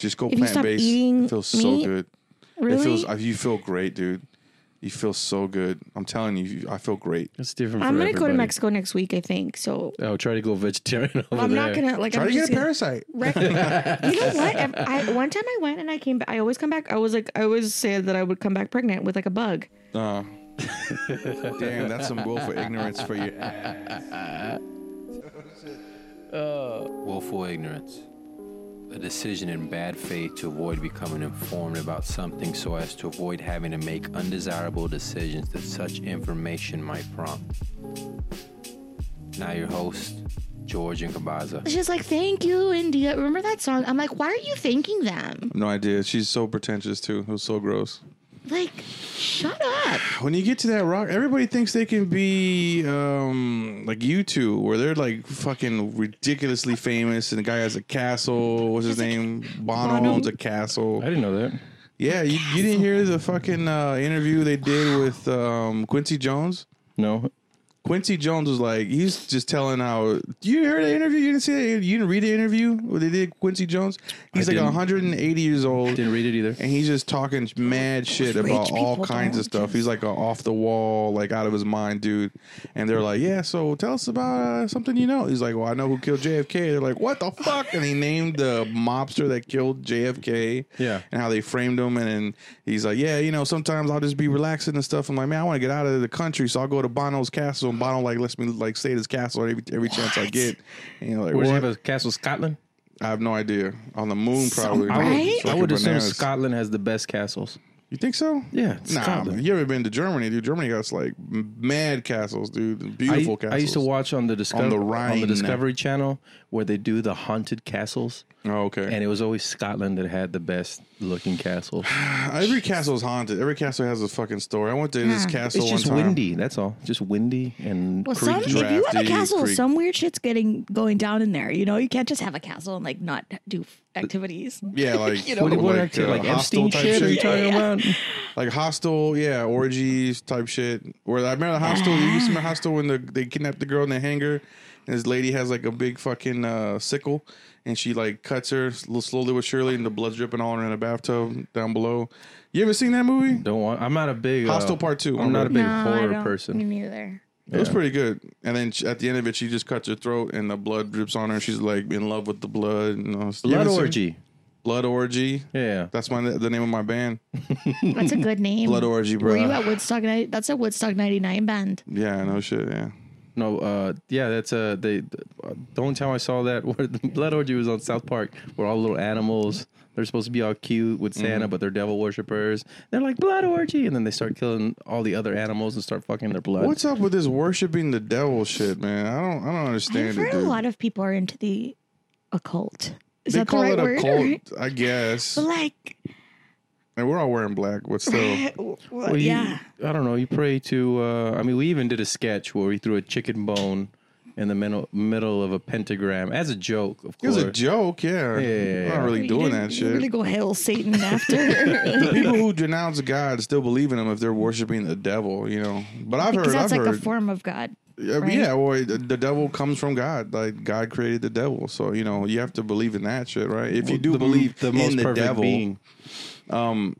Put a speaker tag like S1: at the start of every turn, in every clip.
S1: Just go
S2: If you
S1: plant
S2: stop
S1: based.
S2: eating
S1: It feels so
S2: meat,
S1: good. It
S2: Really?
S1: feels uh, you feel great, dude. You feel so good. I'm telling you, you- I feel great.
S3: It's different.
S2: I'm
S3: for
S2: gonna go to
S3: everybody.
S2: Mexico next week, I think. So
S3: Oh, try to go vegetarian over
S2: I'm
S3: there.
S2: not gonna like.
S1: Try
S2: I'm
S1: to get
S2: just
S1: a
S2: gonna-
S1: parasite.
S2: Right. you know what? If I, one time I went and I came back. I always come back. I was like, I always said that I would come back pregnant with like a bug.
S1: Uh, damn, that's some willful ignorance for you.
S4: Willful ignorance. A decision in bad faith to avoid becoming informed about something so as to avoid having to make undesirable decisions that such information might prompt. Now, your host, George and Kabaza.
S2: She's like, thank you, India. Remember that song? I'm like, why are you thanking them?
S1: No idea. She's so pretentious too. It was so gross.
S2: Like, shut up.
S1: When you get to that rock, everybody thinks they can be um, like you two, where they're like fucking ridiculously famous, and the guy has a castle. What's his name? Bono,
S2: Bono.
S1: owns a castle.
S3: I didn't know that.
S1: Yeah, you, you didn't hear the fucking uh, interview they did with um, Quincy Jones.
S3: No.
S1: Quincy Jones was like, he's just telling how you heard the interview. You didn't see it. You didn't read the interview where they did Quincy Jones. He's
S3: I
S1: like
S3: didn't.
S1: 180 years old,
S3: Didn't read it either.
S1: and he's just talking mad shit about all
S2: people
S1: kinds of
S2: don't
S1: stuff. He's like a off the wall, like out of his mind dude. And they're like, yeah, so tell us about uh, something you know. He's like, well, I know who killed JFK. They're like, what the fuck? And he named the mobster that killed JFK.
S3: Yeah.
S1: And how they framed him, and then he's like, yeah, you know, sometimes I'll just be relaxing and stuff. I'm like, man, I want to get out of the country, so I'll go to Bono's castle, and Bono like lets me like stay at his castle every every chance I get. And you're like,
S3: Where's
S1: what?
S3: have a castle? Scotland.
S1: I have no idea. On the moon, probably.
S2: I would- Right?
S1: Fucking
S3: I would assume
S1: bananas.
S3: Scotland has the best castles.
S1: You think so?
S3: Yeah,
S1: Nah,
S3: Scotland.
S1: you ever been to Germany, dude? Germany got like mad castles, dude. Beautiful
S3: I,
S1: castles.
S3: I used to watch on the Discovery
S1: the
S3: on the
S1: Rhine.
S3: Discovery Channel where they do the haunted castles,
S1: Oh, okay.
S3: and it was always Scotland that had the best looking castles.
S1: Every castle is haunted. Every castle has a fucking story. I went to this
S2: Yeah.
S1: castle
S3: it's just
S1: one time.
S3: windy. That's all. Just windy and
S5: Well, some, if
S3: creaky.
S5: you have a
S1: Drafty,
S5: castle,
S1: creek.
S5: some weird shit's getting going down in there. You know, you can't just have a castle and like not do f- activities.
S1: Yeah, like
S5: You know,
S3: what,
S1: like,
S3: what, what
S1: like,
S3: acti-
S1: uh,
S3: like
S1: hostile
S3: Epstein
S1: type
S3: shit? Are you
S1: shit.
S3: talking about?
S1: like hostile, yeah, orgies type shit. Where I remember the hostel. You used to remember hostel when the, they kidnapped the girl in the hangar, and this lady has like a big fucking uh, sickle, and she like cuts her s- slowly but surely, and the blood's dripping all in the bathtub down below. You ever seen that movie?
S3: Don't want. I'm not a big uh,
S1: Hostel Part Two.
S3: I'm not a big horror
S2: Me
S3: person.
S2: neither.
S1: It was pretty good. And then she, at the end of it, she just cuts her throat, and the blood drips on her. She's like in love with the blood. And all this- You
S3: Blood
S1: ever seen-
S3: orgy.
S1: Blood orgy.
S3: Yeah.
S1: That's my the name of my band.
S2: That's a good name.
S1: Blood orgy, bro.
S2: Were you at Woodstock? Night? That's a Woodstock '99 band.
S1: yeah, no shit. Yeah.
S3: No, uh, yeah, that's uh, they. Uh, the only time I saw that where the blood orgy was on South Park, where all little animals they're supposed to be all cute with Santa, but they're devil worshippers. They're like blood orgy, and then they start killing all the other animals and start fucking their blood.
S1: What's up with this worshiping the devil shit, man? I don't, I don't
S5: I've
S1: understand it.
S5: heard a
S1: Dude.
S5: lot of people are into the occult. Is
S1: they
S5: that
S1: call
S5: the
S1: it
S5: right
S1: a
S5: word?
S1: cult, I guess.
S5: But like, eh,
S1: And we're all wearing black, but still,
S5: w-
S3: Well, you-
S5: yeah.
S3: I don't know. You pray to. Uh, I mean, we even did a sketch where we threw a chicken bone in the middle middle of a pentagram as a joke, of
S1: it
S3: course.
S1: was a joke. Yeah, I'm
S3: yeah,
S1: not
S3: yeah.
S1: really
S5: You
S1: doing
S5: didn't-
S1: that
S5: You
S1: shit.
S5: really go hail Satan after.
S1: the people who denounce God still believe in him if they're worshiping the devil, you know. But I've
S5: because
S1: heard,
S5: that's
S1: I've
S5: like
S1: heard,
S5: a form of God.
S1: Yeah,
S5: right?
S1: yeah. Well, the the devil comes from God. Like God created the devil, so you know you have to believe in that shit, right? If you do
S3: The-
S1: believe
S3: the
S1: in
S3: most
S1: the
S3: perfect
S1: devil,
S3: being. Um,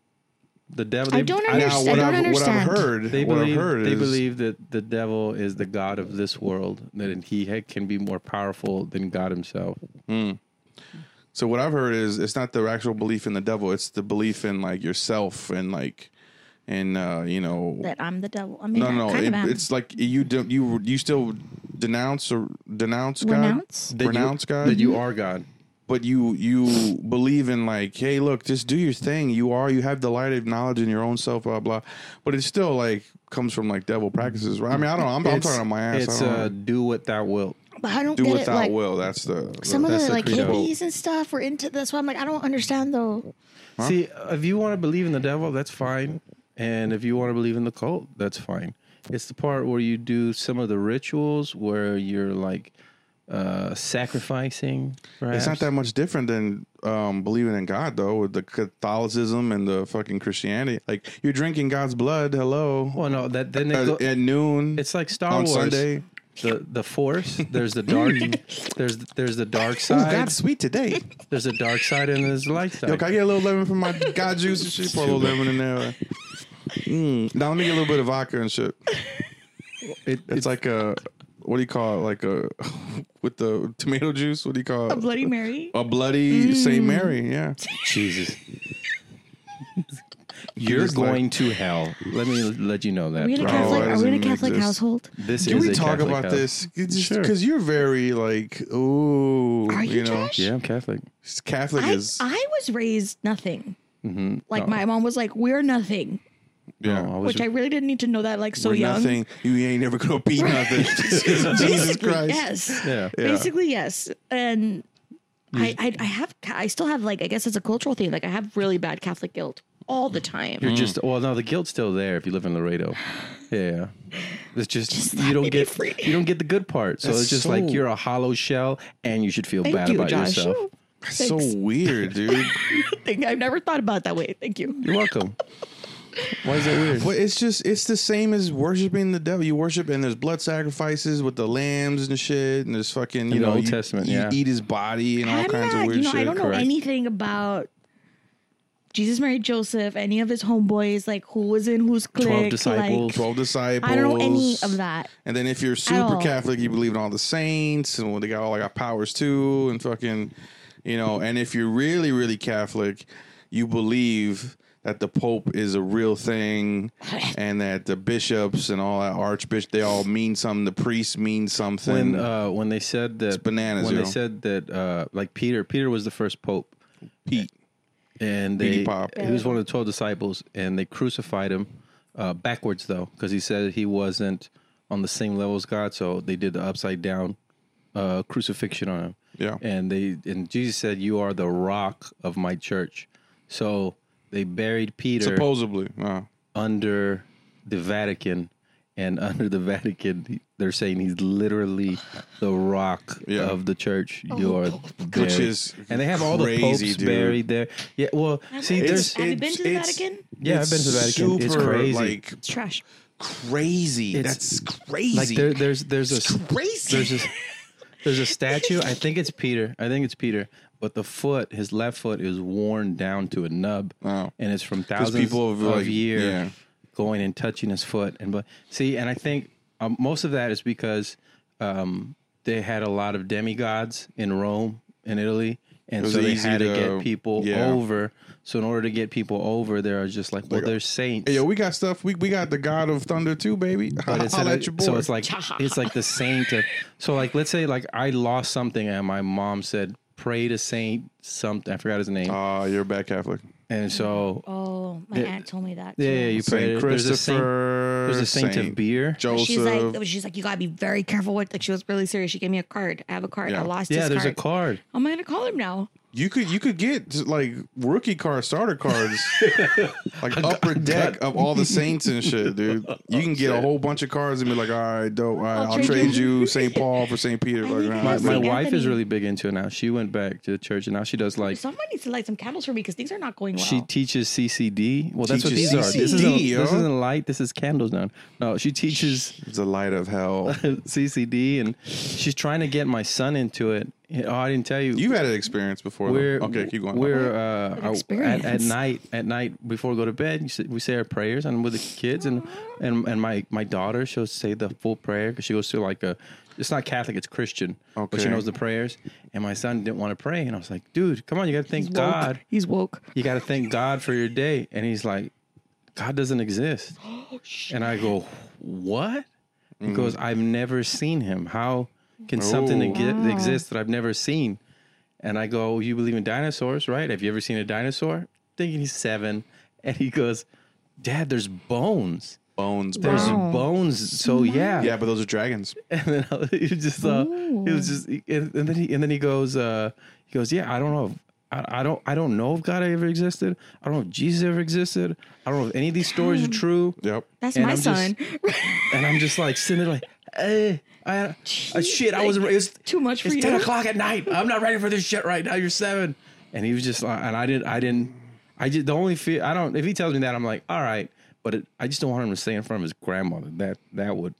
S3: the devil.
S2: I
S3: they-
S2: don't
S1: now
S2: Understand-
S1: what
S2: I
S1: I've
S2: don't
S1: what I've
S2: understand.
S1: heard,
S3: They
S1: what
S3: believe,
S1: I've heard
S3: they
S1: is
S3: believe that the devil is the god of this world, that he ha- can be more powerful than God himself.
S1: So what I've heard is it's not the actual belief in the devil; it's the belief in like yourself and like, and uh, you know,
S5: That I'm the devil. I mean,
S1: no,
S5: I
S1: no, no.
S5: kind
S1: It,
S5: of am.
S1: it's like you do, you you still denounce or denounce God,
S5: Renounce?
S3: That you-
S1: renounce God,
S3: That you are God.
S1: but you you believe in like, hey, look, just do your thing. You are you have the light of knowledge in your own self, blah blah. But it still like comes from like devil practices, right? I mean, I don't. know. I'm, I'm
S3: It's-
S1: talking on my ass. I
S3: It's
S1: don't
S3: uh,
S1: know.
S3: do what thou wilt.
S5: but I don't
S1: do
S5: get
S1: without
S5: it. Like
S1: will. That's the, the-
S5: some of
S3: That's
S5: the
S3: the
S5: like
S3: credo.
S5: hippies and stuff were into this. Why I'm like, I don't understand though.
S3: See, if you want to believe in the devil, that's fine. And if you want to believe in the cult, that's fine. It's the part where you do some of the rituals where you're like uh, sacrificing.
S1: It's not
S3: perhaps.
S1: that much different than um, believing in God, though, with the Catholicism and the fucking Christianity. Like you're drinking God's blood. Hello,
S3: Well, no, that then they
S1: at,
S3: go,
S1: at noon.
S3: It's like Star
S1: Uh, on
S3: Wars.
S1: Sunday.
S3: the the force. There's the dark. there's there's the dark
S1: Ooh,
S3: side.
S1: God's sweet today.
S3: There's a dark side and there's a light side.
S1: Yo, can I get a little lemon from my God juice and shit? Pour a little lemon in there. uh, Mm. Now let me get a little bit of vodka and shit.
S3: It-
S1: It's like a what do you call it? Like a with the tomato juice. What do you call
S5: A
S1: it?
S5: Bloody Mm. Mary.
S1: A bloody Saint Mary. Yeah.
S3: Jesus. You're
S1: Just like-
S3: going to hell. Let me let you know that.
S2: Are we in a
S3: bro.
S1: Bro,
S2: Catholic?
S1: why
S2: Are
S1: does
S2: we in
S1: it
S2: a
S1: even
S2: Catholic
S1: exist?
S2: household?
S3: This
S1: Can
S3: is
S1: we
S3: a
S1: talk
S3: Catholic
S1: about
S3: house.
S1: this? Because
S3: Sure.
S1: you're very like, ooh,
S5: Are you
S1: know,
S5: Josh?
S3: Yeah, I'm Catholic.
S1: Catholic
S5: I,
S1: is.
S5: I was raised nothing.
S3: Mm-hmm.
S5: Like my mom was like, "We're nothing,"
S1: yeah.
S3: I was
S5: which I really didn't need to know that. Like so
S1: We're
S5: young.
S1: nothing. You ain't never gonna be nothing. Jesus
S5: Basically,
S1: Christ.
S5: Yes.
S3: yeah.
S1: Yeah.
S5: Basically, yes. And I, I, I have, I still have like, I guess it's a cultural thing. Like I have really bad Catholic guilt all the time.
S3: You're just well, no, the guilt's still there if you live in Laredo. Yeah, it's just,
S5: let
S3: you
S5: me
S3: don't
S5: be
S3: get
S5: free.
S3: you don't get the good part. So
S1: That's
S3: it's just
S1: so-
S3: like you're a hollow shell, and you should feel
S5: Thank
S3: bad
S5: you,
S3: about
S5: Josh.
S3: yourself.
S1: That's so weird, dude.
S5: Thank- I've never thought about it that way. Thank you.
S3: You're welcome. Why is that weird?
S1: But it's just it's the same as worshiping the devil. You worship and there's blood sacrifices with the lambs and shit, and there's fucking you
S3: In the
S1: know
S3: Old
S1: you-
S3: Testament,
S1: you
S3: yeah.
S1: eat his body and all
S5: I'm
S1: kinds
S5: not,
S1: of weird
S5: you know,
S1: shit.
S5: I don't know
S1: correct?
S5: anything about Jesus, Mary, Joseph, any of his homeboys, like who was in whose clique.
S3: disciples.
S5: Like,
S1: Twelve disciples.
S5: I don't know any of that.
S1: And then if you're super
S5: all.
S1: Catholic, you believe in all the saints and well, they got all got powers too, and fucking, you know. And if you're really, really Catholic, you believe that the Pope is a real thing, and that the bishops and all that archbishop they all mean something. The priests mean something.
S3: when uh, when they said that
S1: bananas,
S3: when
S1: yo.
S3: they said that uh, like Peter, Peter was the first pope,
S1: Pete.
S3: and
S1: Petey
S3: they
S1: Pop.
S3: he was one of the twelve disciples, and they crucified him uh, backwards though because he said he wasn't on the same level as God, so they did the upside down uh, crucifixion on him.
S1: Yeah.
S3: and they and Jesus said, "You are the rock of my church." So they buried Peter
S1: Supposedly, uh,
S3: under the Vatican, and under the Vatican, they're saying he's literally the rock
S1: Yeah.
S3: of the church. You are,
S1: which
S3: buried.
S1: is
S3: and they have all the popes
S1: crazy, dude.
S3: buried there. Yeah, well, see, there's
S5: Have you been to the
S1: it's-
S5: Vatican?
S3: yeah, I've been to the Vatican.
S1: Super,
S3: it's crazy.
S1: like
S5: It's trash.
S1: crazy. That's crazy.
S3: like there, there's there's a
S1: crazy.
S3: there's a there's a statue. I think it's Peter. I think it's Peter. But the foot, his left foot, is worn down to a nub,
S1: Wow.
S3: and it's from thousands
S1: people have,
S3: of
S1: like,
S3: year
S1: yeah.
S3: going and touching his foot. And but see, and I think um, most of that is because um, they had a lot of demigods in Rome in Italy, and
S1: was
S3: so they
S1: easy
S3: had to,
S1: to-
S3: get people
S1: yeah.
S3: over. So in order to get people over, they're just like, well, they're saints.
S1: Hey, yo, we got stuff. We, we got the God of Thunder too, baby.
S3: But it's
S1: Holla
S3: like-
S1: at your boy.
S3: so it's like it's like the saint of, so like let's say like I lost something and my mom said pray to saint something I forgot his name
S1: Ah, you're a bad Catholic.
S3: and so
S5: Oh, my
S3: Yeah.
S5: aunt told me that.
S3: yeah,
S5: too.
S3: yeah you pray
S1: Saint
S3: to- there's a saint
S1: Christopher.
S3: there's a saint, of beer
S1: Joseph.
S5: She's like, oh, she's like, you gotta be very careful with. Like, she was really serious. She gave me a card. I have a card.
S1: Yeah.
S5: I lost
S3: yeah
S5: his
S3: there's
S5: card.
S3: a card
S5: Am I gonna call him now?
S1: you could you could get like rookie card starter cards, like upper deck of all the saints and shit, dude.
S3: Oh,
S1: You can get a whole bunch of cards and be like, all right, dope. All right, I'll, trade, you Saint Paul for Saint Peter. Like,
S5: need
S1: all
S3: my,
S1: right,
S5: Saint
S3: my
S1: man.
S3: wife is
S5: Anthony.
S3: really big into it now she went back to church and now she does like
S5: Someone needs to light some candles for me because things are not going well.
S3: she teaches CCD well that's what
S1: Teaches
S3: these are this isn't
S1: CCD, yo.
S3: this isn't light this is candles now no she teaches
S1: it's a light of hell.
S3: CCD and she's trying to get my son into it oh I didn't tell you
S1: You've had an experience before.
S3: We're
S1: though. okay, keep going.
S3: We're uh, I- at, at
S5: experience.
S3: night. At night before we go to bed, you say, we say our prayers, and with the kids, and and and my my daughter, she'll say the full prayer because she goes to like a. It's not Catholic, it's Christian, but she
S1: Okay.
S3: knows the prayers. And my son didn't want to pray, and I was like, "Dude, come on, you got to thank
S5: He's woke.
S3: God.
S5: He's woke.
S3: You got to thank God for your day." And he's like, "God doesn't exist."
S5: Oh,
S3: and I go, "What?" He goes, "I've never seen him. How can something
S1: Oh.
S3: exi- exist that I've never seen?" And I go, "You believe in dinosaurs, right? Have you ever seen a dinosaur?" Thinking he's seven, and he goes, "Dad, there's bones.
S1: bones. bro.
S3: There's bones. So yeah,
S1: Yeah, but those are dragons.
S3: and then I, he was just uh, he was just and, and then he and then he goes uh he goes yeah i don't know if, I, I don't i don't know if god ever existed i don't know if jesus ever existed i don't know if any of these stories are true
S1: Yep.
S5: That's
S3: And
S5: my
S3: I'm just-
S5: son.
S3: and i'm just like sitting there like eh, I, I, shit i was it's
S5: Too much for
S3: it's
S5: you.
S3: 10 o'clock at night i'm not ready for this shit right now you're seven and he was just like and i didn't i didn't i just the only fear i don't if he tells me that i'm like all right but it, i just don't want him to stay in front of his grandmother that that would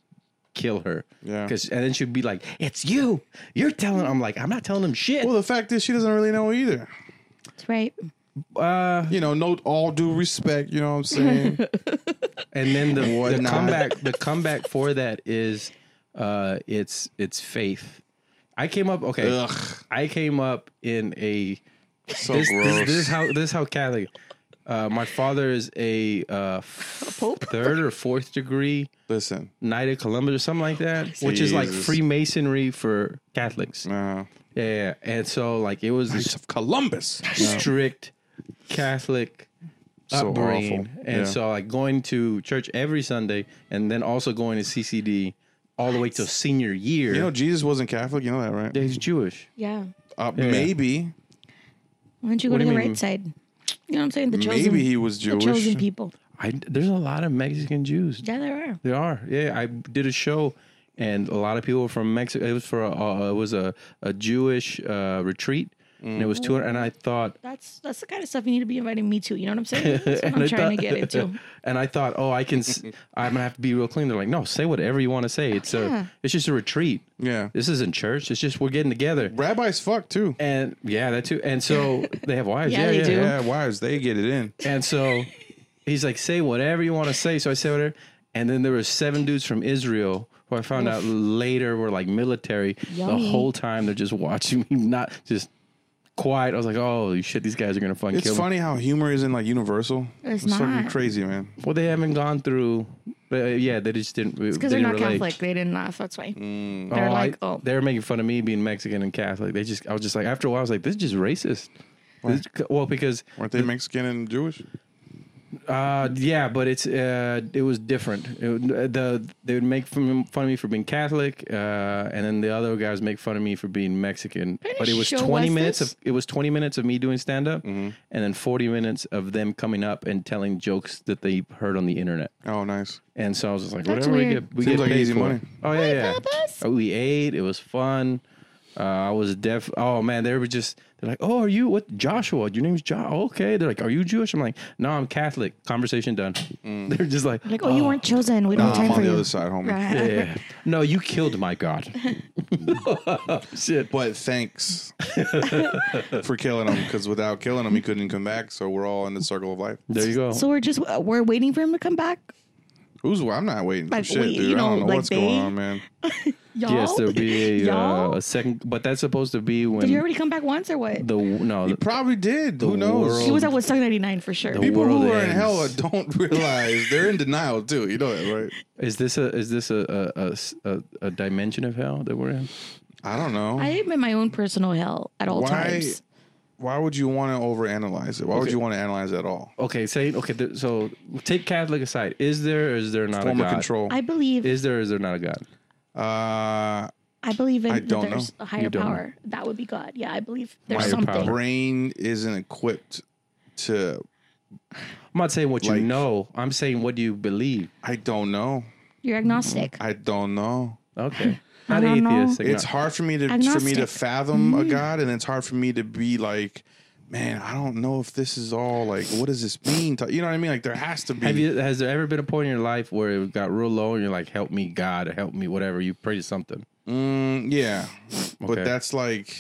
S3: kill her.
S1: Yeah.
S3: Because and then she'd be like, "It's you. You're telling." I'm like, "I'm not telling them shit."
S1: Well, the fact is, she doesn't really know either.
S2: That's right.
S3: Uh,
S1: You know, note all due respect. You know what I'm saying?
S3: and then the, the
S1: Whatnot.
S3: comeback the comeback for that is uh it's it's faith i came up okay
S1: Ugh.
S3: i came up in a
S1: So
S3: this,
S1: gross.
S3: this, this is how this is how catholic uh my father is a uh pope third or fourth degree
S1: Listen,
S3: knight of columbus or something like that which is like
S1: Jesus.
S3: freemasonry for catholics
S1: uh,
S3: yeah, yeah. and so like it was this
S1: of Columbus.
S3: strict catholic
S1: So
S3: upbringing,
S1: awful.
S3: and
S1: Yeah.
S3: so like going to church every Sunday, and then also going to CCD all the way till senior year.
S1: You know, Jesus wasn't Catholic. You know that, right?
S3: he's Jewish.
S5: Yeah.
S1: Uh, Maybe,
S5: Why don't you go
S3: What
S5: to
S3: do
S5: the
S3: you mean?
S5: right side? You know what I'm saying? The chosen,
S1: maybe he was
S5: the chosen
S1: Jewish.
S5: people.
S3: I there's a lot of Mexican Jews.
S5: Yeah, there are.
S3: There are. Yeah, I did a show, and a lot of people from Mexico. It was for a, uh, it was a a Jewish uh, retreat, and it was two. And I thought
S5: That's that's the kind of stuff you need to be inviting me to. You know what I'm saying? That's what
S3: And
S5: I'm
S3: I
S5: trying to
S3: thought-
S5: get into.
S3: And I thought, oh, I can, s- I'm gonna have to be real clean. They're like, no, say whatever you want to say. It's
S2: yeah.
S3: a, it's just a retreat.
S1: Yeah.
S3: this isn't church. It's just we're getting together.
S1: Rabbis fuck too.
S3: And yeah, that too. And so they have wives.
S5: Yeah,
S3: yeah,
S5: they
S3: yeah,
S5: do.
S3: yeah.
S1: Yeah, wives, they get it in.
S3: And so he's like, say whatever you want to say. So I said whatever. And then there were seven dudes from Israel who I found out later were like military.
S5: Yummy.
S3: The whole time they're just watching me, not just quiet. I was like, oh shit, these guys are gonna fucking
S1: It's
S3: kill me.
S1: funny how humor isn't like universal.
S2: It's
S1: fucking
S2: not.
S1: crazy, man.
S3: Well, they haven't gone through. uh, yeah, they just didn't. It's
S2: Because they're not Catholic. They didn't laugh. That's why.
S1: Mm.
S2: They're
S3: Oh,
S2: like,
S3: I-
S2: oh,
S3: they were making fun of me being Mexican and Catholic. They just, I was just like, after a while, I was like, this is just racist. This- well, because
S1: Weren't they Mexican and Jewish?
S3: Uh, yeah, but it's uh, it was different. It, would- uh, the they would make fun, fun of me for being Catholic, uh, and then the other guys make fun of me for being Mexican. But it was
S5: show
S3: twenty
S5: was
S3: minutes
S5: this?
S3: of it was twenty minutes of me doing stand up,
S1: Mm-hmm.
S3: and then forty minutes of them coming up and telling jokes that they heard on the internet.
S1: Oh, nice.
S3: And so I was just like,
S2: That's
S3: whatever we
S2: weird.
S3: get, we
S1: Seems
S3: get
S1: like
S3: paid
S1: easy
S3: for it.
S1: money.
S3: Oh yeah, yeah. Uh, We ate. It was fun. Uh, I was deaf. Oh man, they were just. They're like, oh, are you what? Joshua? Your name's Josh. Okay. They're like, are you Jewish? I'm like, no, I'm Catholic. Conversation done.
S5: Mm.
S3: They're just like,
S2: like, oh, you weren't chosen. We don't
S1: Nah,
S2: have
S1: I'm
S2: time for
S1: on the
S2: you.
S1: other side, homie.
S3: yeah. No, you killed my God. Shit.
S1: But thanks for killing him because without killing him, he couldn't come back. So we're all in the circle of life.
S3: There you go.
S5: So we're just uh, we're waiting for him to come back.
S1: Who's I'm not waiting
S5: Like,
S1: for shit,
S5: we-
S1: dude.
S5: you
S1: I don't know
S5: know, like
S1: what's
S5: they-
S1: going on, man.
S5: Y'all,
S3: yes, there'll be a, uh,
S5: Y'all?
S3: a second, but that's supposed to be when
S5: did you already come back once or what?
S3: the no.
S1: He probably did. Who knows?
S3: world-
S5: he was at Woodstock '99 for sure.
S3: The
S1: People who
S3: world
S1: are in hell
S3: ends.
S1: don't realize they're in denial too. You know that, right?
S3: is this a is this a a- a s- a- a dimension of hell that we're in?
S1: I don't know.
S5: I am in my own personal hell at all
S1: Why-
S5: times.
S1: Why would you want to overanalyze it? Why would you want to analyze it at all?
S3: Okay, say okay. Th- so take Catholic aside. Is there or is there not
S1: Form
S3: a
S1: of
S3: God?
S1: control.
S5: I believe.
S3: Is there or is there not a God?
S1: Uh,
S5: I believe in
S1: I
S5: that
S1: don't
S5: there's a higher
S3: don't know.
S5: power. That would be God. Yeah, I believe there's
S3: Higher
S5: something.
S3: power.
S1: brain isn't equipped to.
S3: I'm not saying what
S1: Like-
S3: you know. I'm saying what do you believe.
S1: I don't know.
S5: You're agnostic.
S1: I don't know.
S3: Okay, not
S2: don't know.
S3: atheist.
S1: It's hard for me to for me to
S5: Agnostic. Mm-hmm.
S1: fathom a god, and it's hard for me to be like, man, I don't know if this is all like, what does this mean? To, you know what I mean? Like, there has to be.
S3: Have you? Has there ever been a point in your life where it got real low and you're like, "Help me, God, or help me, whatever." You pray to something.
S1: Mm, yeah, but
S3: Okay.
S1: that's like.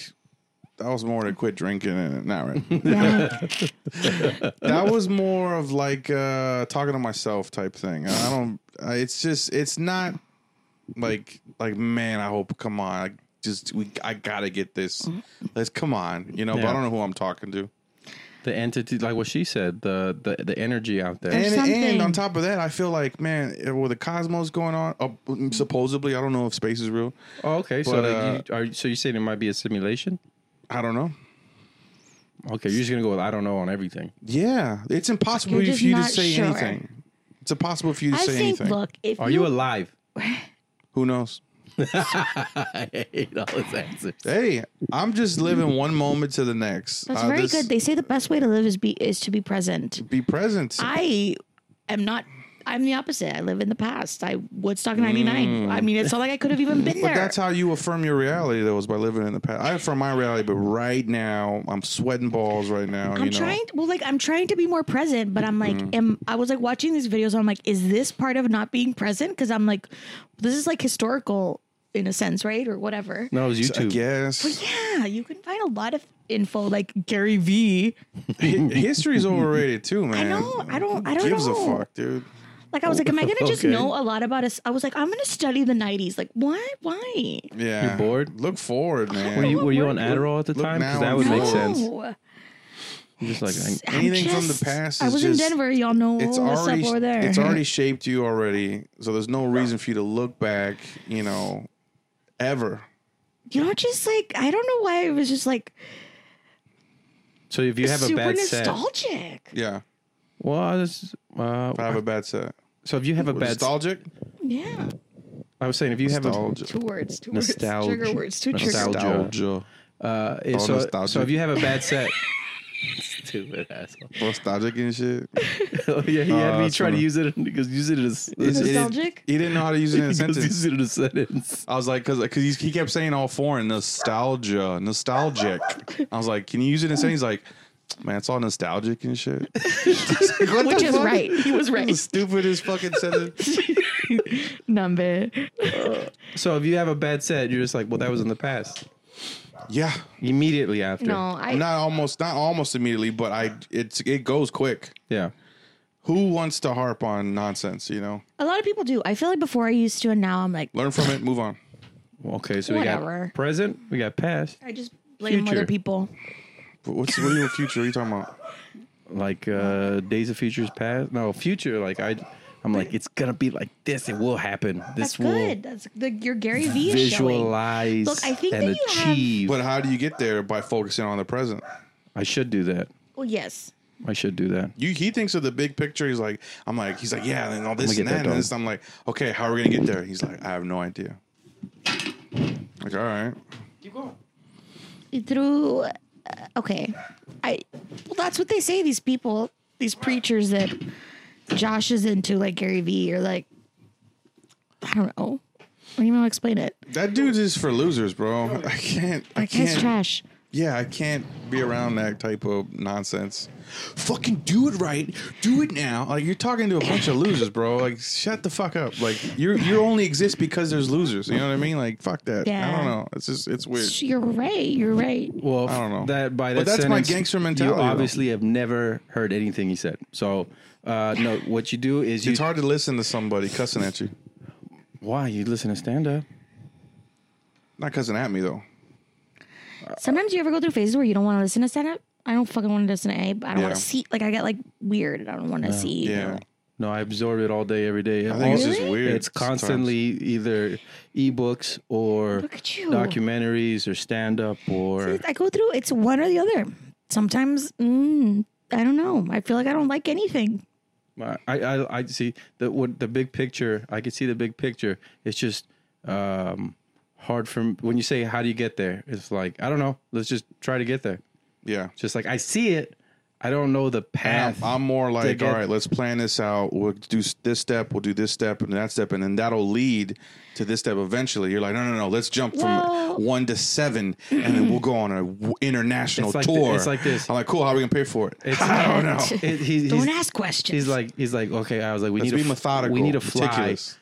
S1: That was more to quit drinking and not right.
S2: Yeah.
S1: that was more of like uh talking to myself type thing. I don't. I, it's just. It's not like like man. I hope. Come on. I just we. I gotta get this. Let's come on. You know. But I
S3: Yeah.
S1: don't know who I'm talking to.
S3: The entity, like what she said, the the, the energy out there.
S1: and,
S5: something.
S1: and on top of that, I feel like, man, eh, with the cosmos going on, uh, supposedly, I don't know if space is real.
S3: oh, okay, so
S1: But, uh,
S3: like you, are so you're saying it might be a simulation?
S1: I don't know.
S3: Okay, you're just gonna go with I don't know on everything.
S1: Yeah, it's impossible
S5: You're
S1: if
S5: just
S1: you to
S5: not
S1: say
S5: sure.
S1: anything. It's impossible for you to
S5: I
S1: say
S5: think.
S1: anything.
S5: Look, if
S3: Are
S5: you,
S3: you alive?
S1: Who knows?
S3: I hate all his answers.
S1: Hey, I'm just living one moment to the next.
S5: that's
S1: Uh,
S5: very
S1: this-
S5: good. They say the best way to live is be is to be present.
S1: be present.
S5: I am not I'm the opposite. I live in the past. I Woodstock '99. I mean, it's not like I could have even been there.
S1: But Mm. that's how you affirm your reality, though, is by living in the past. I affirm my reality, but right now I'm sweating balls right now.
S5: I'm
S1: you know? Mm.
S5: trying. Well, like I'm trying to be more present, but I'm like, am I was like watching these videos. I'm like, is this part of not being present? Because I'm like, this is like historical in a sense, right, or whatever.
S3: No, it was
S1: I
S3: YouTube.
S1: guess
S5: Yeah, you can find a lot of info, like Gary V.
S1: Hi- history's overrated too,
S5: I
S1: man.
S5: know. I don't. I
S1: Who
S5: don't
S1: gives
S5: know.
S1: a fuck, dude.
S5: Like I was like, am I gonna just
S3: Okay.
S5: know a lot about us? I was like, I'm gonna study the '90s. Like, what? Why?
S1: Yeah,
S3: You're bored?
S1: Look forward, man.
S3: Were you
S5: What
S3: were you
S5: were
S3: on
S5: you-
S3: Adderall at the
S1: Look
S3: time?
S1: now
S3: Because that
S1: I'm
S3: would make
S1: bored.
S3: sense.
S5: No.
S3: I'm just like I,
S5: I'm
S1: Anything from the past
S5: I
S1: is
S5: was
S1: just-
S5: in Denver. Y'all know
S1: it's
S5: what's
S1: already
S5: up over there.
S1: it's already shaped you already. So there's no reason for you to look back. You know, ever.
S5: You know, just like I don't know why it was just like
S3: so if you have a
S5: super
S3: bad set,
S5: nostalgic.
S1: Yeah,
S3: well, this, uh,
S1: if I have a bad set.
S3: so if you have a bad,
S1: nostalgic.
S5: Yeah,
S3: I was saying if you have a
S1: Nostalgia.
S5: two words, two
S3: Nostalgia.
S5: words, trigger words, two trigger
S3: Nostalgia.
S5: words.
S1: Nostalgia.
S3: uh,
S1: Oh,
S3: so,
S1: nostalgia.
S3: so if you have a bad set,
S4: Stupid asshole.
S1: Nostalgic and shit.
S3: oh, yeah, he had
S1: Oh,
S3: me
S1: that's
S3: try to
S1: funny.
S3: use it because use it as
S1: It's- it-
S5: Nostalgic?
S1: He didn't know how to use it in a
S3: He goes,
S1: sentence.
S3: use it in a sentence.
S1: I was like, because because he kept saying all foreign nostalgia, nostalgic. I was like, can you use it in a sentence? He's like, man, it's all nostalgic and shit.
S5: Which is right. He
S1: That's
S5: was
S1: the
S5: right.
S1: stupidest fucking sentence.
S5: Number.
S3: So if you have a bad set, you're just like, well, that was in the past.
S1: Yeah,
S3: Immediately after,
S5: No, I.
S1: not almost, not almost immediately, but I it's it goes quick.
S3: yeah.
S1: Who wants to harp on nonsense? You know,
S5: A lot of people do. I feel like before I used to, and now I'm like,
S1: learn from it, move on.
S3: Okay, so we
S5: Whatever.
S3: got present, we got past,
S5: I just blame
S3: Future.
S5: other people.
S1: But what's what are your future? What are you talking about?
S3: like uh Days of Futures Past. No, future. Like I, I'm like it's gonna be like this. It will happen. This
S5: That's
S3: will
S5: good. That's the, your Gary V is showing.
S3: visualize
S5: Look, I think
S3: and
S5: that you have-
S3: achieve.
S1: But how do you get there by focusing on the present?
S3: I should do that.
S5: Well, yes.
S3: I should do that.
S1: You, he thinks of the big picture. He's like, I'm like, he's like, yeah, and all this
S3: Let me
S1: and
S3: get
S1: that,
S3: that
S1: and this. I'm like, okay, how are we gonna get there? He's like, I have no idea. Like, all right,
S5: through uh, okay i well that's what they say these people these preachers that josh is into like gary vee or like i don't know i don't even know how to explain it
S1: that dude's is for losers, bro. I can't, I
S5: that guy's
S1: can't,
S5: trash
S1: yeah, I can't be around that type of nonsense. Fucking do it right, do it now. Like you're talking to a bunch of losers, bro. Like shut the fuck up. Like you, you only exist because there's losers. You know what I mean? Like fuck that. I
S5: Yeah.
S1: don't know. It's just, it's weird.
S5: you're right you're right
S3: Well,
S1: I don't know.
S3: That by
S1: But
S3: that
S1: that's my
S3: sentence,
S1: gangster
S3: You
S1: mentality, though.
S3: obviously have never heard anything he said. So, uh, no, what you do is you.
S1: It's hard to listen to somebody cussing at you.
S3: Why you listen to stand up?
S1: Not cussing at me though.
S5: sometimes you ever go through phases where you don't want to listen to stand-up i don't fucking want to listen to a but i don't
S1: Yeah.
S5: want to see like i get like weird and i don't want to see
S1: Yeah.
S3: No, I absorb it all day, every day.
S1: I think it's
S3: All-
S1: just weird.
S3: It's constantly either ebooks or
S5: Look at you.
S3: documentaries or stand up or
S5: i go through it's one or the other sometimes mm, i don't know i feel like i don't like anything
S3: I, I I see the what the big picture. I can see the big picture. It's just um, hard for when you say how do you get there. It's like I don't know. Let's just try to get there.
S1: Yeah.
S3: Just like I see it. I don't know the
S1: And
S3: path.
S1: I'm, I'm more like,
S3: get-
S1: all right, let's plan this out. We'll do s- this step, we'll do this step, and that step, and then that'll lead to this step eventually. You're like, no, no, no, let's jump from
S5: Well-
S1: one to seven, and then we'll go on a w- international
S3: It's like th-
S1: tour.
S3: it's like this.
S1: I'm like, cool. How are we gonna pay for it?
S3: It's-
S1: I don't know.
S3: It- he's,
S5: don't
S3: he's-
S5: ask questions
S3: he's like he's like okay. I was like we
S1: Let's
S3: need
S1: be
S3: to
S1: methodical.
S3: We need to fly.
S1: meticulous.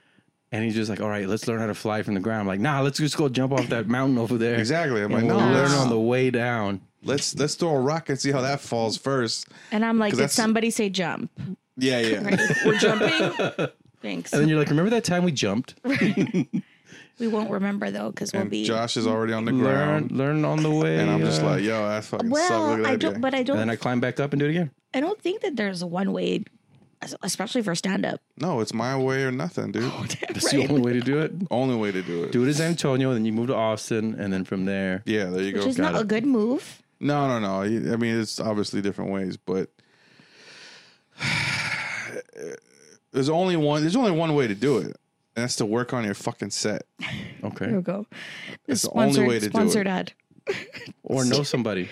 S3: And he's just like, all right, let's learn how to fly from the ground. I'm like, nah, let's just go jump off that mountain over there.
S1: Exactly. I'm
S3: And
S1: like,
S3: we'll
S1: no,
S3: learn
S1: let's,
S3: on the way down.
S1: let's let's throw a rock and see how that falls first.
S5: And I'm like,
S1: 'Cause
S5: did
S1: that's-
S5: somebody say jump?
S1: Yeah, yeah.
S5: Right? We're jumping. Thanks.
S3: And then you're like, remember that time we jumped?
S5: We won't remember though, because we'll
S1: And
S5: be.
S1: Josh is already on the
S3: Learn,
S1: ground,
S3: learn on the way.
S1: and I'm just
S3: uh,
S1: like, yo, that fucking suck. Look at
S5: well,
S1: that
S5: I don't.
S1: guy.
S5: But I
S3: and
S5: don't.
S3: then I
S5: I,
S3: climb back up and do it again.
S5: don't think that there's one way, es- especially for stand up.
S1: No, it's my way or nothing, dude.
S3: Oh, That's the only way to do it.
S1: Only way to do it.
S3: Do it as Antonio, then you move to Austin, and then from there.
S1: Yeah, there you go.
S5: Which is
S3: got
S5: not
S3: it.
S5: a good move.
S1: No, no, no. You- I mean, it's obviously different ways, but there's only one. There's only one way to do it, and that's to work on your fucking set.
S3: Okay.
S5: There we go. This
S1: the only
S5: sponsored,
S1: way to do it.
S5: sponsored ad.
S3: Or know somebody.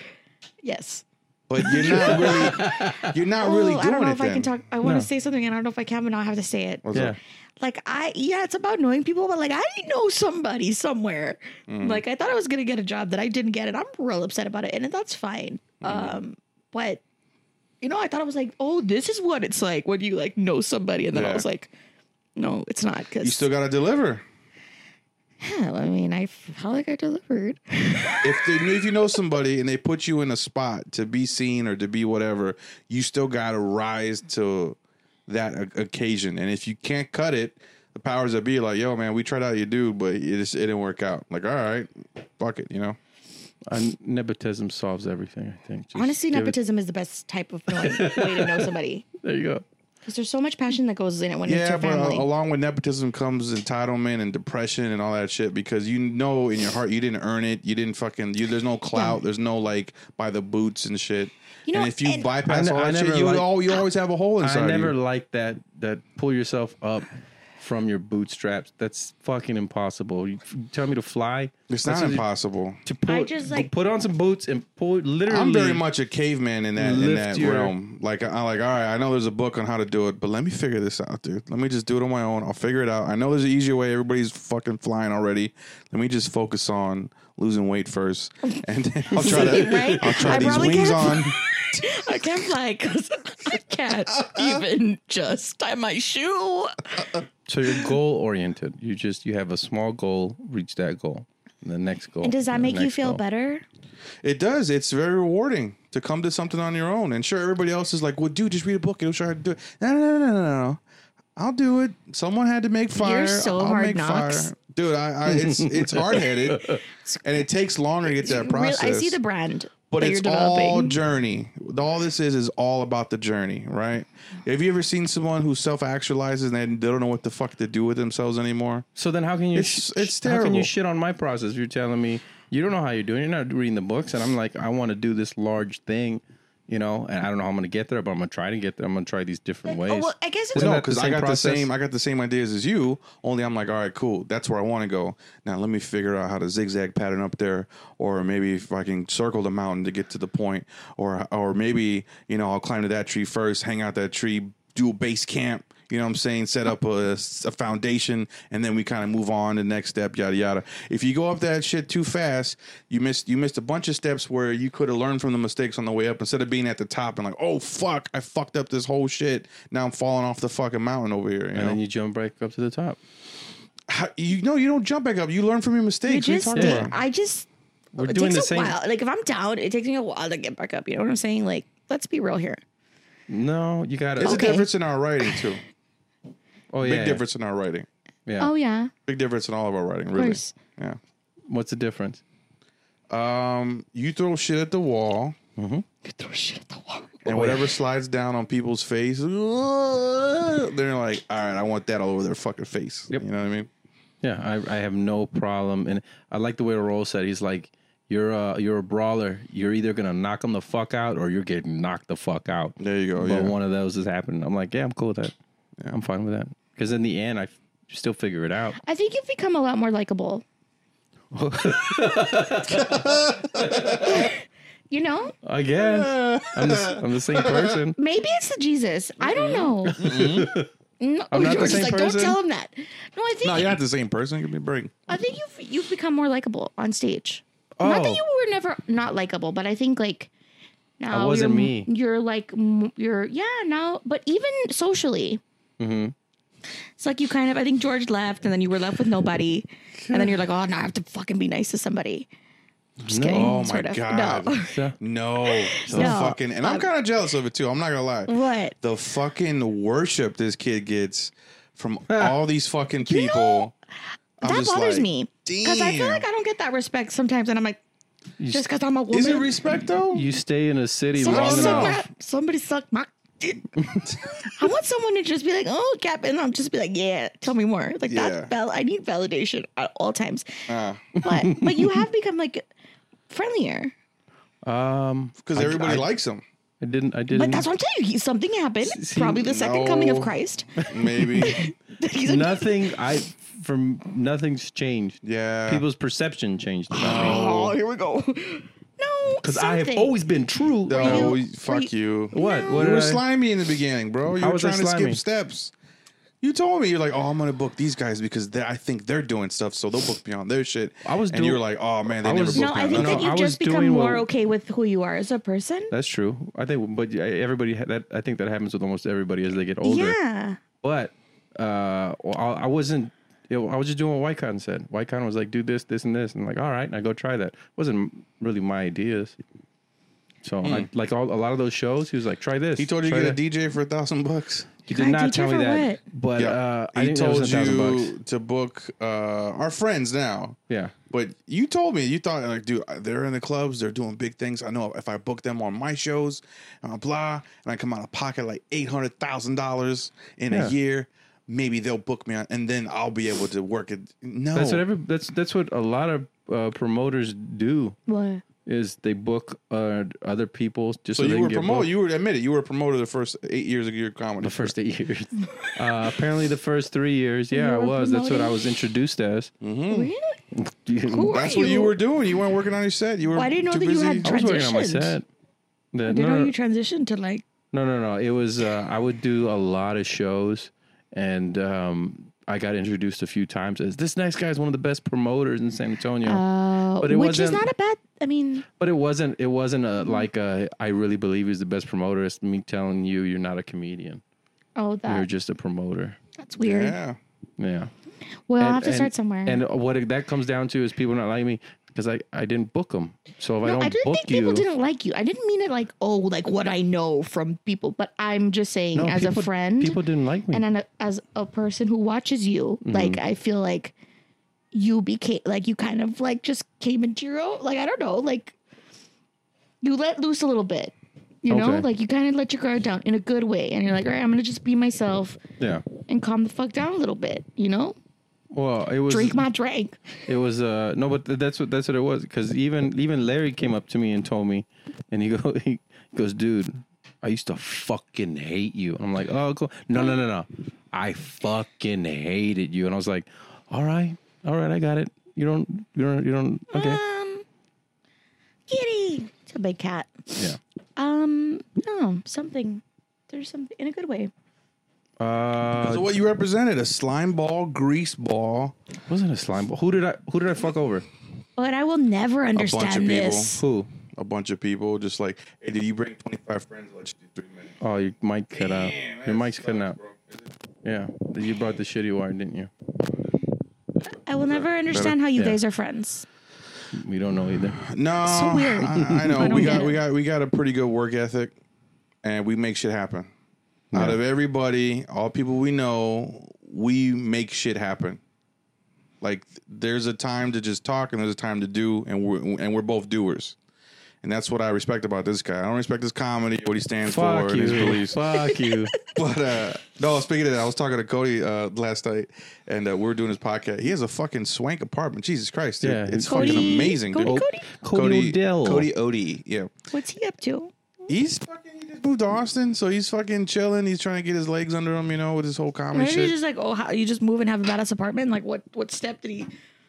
S5: Yes.
S1: but you're not really you're not really
S2: oh,
S1: doing
S2: I don't know
S1: it.
S2: if
S1: then.
S2: I can talk. I want
S3: No.
S2: to say something, and I don't know if I can, but now I have to say it.
S1: What's
S3: Yeah.
S1: up?
S5: Like I, yeah, it's about knowing people, but like I know somebody somewhere.
S1: Mm.
S5: Like I thought I was gonna get a job that I didn't get, and I'm real upset about it, and that's fine.
S1: Mm-hmm.
S5: Um, but you know, I thought I was like, oh, this is what it's like when you like know somebody, and then
S1: Yeah.
S5: I was like, no, it's not because
S1: You still gotta deliver.
S5: Yeah, I mean, I felt like I delivered.
S1: If they if you know somebody and they put you in a spot to be seen or to be whatever, you still gotta rise to that o- occasion. And if you can't cut it, the powers that be are like, yo man, we tried out your dude, but it just it didn't work out. Like, all right, fuck it, you know.
S3: And nepotism solves everything, I think. Just
S2: Honestly,
S3: give it-
S2: nepotism is the best type of knowing, way to know somebody
S3: there you go.
S2: because there's so much passion that goes in it when it's
S1: Yeah,
S2: your
S1: but
S2: family.
S1: uh, along with nepotism comes entitlement and depression and all that shit because you know in your heart you didn't earn it. You didn't fucking. You, there's no clout. There's no like by the boots and shit.
S5: You know,
S1: and if you
S5: and-
S1: bypass
S3: I ne-
S1: all
S3: I
S1: that shit,
S3: never
S1: you
S3: liked-
S1: all you always have a hole inside.
S3: I never
S1: You.
S3: liked that that pull yourself up from your bootstraps. That's fucking impossible. You f- tell me to fly.
S1: It's
S3: that's
S1: not
S3: what you-
S1: impossible.
S3: To pull,
S2: I just, like-
S3: put on some boots and pull. Literally,
S1: I'm very much a caveman in that in
S3: lift
S1: that
S3: your-
S1: realm. Like I- I'm like, all right, I know there's a book on how to do it, but let me figure this out, dude. Let me just do it on my own. I'll figure it out. I know there's an easier way. Everybody's fucking flying already. Let me just focus on losing weight first, and then I'll try to
S5: Right?
S1: I'll try
S5: I
S1: these
S5: probably
S1: wings on.
S5: can't- I can't fly because I can't even just tie my shoe.
S3: So you're goal oriented. You just you have a small goal, reach that goal, and the next goal.
S5: And does that
S3: the
S5: make you
S3: next
S5: feel
S3: goal.
S5: better?
S1: It does. It's very rewarding to come to something on your own. And sure, everybody else is like, "Well, dude, just read a book. It'll show you how to do it." No, no, no, no, no, no. I'll do it. Someone had to make fire.
S5: so
S1: I'll
S5: hard
S1: make
S5: knocks.
S1: fire. dude. I, I it's it's hard headed, and it takes longer to get to that
S5: Real-
S1: process.
S5: I see the brand,
S1: but
S5: that
S1: it's
S5: you're
S1: all
S5: developing.
S1: journey. All this is is all about the journey, right? Have you ever seen someone who self actualizes and they they don't know what the fuck to do with themselves anymore?
S3: So then, how can you?
S1: It's-
S3: sh-
S1: it's
S3: How can
S1: terrible.
S3: you shit on my process? You're telling me you don't know how you're doing. You're not reading the books, and I'm like, I want to do this large thing, you know, and I don't know how I'm going to get there, but I'm going to try to get there. I'm going to try these different ways.
S5: Oh, well, I guess it's
S3: Isn't
S1: No,
S3: that the
S1: because I
S3: same
S1: got
S3: process?
S1: the same I got the same ideas as you. Only I'm like, all right, cool. That's where I want to go. Now let me figure out how to zigzag pattern up there, or maybe if I can circle the mountain to get to the point, or or maybe you know I'll climb to that tree first, hang out that tree, do a base camp. You know what I'm saying? Set up a, a foundation, and then we kind of move on to the next step, yada yada. If you go up that shit too fast, you missed you missed a bunch of steps where you could have learned from the mistakes on the way up instead of being at the top and like, oh fuck, I fucked up this whole shit. Now I'm falling off the fucking mountain over here. You
S3: and
S1: know,
S3: then
S1: you,
S3: you jump right up to the top.
S1: How, you know you don't jump back up. You learn from your
S5: You
S1: mistakes.
S5: just
S1: what are you
S5: did-
S1: talking about?
S5: I just
S3: We're
S5: it
S3: doing
S5: takes
S3: the
S5: a
S3: same.
S5: while. Like if I'm down, it takes me a while to get back up. You know what I'm saying? Like let's be real here.
S3: No, you got
S1: There's
S3: to.
S5: Okay.
S1: a difference in our writing too.
S3: Oh yeah,
S1: Big difference in our writing.
S3: Yeah.
S5: Oh yeah,
S1: Big difference in all of our writing. Really.
S5: course.
S1: Yeah.
S3: What's the difference?
S1: Um, you throw shit at the wall.
S5: you throw shit at the wall.
S1: and whatever slides down on people's face, they're like, "All right, I want that all over their fucking face."
S3: Yep.
S1: You know what I mean?
S3: Yeah, I, I have no problem, and I like the way Roll said. He's like, "You're a you're a brawler. You're either gonna knock them the fuck out, or you're getting knocked the fuck out."
S1: There you go.
S3: but
S1: yeah.
S3: one of those is happening. I'm like, yeah, I'm cool with that. I'm fine with that. Because in the end, I f- still figure it out.
S5: I think you've become a lot more likable. you know,
S3: I guess I'm the, s- I'm the same person.
S5: maybe it's the Jesus. I don't know. No,
S3: Mm-hmm. I'm not
S5: you
S3: the
S5: were just
S3: same
S5: like,
S3: person.
S5: don't tell him that. No, I think
S1: no, you're not the same person. Give me a break.
S5: I think you've you've become more likable on stage. Not
S3: Oh.
S5: that you were never not likable, but I think like now
S3: wasn't
S5: you're,
S3: me.
S5: You're like m- you're yeah now, but even socially,
S1: Mm-hmm.
S2: It's like you kind of. I think George left, and then you were left with nobody, and then you're like, oh, now I have to fucking be nice to somebody.
S5: just
S3: No.
S5: kidding.
S1: Oh my
S5: sort of.
S1: god.
S5: No.
S3: Yeah.
S1: No, the
S5: No.
S1: fucking, and I'm kind of jealous of it too. I'm not gonna lie.
S5: What?
S1: The fucking worship this kid gets from all these fucking people. I'm
S5: that
S1: just
S5: bothers
S1: like,
S5: me
S2: Because I feel
S1: "Damn."
S2: like I don't get that respect sometimes, and I'm like,
S3: You,
S2: just because I'm a woman,
S1: Is it respect though?
S3: you stay in a city
S5: Somebody
S3: long
S1: don't
S5: suck
S1: know.
S3: enough.
S5: my somebody suck my dick. I want someone to just be like, oh, Cap, and I'm just be like, yeah, tell me more. Like
S1: Yeah.
S5: that. Val- I need validation at all times.
S3: Uh,
S1: Ah.
S5: But but you have become like friendlier.
S3: Um,
S1: Because
S3: I-
S1: everybody
S3: I-
S1: likes him.
S3: I didn't. I didn't.
S5: But that's what I'm telling you. Something happened.
S3: see,
S5: Probably the second coming
S1: no.
S5: of Christ.
S1: Maybe.
S5: He's like,
S3: nothing. I from nothing's changed.
S1: Yeah.
S3: People's perception changed.
S5: oh, here we go. No,
S3: Because I have
S5: something.
S3: always been true.
S1: No,
S5: you- were
S1: fuck you.
S3: What?
S5: No.
S3: What
S1: You
S3: did
S1: were
S3: I-
S1: slimy in the beginning, bro. You
S3: How
S1: were
S3: was I
S1: trying to
S3: slimy?
S1: skip steps. You told me you're like, oh, I'm gonna book these guys because they- I think they're doing stuff, so they'll book me on their shit.
S3: I was
S1: and
S3: doing-
S1: you were like, oh man, they
S3: I
S1: never
S3: was-
S1: booked
S2: No,
S1: me.
S2: I
S1: on
S2: think
S1: that."
S2: that
S3: I
S2: you've
S3: was
S2: just become
S3: doing
S2: more
S3: what-
S2: okay with who you are as a person.
S3: That's true. I think, but yeah, everybody ha- that I think that happens with almost everybody as they get older.
S5: Yeah.
S3: But uh, well, I, I wasn't. You know, I was just doing what Wycon said. Wycon was like, "Do this, this, and this," and I'm like, "All right," and I go try that. wasn't really my ideas. So, I, like all, a lot of those shows, he was like, "Try this."
S1: Mm. He told you to
S3: try
S1: get a
S3: that."
S1: DJ for a thousand bucks.
S3: He
S2: God,
S3: did not
S2: DJ
S3: tell me
S2: for
S3: that.
S2: what?
S3: But uh, I
S1: he
S3: didn't know it
S1: told
S3: was a thousand bucks.
S1: you to book uh, our friends now.
S3: Yeah.
S1: But you told me you thought like, dude, they're in the clubs, they're doing big things. I know if I book them on my shows, and blah, and I come out of pocket like eight hundred thousand dollars in
S3: Yeah.
S1: a year, maybe they'll book me, on, and then I'll be able to work it. No,
S3: That's what every that's that's what a lot of uh, promoters do
S2: What?
S3: is they book uh, other people just
S1: so
S3: so, they
S1: you
S3: can
S1: were
S3: get
S1: promoted.
S3: booked.
S1: You were admitted you were a promoter the first eight years of your comedy.
S3: the first eight years. uh, apparently, the first three years, yeah, I
S2: were
S3: was. That's what I was introduced as.
S1: Mm.
S2: Really?
S3: Who
S1: That's what you were doing. You weren't working on your set. You were.
S5: Well, I didn't know
S1: too
S5: that you
S1: busy.
S5: had
S3: I was working on my
S5: transitioned.
S3: set. The-
S5: Did
S3: no,
S5: know
S3: no,
S5: you transitioned to like
S3: no, no, no. It was uh, I would do a lot of shows, and um, I got introduced a few times as this next guy is one of the best promoters in San Antonio.
S5: uh,
S3: But it
S5: which is
S3: wasn't-
S5: not a bad I mean
S3: But it wasn't. It wasn't
S5: mm.
S3: a, like a, I really believe he's the best promoter. It's me telling you you're not a comedian.
S5: oh that
S3: You're just a promoter.
S5: that's weird.
S1: Yeah.
S3: Yeah.
S5: Well
S3: And-
S5: I'll have to
S3: and-
S5: start somewhere.
S3: And what it, that comes down to is people not liking me because I, I didn't book them. So if I
S5: no,
S3: don't
S5: I didn't
S3: book
S5: think
S3: you,
S5: people didn't like you. I didn't mean it like oh like what I know from people, but I'm just saying
S3: No,
S5: as
S3: people-
S5: a friend
S3: people Mm-hmm. didn't like me.
S5: and an, as a person who watches you, like I feel like you became like you kind of like just came into your own. Like I don't know, like you let loose a little bit. You know,
S3: Okay.
S5: like you kind of let your guard down in a good way, and you're like, all right, I'm gonna just be myself
S3: yeah.
S5: and calm the fuck down a little bit. You know,
S3: Well, it was
S5: drink my drink.
S3: it was uh no, but th- that's what that's what it was because even even Larry came up to me and told me, and he go he goes, dude, I used to fucking hate you. I'm like, oh cool, no no no no, I fucking hated you, and I was like, all right, all right, I got it. You don't you don't you don't okay
S5: Um, kitty, it's a big cat.
S3: yeah.
S5: Um, no, something. There's something in a good way. Ah.
S3: Uh,
S1: So what you represented a slime ball, grease ball,
S3: wasn't a slime. Who did I who did I fuck over?
S5: But I will never
S1: bunch of
S5: understand
S1: people.
S5: this.
S3: Who?
S1: a bunch of people just like, hey, did you bring twenty five friends? I'll let you do three minutes.
S3: Oh, your mic cut out.
S1: Damn, that
S3: Your mic's cutting
S1: sucks,
S3: out.
S1: bro. Is it-
S3: Yeah, you brought the shitty wire, didn't you?
S5: I will never understand how you
S3: Yeah.
S5: guys are friends.
S3: We don't know either.
S1: No,
S5: So weird.
S1: I, I know
S5: I
S1: we
S5: don't
S1: got
S5: get
S1: we
S5: it.
S1: got we got a pretty good work ethic, and we make shit happen. Out of everybody, all people we know, we make shit happen. Like there's a time to just talk, and there's a time to do, and we're and we're both doers. And that's what I respect about this guy. I don't respect his comedy, what he stands
S3: Fuck
S1: for,
S3: you.
S1: and his beliefs.
S3: Fuck you.
S1: But uh, no, speaking of that, I was talking to Cody uh, last night, and uh, we were doing his podcast. He has a fucking swank apartment. Jesus Christ, dude.
S3: Yeah.
S1: it's
S3: Cody-
S1: fucking amazing,
S5: Cody,
S1: dude.
S5: Cody,
S3: Oh, Cody Odell.
S1: Cody Odie, yeah.
S5: what's he up to?
S1: He's fucking. He just moved to Austin, so he's fucking chilling. He's trying to get his legs under him, you know, with his whole comedy
S5: Maybe
S1: shit.
S5: he's just like, oh, how, you just move and have a badass apartment. Like, what? What step did he?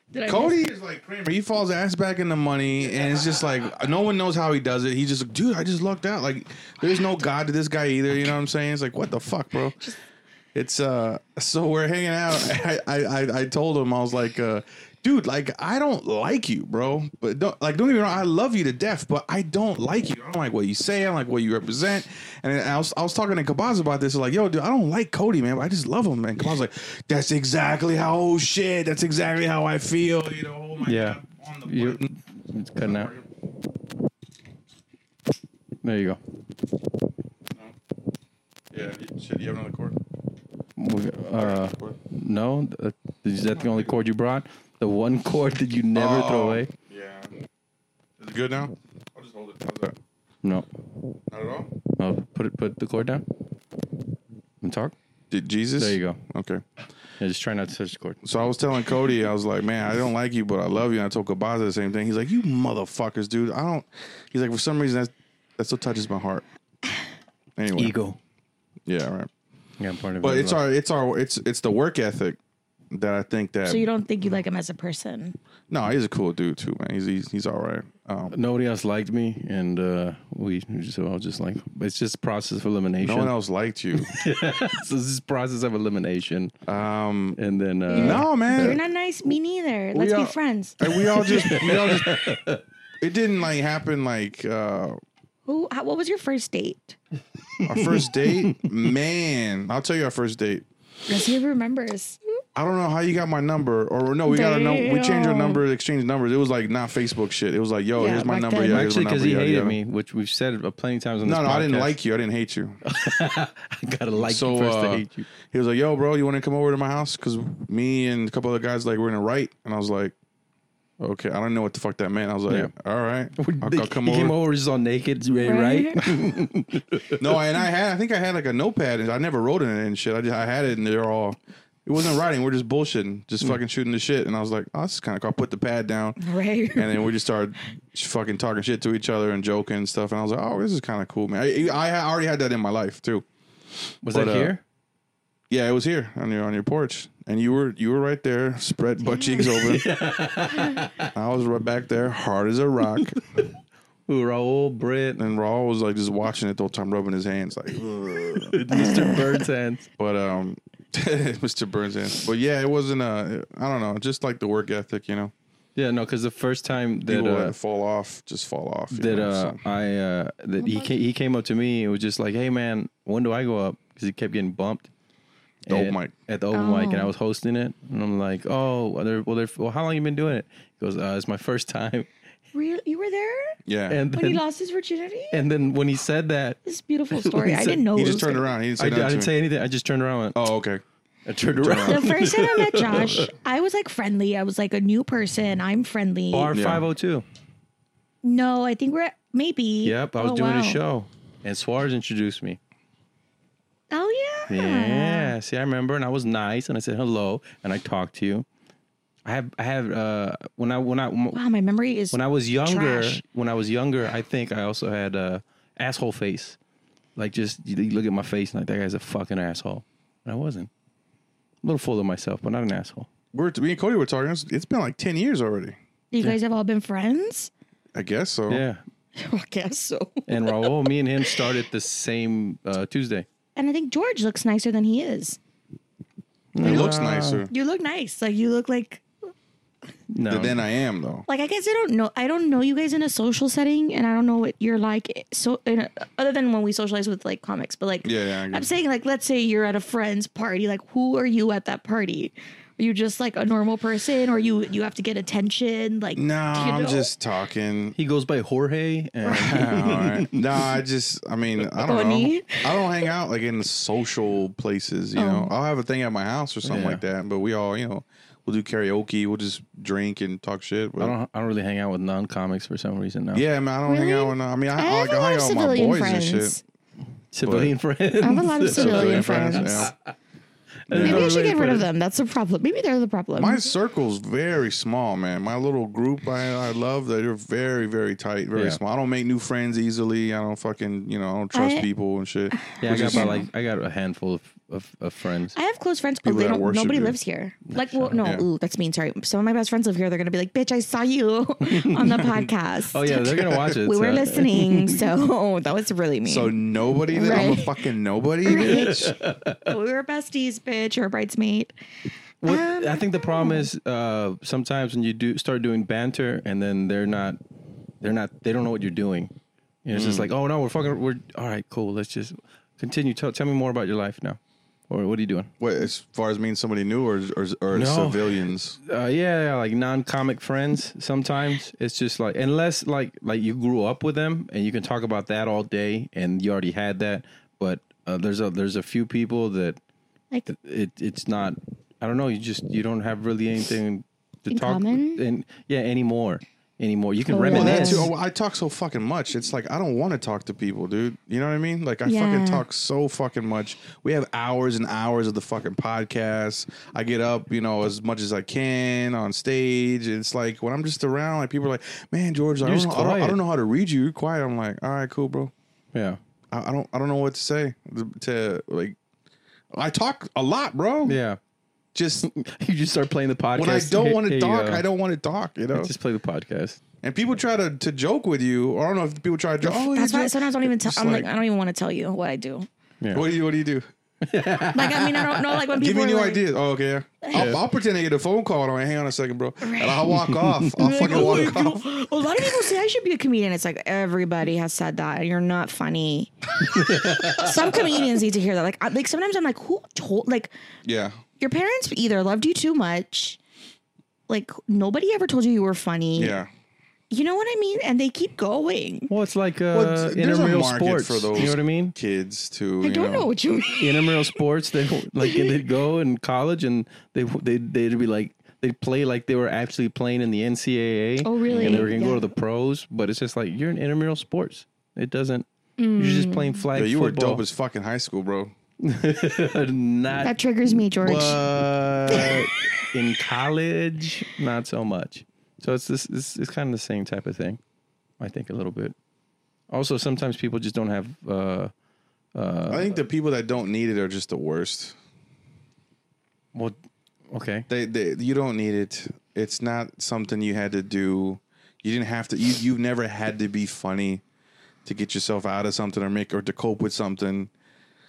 S5: Did I?
S1: Cody is like Kramer. He falls ass back in the money, and it's just like no one knows how he does it. He's just like, dude, I just lucked out. Like, there's no god to this guy either. You know what I'm saying? It's like, what the fuck, bro? It's uh. So we're hanging out. I I I, I told him I was like, uh, dude, like I don't like you, bro. But don't like don't even know. I love you to death, but I don't like you. I don't like what you say. I don't like what you represent. And I was I was talking to Kabaz about this. Like, yo, dude, I don't like Cody, man. But I just love him, man. Kabaz was like, that's exactly how oh shit. That's exactly how I feel. You know. Oh my
S3: Yeah.
S1: God. On the
S3: You,
S1: button.
S3: it's cutting out. There you go.
S1: Yeah. Shit. You have another cord?
S3: We- Uh, no, uh, is that the only cord you brought? The one cord that you never
S1: Oh.
S3: throw away?
S1: Yeah. Is it good now? I'll just hold it. How's that?
S3: No.
S1: Not at all.
S3: Oh, put it. Put the cord down. And talk.
S1: Did Jesus?
S3: There you go.
S1: Okay.
S3: Yeah, just try not to touch the cord.
S1: So I was telling Cody, I was like, man, I don't like you, but I love you. And I told Kabaza the same thing. He's like, you motherfuckers, dude. I don't. He's like, for some reason, that that still touches my heart. Anyway,
S3: Ego.
S1: yeah, right.
S3: Yeah, I'm part of
S1: But
S3: it.
S1: it's our, it's our, it's it's the work ethic that I think that.
S5: So you don't think you like him as a person?
S1: no, he's a cool dude too, man. He's he's, he's all right. Um,
S3: Nobody else liked me, and uh, we so I was just like, it's just process of elimination.
S1: No one else liked you.
S3: so this is process of elimination,
S1: Um,
S3: and then uh,
S1: no,
S2: You're
S1: man.
S2: not nice. Me neither. Let's
S1: all-
S2: be friends.
S1: Like, we all just we all just. It didn't like happen like uh,
S2: Who? How, what was your first date?
S1: our first date. Man, I'll tell you our first date.
S5: Does he remembers?
S1: I don't know how you got my number, or no, we got a number. We changed our
S2: Damn.
S1: number, exchanged numbers. It was like not Facebook shit. It was like, yo,
S2: Yeah,
S1: here's my
S2: back
S1: number.
S2: then.
S1: Yeah, here's my
S3: actually because
S1: number.
S3: he
S1: yeah,
S3: hated
S1: yeah.
S3: me, which we've said it plenty of times on this.
S1: No, no, I didn't
S3: podcast.
S1: like you. I didn't hate you.
S3: I gotta like
S1: So
S3: you first to
S1: uh,
S3: hate you.
S1: he was like, "Yo, bro, you want to come over to my house?" Because me and a couple other guys like we're in a right, and I was like, "Okay, I don't know what the fuck that meant." I was like,
S3: Yeah.
S1: "All right, I'll,
S3: He-
S1: I'll come
S3: he came
S1: over."
S3: over just all naked, right? right?
S1: No, and I had, I think I had like a notepad, and I never wrote in it and shit. I just, I had it, and they're all. It wasn't writing. We're just bullshitting,
S3: Mm.
S1: just fucking shooting the shit. And I was like, "Oh, this is kind of cool." I put the pad down,
S2: Right.
S1: and then we just started fucking talking shit to each other and joking and stuff. And I was like, "Oh, this is kind of cool, man." I, I already had that in my life too.
S3: Was
S1: But,
S3: that
S1: uh,
S3: here?
S1: Yeah, it was here on your on your porch, and you were you were right there, spread butt cheeks open. I was right back there, hard as a rock,
S3: Ooh, Raul, Britt,
S1: and Raw was like just watching it the whole time, rubbing his hands, like. "Ugh."
S3: Mr. Bird's hands.
S1: But um, Mr. Burns, hands. but yeah, it wasn't uh, I don't know, just like the work ethic, you know.
S3: Yeah, no, because the first time that
S1: People
S3: uh,
S1: that fall off just fall off. you
S3: that
S1: know,
S3: uh,
S1: so.
S3: I uh, that he came, he came up to me and was just like, "Hey man, when do I go up?" Because he kept getting bumped.
S1: The open
S3: at-
S1: mic.
S3: at the open mic,
S5: Oh.
S3: and I was hosting it, and I'm like, "Oh, well, they're, well, they're, well, how long you been doing it?" He goes, uh, "It's my first time."
S2: Real? You were there
S1: yeah,
S3: And
S2: when he
S3: then,
S2: lost his virginity?
S3: and then when he said that,
S2: This beautiful story. I
S3: said-
S2: didn't know.
S1: he
S2: it
S1: just
S2: was
S1: turned
S2: gonna-
S1: around. He didn't say
S3: I, I
S1: nothing to
S3: didn't
S1: me.
S3: say anything. I just turned around. And went,
S1: Oh, okay.
S3: I turned around.
S5: The first time I met Josh, I was like friendly. I was like a new person. I'm friendly.
S3: Bar 502.
S5: no, I think we're at, maybe.
S3: Yep, I was
S5: Oh,
S3: doing
S5: wow.
S3: a show, and Suarez introduced me.
S5: Oh yeah.
S3: Yeah. See, I remember, and I was nice, and I said hello, and I talked to you. I have, I have, uh, when I, when I,
S5: Wow, my memory is
S3: when I was younger,
S5: Trash.
S3: when I was younger, I think I also had a asshole face. Like, just you you look at my face, and like that guy's a fucking asshole. And I wasn't. A little full of myself, but not an asshole.
S1: We're me and Cody were talking. It's- it's been like ten years already.
S5: you guys have all been friends?
S1: I guess so.
S3: Yeah.
S2: I guess so.
S3: And Raul, me and him started the same uh, Tuesday.
S5: And I think George looks nicer than he is.
S1: It looks nicer
S5: You look nice. Like you look like
S3: No,
S1: than I am though.
S5: like I guess I don't know I don't know you guys in a social setting and I don't know what you're like eh, so in a, other than when we socialize with like comics but like
S1: Yeah, yeah, I
S5: I'm
S1: guess.
S5: saying like let's say you're at a friend's party like who are you at that party are you just like a normal person or you you have to get attention like
S1: No,
S5: you
S1: I'm
S5: know?
S1: just talking.
S3: he goes by Jorge, and
S1: All right. No, I just, I mean, I don't know.
S5: Funny.
S1: I don't hang out like in social places, you
S5: Oh.
S1: know. I'll have a thing at my house or something
S3: Yeah.
S1: like that, but we all, you know, we'll do karaoke, we'll just drink and talk shit. But
S3: I don't, I don't really hang out with non-comics for some reason now.
S1: yeah, man, I don't hang
S5: Really?
S1: out with, I mean, I,
S5: I
S1: I,
S5: have
S1: like,
S5: a
S1: I
S5: lot
S1: hang
S5: of
S1: out with my
S5: civilian
S1: boys and
S5: friends
S1: shit.
S3: civilian friends.
S5: I have a lot of
S1: Civilian
S5: civilian
S1: friends,
S5: friends
S1: yeah.
S5: maybe I should get rid of them that's the problem maybe they're the problem
S3: Mm-hmm.
S1: My circle's very small, man. My little group I, I love, they're very, very tight, very
S3: Yeah.
S1: small. I don't make new friends easily. I don't fucking, you know, I don't trust
S5: I-
S1: people and shit.
S3: Yeah, I
S1: Which
S3: got
S1: is-
S3: about like I got a handful of, of, of friends.
S5: I have close friends, but
S1: People
S5: they
S1: that
S5: don't,
S1: worship
S5: nobody
S1: you.
S5: lives here. Like, well, no,
S1: Yeah.
S5: ooh, that's mean. Sorry, some of my best friends live here. They're gonna be like, "Bitch, I saw you on the podcast.
S3: Oh yeah, they're gonna watch it.
S5: we were
S3: so-
S5: listening." So that was really mean.
S1: So nobody, did- I'm a
S5: Right.
S1: fucking nobody,
S5: Right.
S1: bitch.
S5: we were besties, bitch. You're a bridesmaid.
S3: What,
S5: Um,
S3: I think the problem is uh, sometimes when you do start doing banter and then they're not, they're not, they don't know what you're doing. And it's just like, oh no, we're fucking, we're all right, cool. Let's just continue. Tell, tell me more about your life now, or what are you doing?
S1: What, as far as mean somebody new or or, or
S3: No.
S1: civilians?
S3: Uh, yeah, yeah, like non-comic friends. Sometimes it's just like unless like like you grew up with them and you can talk about that all day and you already had that. But uh, there's a there's a few people that
S5: Like,
S3: it it's not I don't know, you just you don't have really anything to
S5: In
S3: talk
S5: common?
S3: and yeah, anymore. Anymore. You can
S5: Oh, yeah.
S1: Well, that
S3: reminisce.
S1: too. Oh, I talk so fucking much. It's like I don't want to talk to people, dude. You know what I mean? Like I
S5: Yeah.
S1: fucking talk so fucking much. We have hours and hours of the fucking podcast. I get up, you know, as much as I can on stage. It's like when I'm just around, like people are like, "Man, George, I
S3: You're
S1: don't,
S3: just
S1: know, I, don't, I
S3: quiet.
S1: don't know how to read you. You're quiet." I'm like, "All right, cool, bro.
S3: Yeah.
S1: I, I don't, I don't know what to say to like." I talk a lot, bro.
S3: Yeah.
S1: Just
S3: You just start playing the podcast.
S1: when I don't
S3: Here-
S1: want
S3: here
S1: to
S3: you
S1: talk,
S3: go.
S1: I don't want to talk. You know,
S3: just play the podcast.
S1: And people try to, to joke with you. Or I don't know if people try to joke. Oh,
S5: That's
S1: you
S5: why I
S1: joke-
S5: sometimes I don't even tell.
S1: It's
S5: I'm like,
S1: like-
S5: I don't even want to tell you what I do.
S1: What do you What do you do?
S5: Like, I mean, I don't know. Like when people
S1: Give me
S5: are
S1: new
S5: like,
S1: ideas. Oh, okay. Yeah. I'll, I'll pretend I get a phone call and I'm like, hang on a second, bro. And I'll walk off. I'll
S2: Like,
S1: fucking
S2: oh,
S1: walk
S2: if you-
S1: off.
S2: a lot of people say I should be a comedian. It's like everybody has said that. You're not funny.
S5: Some comedians need to hear that. Like, I, like sometimes I'm like, who told? Like,
S1: Yeah.
S5: your parents either loved you too much, like nobody ever told you you were funny.
S1: Yeah.
S5: You know what I mean? And they keep going.
S3: Well, it's like uh,
S1: Well, th- there's a
S3: intramural
S1: market
S3: sports.
S1: for those.
S3: You know what I mean?
S1: Kids too.
S5: I don't know what you mean.
S3: intramural sports. They like they'd go in college and they they they'd be like they'd play like they were actually playing in the NCAA.
S5: Oh, really?
S3: And they were gonna go
S5: Yeah.
S3: to the pros, but it's just like you're in intramural sports. It doesn't. You're
S5: Mm.
S3: just playing flag
S1: Yeah, you were
S3: football.
S1: dope as fucking high school, bro.
S3: not
S5: That triggers me, George.
S3: but in college, not so much. So it's this it's, it's kind of the same type of thing, I think a little bit. Also, sometimes people just don't have. uh
S1: I think the people that don't need it are just the worst.
S3: Well, okay.
S1: They, they you don't need it. It's not something you had to do. You didn't have to. You you've never had to be funny to get yourself out of something or make or to cope with something.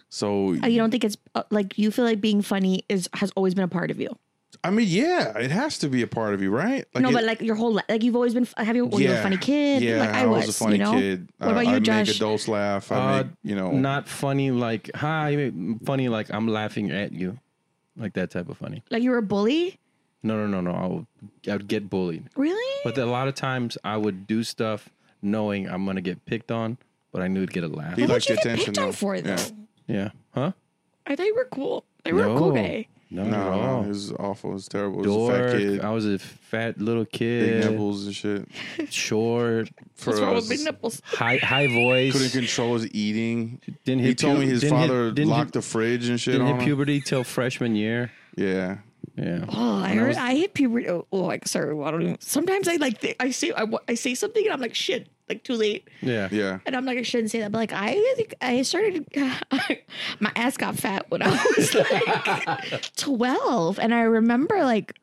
S1: So
S5: Uh, you don't think it's uh, like you feel like being funny is has always been a part of you.
S1: I mean, yeah, it has to be a part of you, right? Like
S5: no,
S1: it-
S5: but like your whole life, like you've always been. f- Have you? Were you a funny kid?
S1: Yeah,
S5: like
S1: I, was, a funny
S5: you know?
S1: kid.
S5: What
S1: I-
S5: about
S1: I,
S5: you,
S1: make
S5: Josh?
S1: adults laugh. I
S3: Uh,
S1: make you know
S3: Not funny like hi, funny like I'm laughing at you, like that type of funny.
S5: Like you were a bully?
S3: No, no, no, no. I would I would get bullied,
S5: Really?
S3: but a lot of times I would do stuff knowing I'm gonna get picked on, but I knew it'd get a laugh.
S1: he likes
S5: What'd
S1: the
S5: you get
S1: attention.
S5: picked on
S1: though.
S5: for though?
S1: Yeah.
S3: Yeah, huh?
S5: I thought you were cool. They were a cool guy.
S3: no,
S1: No,
S3: not at
S1: no,
S3: all.
S1: it was awful. It was terrible. It was a fat
S3: dork.
S1: kid.
S3: I was a fat little
S1: Big
S3: kid,
S1: nipples and shit.
S3: short,
S1: For
S5: What's wrong with
S1: us,
S5: big nipples?
S3: high high
S1: couldn't
S3: voice.
S1: control his eating.
S3: Didn't
S1: He
S3: hit
S1: told
S3: pu-
S1: me his
S3: didn't hit-
S1: father
S3: didn't
S1: locked the
S3: hit,
S1: fridge and shit.
S3: didn't
S1: on
S3: hit
S1: him.
S3: puberty till freshman year.
S1: Yeah,
S3: Yeah.
S5: Oh, I
S3: I
S5: heard.
S3: was-
S5: I hit puberty. Oh, oh, like sorry, I don't even. Sometimes I like think, I say I, wa- I say something and I'm like shit, like too late,
S3: Yeah.
S1: yeah.
S5: and I'm like I shouldn't say that, but like I think I started. my ass got fat when I was like twelve, and I remember like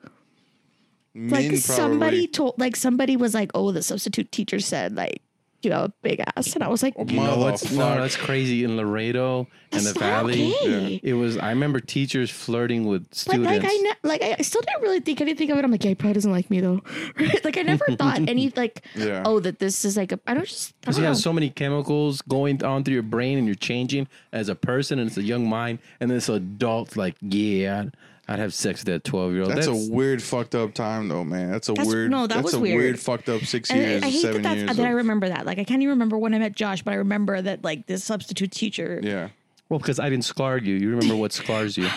S5: like
S1: Men
S5: somebody
S1: probably-
S5: told like somebody was like, oh, the substitute teacher said like you have a big ass, and I was like,
S3: You know what's no,
S1: Motherfucker.
S3: that's crazy in Laredo and
S5: that's
S3: the
S5: not
S3: Valley.
S5: okay.
S3: It was. I remember teachers flirting with
S5: But
S3: students.
S5: like I ne- like I I still didn't really think anything of it. I'm like, yeah, he probably doesn't like me though. Right? Like I never thought any like
S1: Yeah.
S5: oh that this is like a I don't just I
S3: because
S5: don't
S3: you
S5: know.
S3: have so many chemicals going on through your brain, and you're changing as a person, and it's a young mind, and this adult, like, yeah, I'd, I'd have sex with that twelve year old.
S1: That's, a weird fucked up time though, man. That's a
S5: That's-
S1: weird.
S5: no, that
S1: that's
S5: was
S1: a
S5: weird.
S1: fucked up six
S5: and
S1: years,
S5: I, I hate
S1: seven
S5: that that's
S1: years.
S5: that I
S1: of-
S5: remember that. Like I can't even remember when I met Josh, but I remember that like this substitute teacher.
S1: yeah,
S3: well because I didn't scar you. You remember what scars you.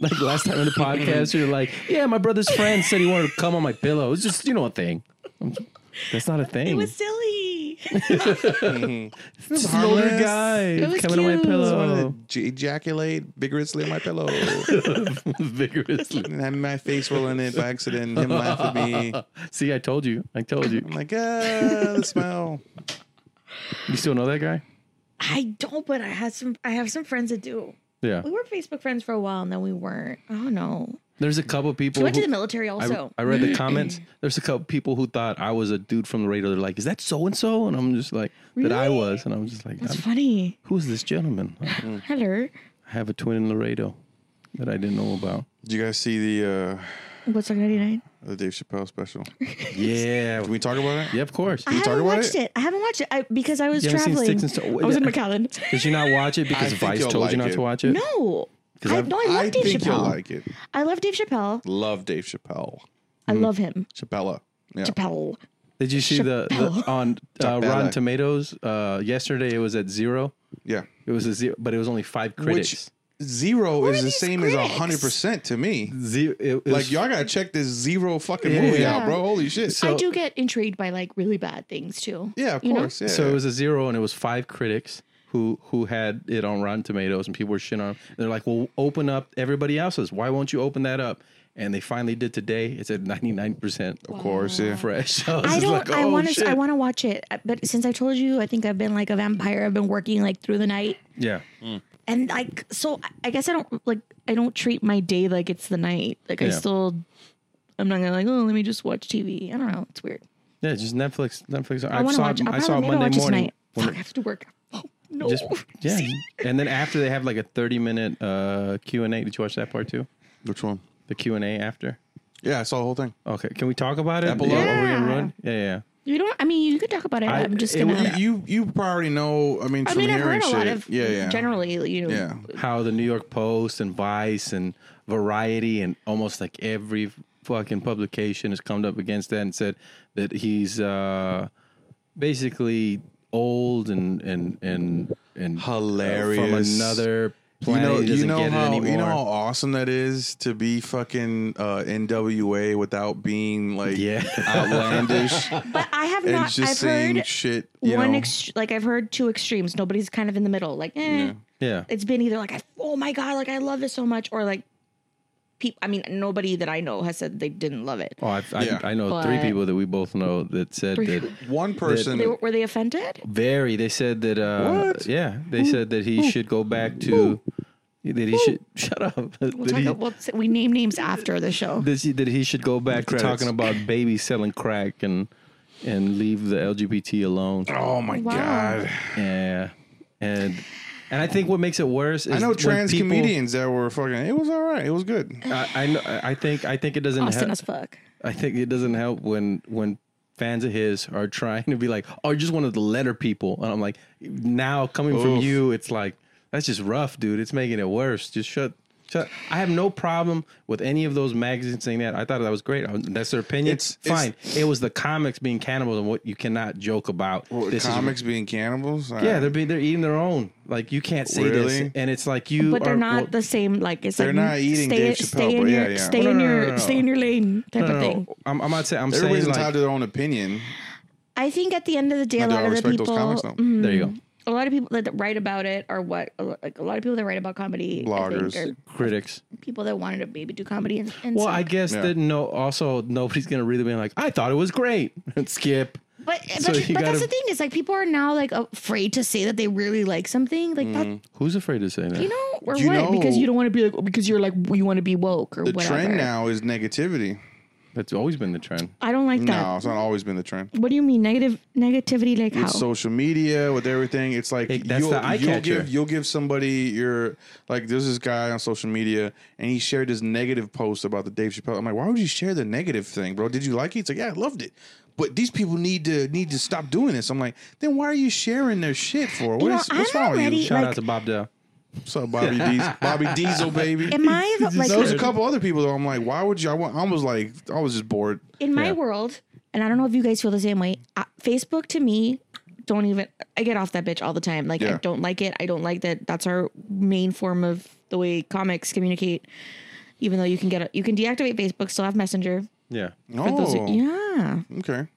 S3: Like last time in the podcast, you're like, "Yeah, my brother's friend said he wanted to come on my pillow." It's just, you know, a thing. That's not a thing.
S5: It was silly.
S3: It's just an older
S1: harmless.
S3: guy
S5: It was
S3: coming on my
S5: cute.
S3: pillow.
S1: Wanted to j- ejaculate vigorously in my pillow,
S3: vigorously.
S1: and having my face rolling it by accident. Him laugh at me.
S3: See, I told you. I told you.
S1: I'm like, ah, the smell.
S3: You still know that guy?
S5: I don't, but I had some I have some friends that do.
S3: Yeah.
S5: We were Facebook friends for a while and then we weren't. I don't know.
S3: There's a couple people.
S5: We went to
S3: who-
S5: the military also.
S3: I, I read the comments. There's a couple people who thought I was a dude from Laredo. They're like, "Is that so and so?" And I'm just like, "That I was." And I'm just like,
S5: That's
S3: I'm-
S5: funny.
S3: "Who's this gentleman?" I
S5: Hello.
S3: have a twin in Laredo that I didn't know about.
S1: Did you guys see the uh,
S5: What's on 99?
S1: the Dave Chappelle special?
S3: Yeah.
S1: Can we talk about it?
S3: yeah, of course.
S5: I
S1: we talk
S5: haven't
S1: about
S5: watched it? I haven't watched it I, because I was
S3: You haven't seen
S5: traveling.
S3: Sticks and Stones?
S5: I was in McAllen.
S3: Did you not watch it
S1: I
S3: because
S1: think
S3: Vice
S1: you'll
S3: told
S1: like
S3: you not
S1: it.
S3: to watch it?
S5: No. I,
S3: I've-
S5: no, I love
S1: I
S5: Dave
S1: think you'll
S5: Chappelle.
S1: like it.
S5: I love Dave Chappelle.
S1: Love Dave Chappelle.
S5: I
S3: Mm-hmm.
S5: love him.
S1: Chappella. Yeah.
S5: Chappelle.
S3: Did you see the, the on uh,
S1: Chappelle.
S3: Rotten Tomatoes uh, yesterday? It was at zero.
S1: Yeah.
S3: It was a zero, but it was only five
S1: Which
S3: critics.
S1: zero is the
S5: these
S1: same as
S5: critics?
S1: a hundred percent to me.
S3: zero, it, it
S1: Like
S3: was-
S1: y'all gotta check this zero fucking movie
S3: Yeah.
S1: out, bro. Holy shit.
S5: I do get intrigued by like really bad things too.
S1: yeah, of
S5: You know?
S1: course. Yeah.
S3: So it was a zero, and it was five critics who who had it on Rotten Tomatoes, and people were shitting on. Them. They're like, "Well, open up everybody else's. Why won't you open that up?" And they finally did today. It's at ninety nine percent
S1: of course, yeah.
S3: fresh. I, was
S5: I
S3: just
S5: don't.
S3: like,
S5: I
S3: "Oh,
S5: want
S3: shit."
S5: to. I want to watch it, but since I told you, I think I've been like a vampire. I've been working like through the night,
S3: Yeah,
S5: and like so. I- I guess I don't like. I don't treat my day like it's the night. Like I
S3: Yeah.
S5: still. I'm not gonna like. Oh, let me just watch TV. I don't know. It's weird.
S3: Yeah, just Netflix. Netflix.
S5: I
S3: I,
S5: want to
S3: saw.
S5: watch.
S3: it-
S5: I,
S3: I saw it
S5: Monday
S3: Monday
S5: watch morning.
S3: morning.
S5: Tonight.
S3: when
S5: Fuck, I have to work. Oh, no.
S3: Just yeah, and then after they have like a thirty minute uh, Q and A. Did you watch that part too?
S1: Which one?
S3: The Q and A after.
S1: Yeah, I saw the whole thing.
S3: Okay, can we talk about it?
S1: Epilogue?
S3: Are we gonna
S5: Yeah.
S3: ruin? Yeah, yeah.
S6: You don't. I mean, you could talk about it.
S3: I-
S6: I, am just
S1: It-
S6: gonna.
S1: you you you probably know. I mean,
S6: I
S1: from
S6: mean, I've
S1: hearing
S6: heard a
S1: shit.
S6: lot of
S1: yeah, yeah.
S6: generally, you know,
S1: Yeah.
S3: How the New York Post and Vice and Variety and almost like every fucking publication has come up against that and said that he's uh, basically old and and and and
S1: Hilarious.
S3: from another
S1: You
S3: planet.
S1: know,
S3: he
S1: you
S3: doesn't
S1: know
S3: get it
S1: how
S3: anymore.
S1: you know how awesome that is to be fucking uh, NWA without being like
S3: yeah.
S1: outlandish
S5: But I have
S1: and
S5: not.
S1: just
S5: I've
S1: saying
S5: heard
S1: shit. You
S5: one
S1: know,
S5: ex- like I've heard two extremes. Nobody's kind of in the middle. Like, eh.
S1: Yeah.
S3: yeah.
S5: it's been either like, I- oh my god, like I love this so much, or like, people. I mean, nobody that I know has said they didn't love it.
S3: Oh, I, I,
S1: Yeah.
S3: I know three
S5: But-
S3: people that we both know that said
S5: Three-
S3: that
S1: one person.
S5: They were, were they offended?
S3: very. They said that. Uh,
S1: What?
S3: Yeah, they said that he should go back to. That he should shut up.
S6: we'll
S3: that,
S6: talk.
S3: he,
S6: we'll, say- we name names after the show.
S3: that he- that he should go back to
S1: Credits.
S3: talking about babies selling crack and and leave the LGBT alone.
S1: oh my
S6: Wow.
S1: god!
S3: Yeah, and and I think what makes it worse is
S1: I know
S3: when
S1: trans
S3: people-
S1: comedians that were fucking. It was all right. It was good.
S3: I, I know. I think. I think it doesn't.
S6: Austin
S3: help-
S6: as fuck.
S3: I think it doesn't help when when fans of his are trying to be like, "Oh, you're just one of the letter people," and I'm like, now coming from
S1: Oof.
S3: you, it's like that's just rough, dude. It's making it worse. Just shut. Shut. I have no problem with any of those magazines saying that. I thought that was great. I- That's their opinion.
S1: It's- it's-
S3: fine. it was the comics being cannibals and what you cannot joke about.
S1: Well,
S3: This is-
S1: comics being cannibals.
S3: yeah, they're being, they're eating their own. Like you can't say this,
S1: Really?
S3: and it's like you.
S5: But they're
S3: are-
S5: not
S3: well-
S5: the same. Like it's
S1: They're
S5: like
S1: not eating
S5: stay,
S1: Dave
S5: stay
S1: Chappelle,
S5: in
S1: but
S5: your
S1: yeah, yeah.
S5: stay
S3: No, no,
S5: in
S3: no,
S5: your
S3: no, no.
S5: stay in your lane type
S3: No,
S5: of
S3: no,
S5: thing.
S3: no. I'm, I'm not saying. I'm
S1: everybody's
S3: saying like.
S1: entitled to their own opinion.
S5: I think at the end of the day,
S1: I
S5: a
S1: do
S5: lot
S1: I
S5: of the
S1: respect
S5: people, mm,
S1: those comics though.
S3: there you go.
S5: a lot of people that write about it are what a lo- like a lot of people that write about comedy, I
S1: Bloggers.
S5: think,
S3: Critics.
S5: are people that wanted to maybe do comedy and, and
S3: Well,
S5: suck.
S3: I guess
S1: Yeah.
S3: that no. Also, nobody's gonna really be like, "I thought it was great." Skip.
S6: But but,
S3: So
S6: but
S3: you gotta-
S6: that's the thing is like people are now like afraid to say that they really like something like that.
S3: Who's afraid to say that?
S6: You know or
S1: Mm. You
S6: what? because
S1: know-
S6: you don't want to be like because you're like you want to be woke or
S1: The
S6: whatever.
S1: trend now is negativity.
S3: That's always been the trend.
S5: I don't like that.
S1: No, it's not always been the trend.
S5: What do you mean negative negativity? Like how?
S1: With social media, with everything, it's like
S3: Hey, that's
S1: you'll,
S3: the eye
S1: you'll
S3: catcher.
S1: give you'll give somebody your like. There's this guy on social media, and he shared this negative post about the Dave Chappelle. I'm like, why would you share the negative thing, bro? Did you like it? It's like, yeah, I loved it. But these people need to need to stop doing this. I'm like, then why are you sharing their shit for? What
S5: know,
S1: is, what's
S5: I'm
S1: wrong with
S5: already-
S1: you?
S3: Shout out
S5: Like-
S3: to Bob Dell.
S1: What's up, Bobby Diesel? Bobby Diesel, baby.
S5: in my like
S1: there was a couple other people though. I'm like, why would you? I, wa- I was like, I was just bored.
S5: in my
S3: Yeah.
S5: world, and I don't know if you guys feel the same way. Uh, Facebook to me, don't even. I get off that bitch all the time. Like I
S1: Yeah.
S5: don't like it. I don't like that. That's our main form of the way comics communicate. Even though you can get a, you can deactivate Facebook, still have Messenger.
S3: Yeah.
S5: For those
S1: Oh,
S5: who- yeah.
S1: okay.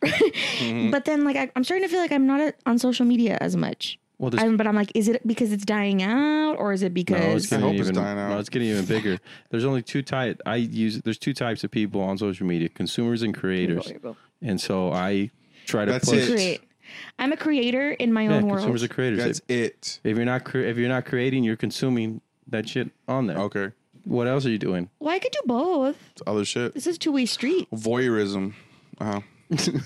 S5: But then like I, I'm starting to feel like I'm not a, on social media as much.
S3: Well, there's-
S5: I'm, but I'm like, is it because it's dying out, or is it
S3: No, it's
S5: because?
S3: getting
S1: hope it's
S3: even.
S1: dying out.
S3: no, it's getting even bigger. There's only two type. I use. There's two types of people on social media: consumers and creators. And so I try to
S1: That's
S3: push.
S1: it.
S5: Create. I'm a creator in my
S3: Yeah,
S5: own world.
S3: consumers and creators.
S1: That's it.
S3: if you're not cre- if you're not creating, you're consuming that shit on there.
S1: Okay.
S3: What else are you doing?
S5: well, I could do both.
S1: It's other shit.
S5: This is two way street.
S1: Voyeurism. Uh-huh.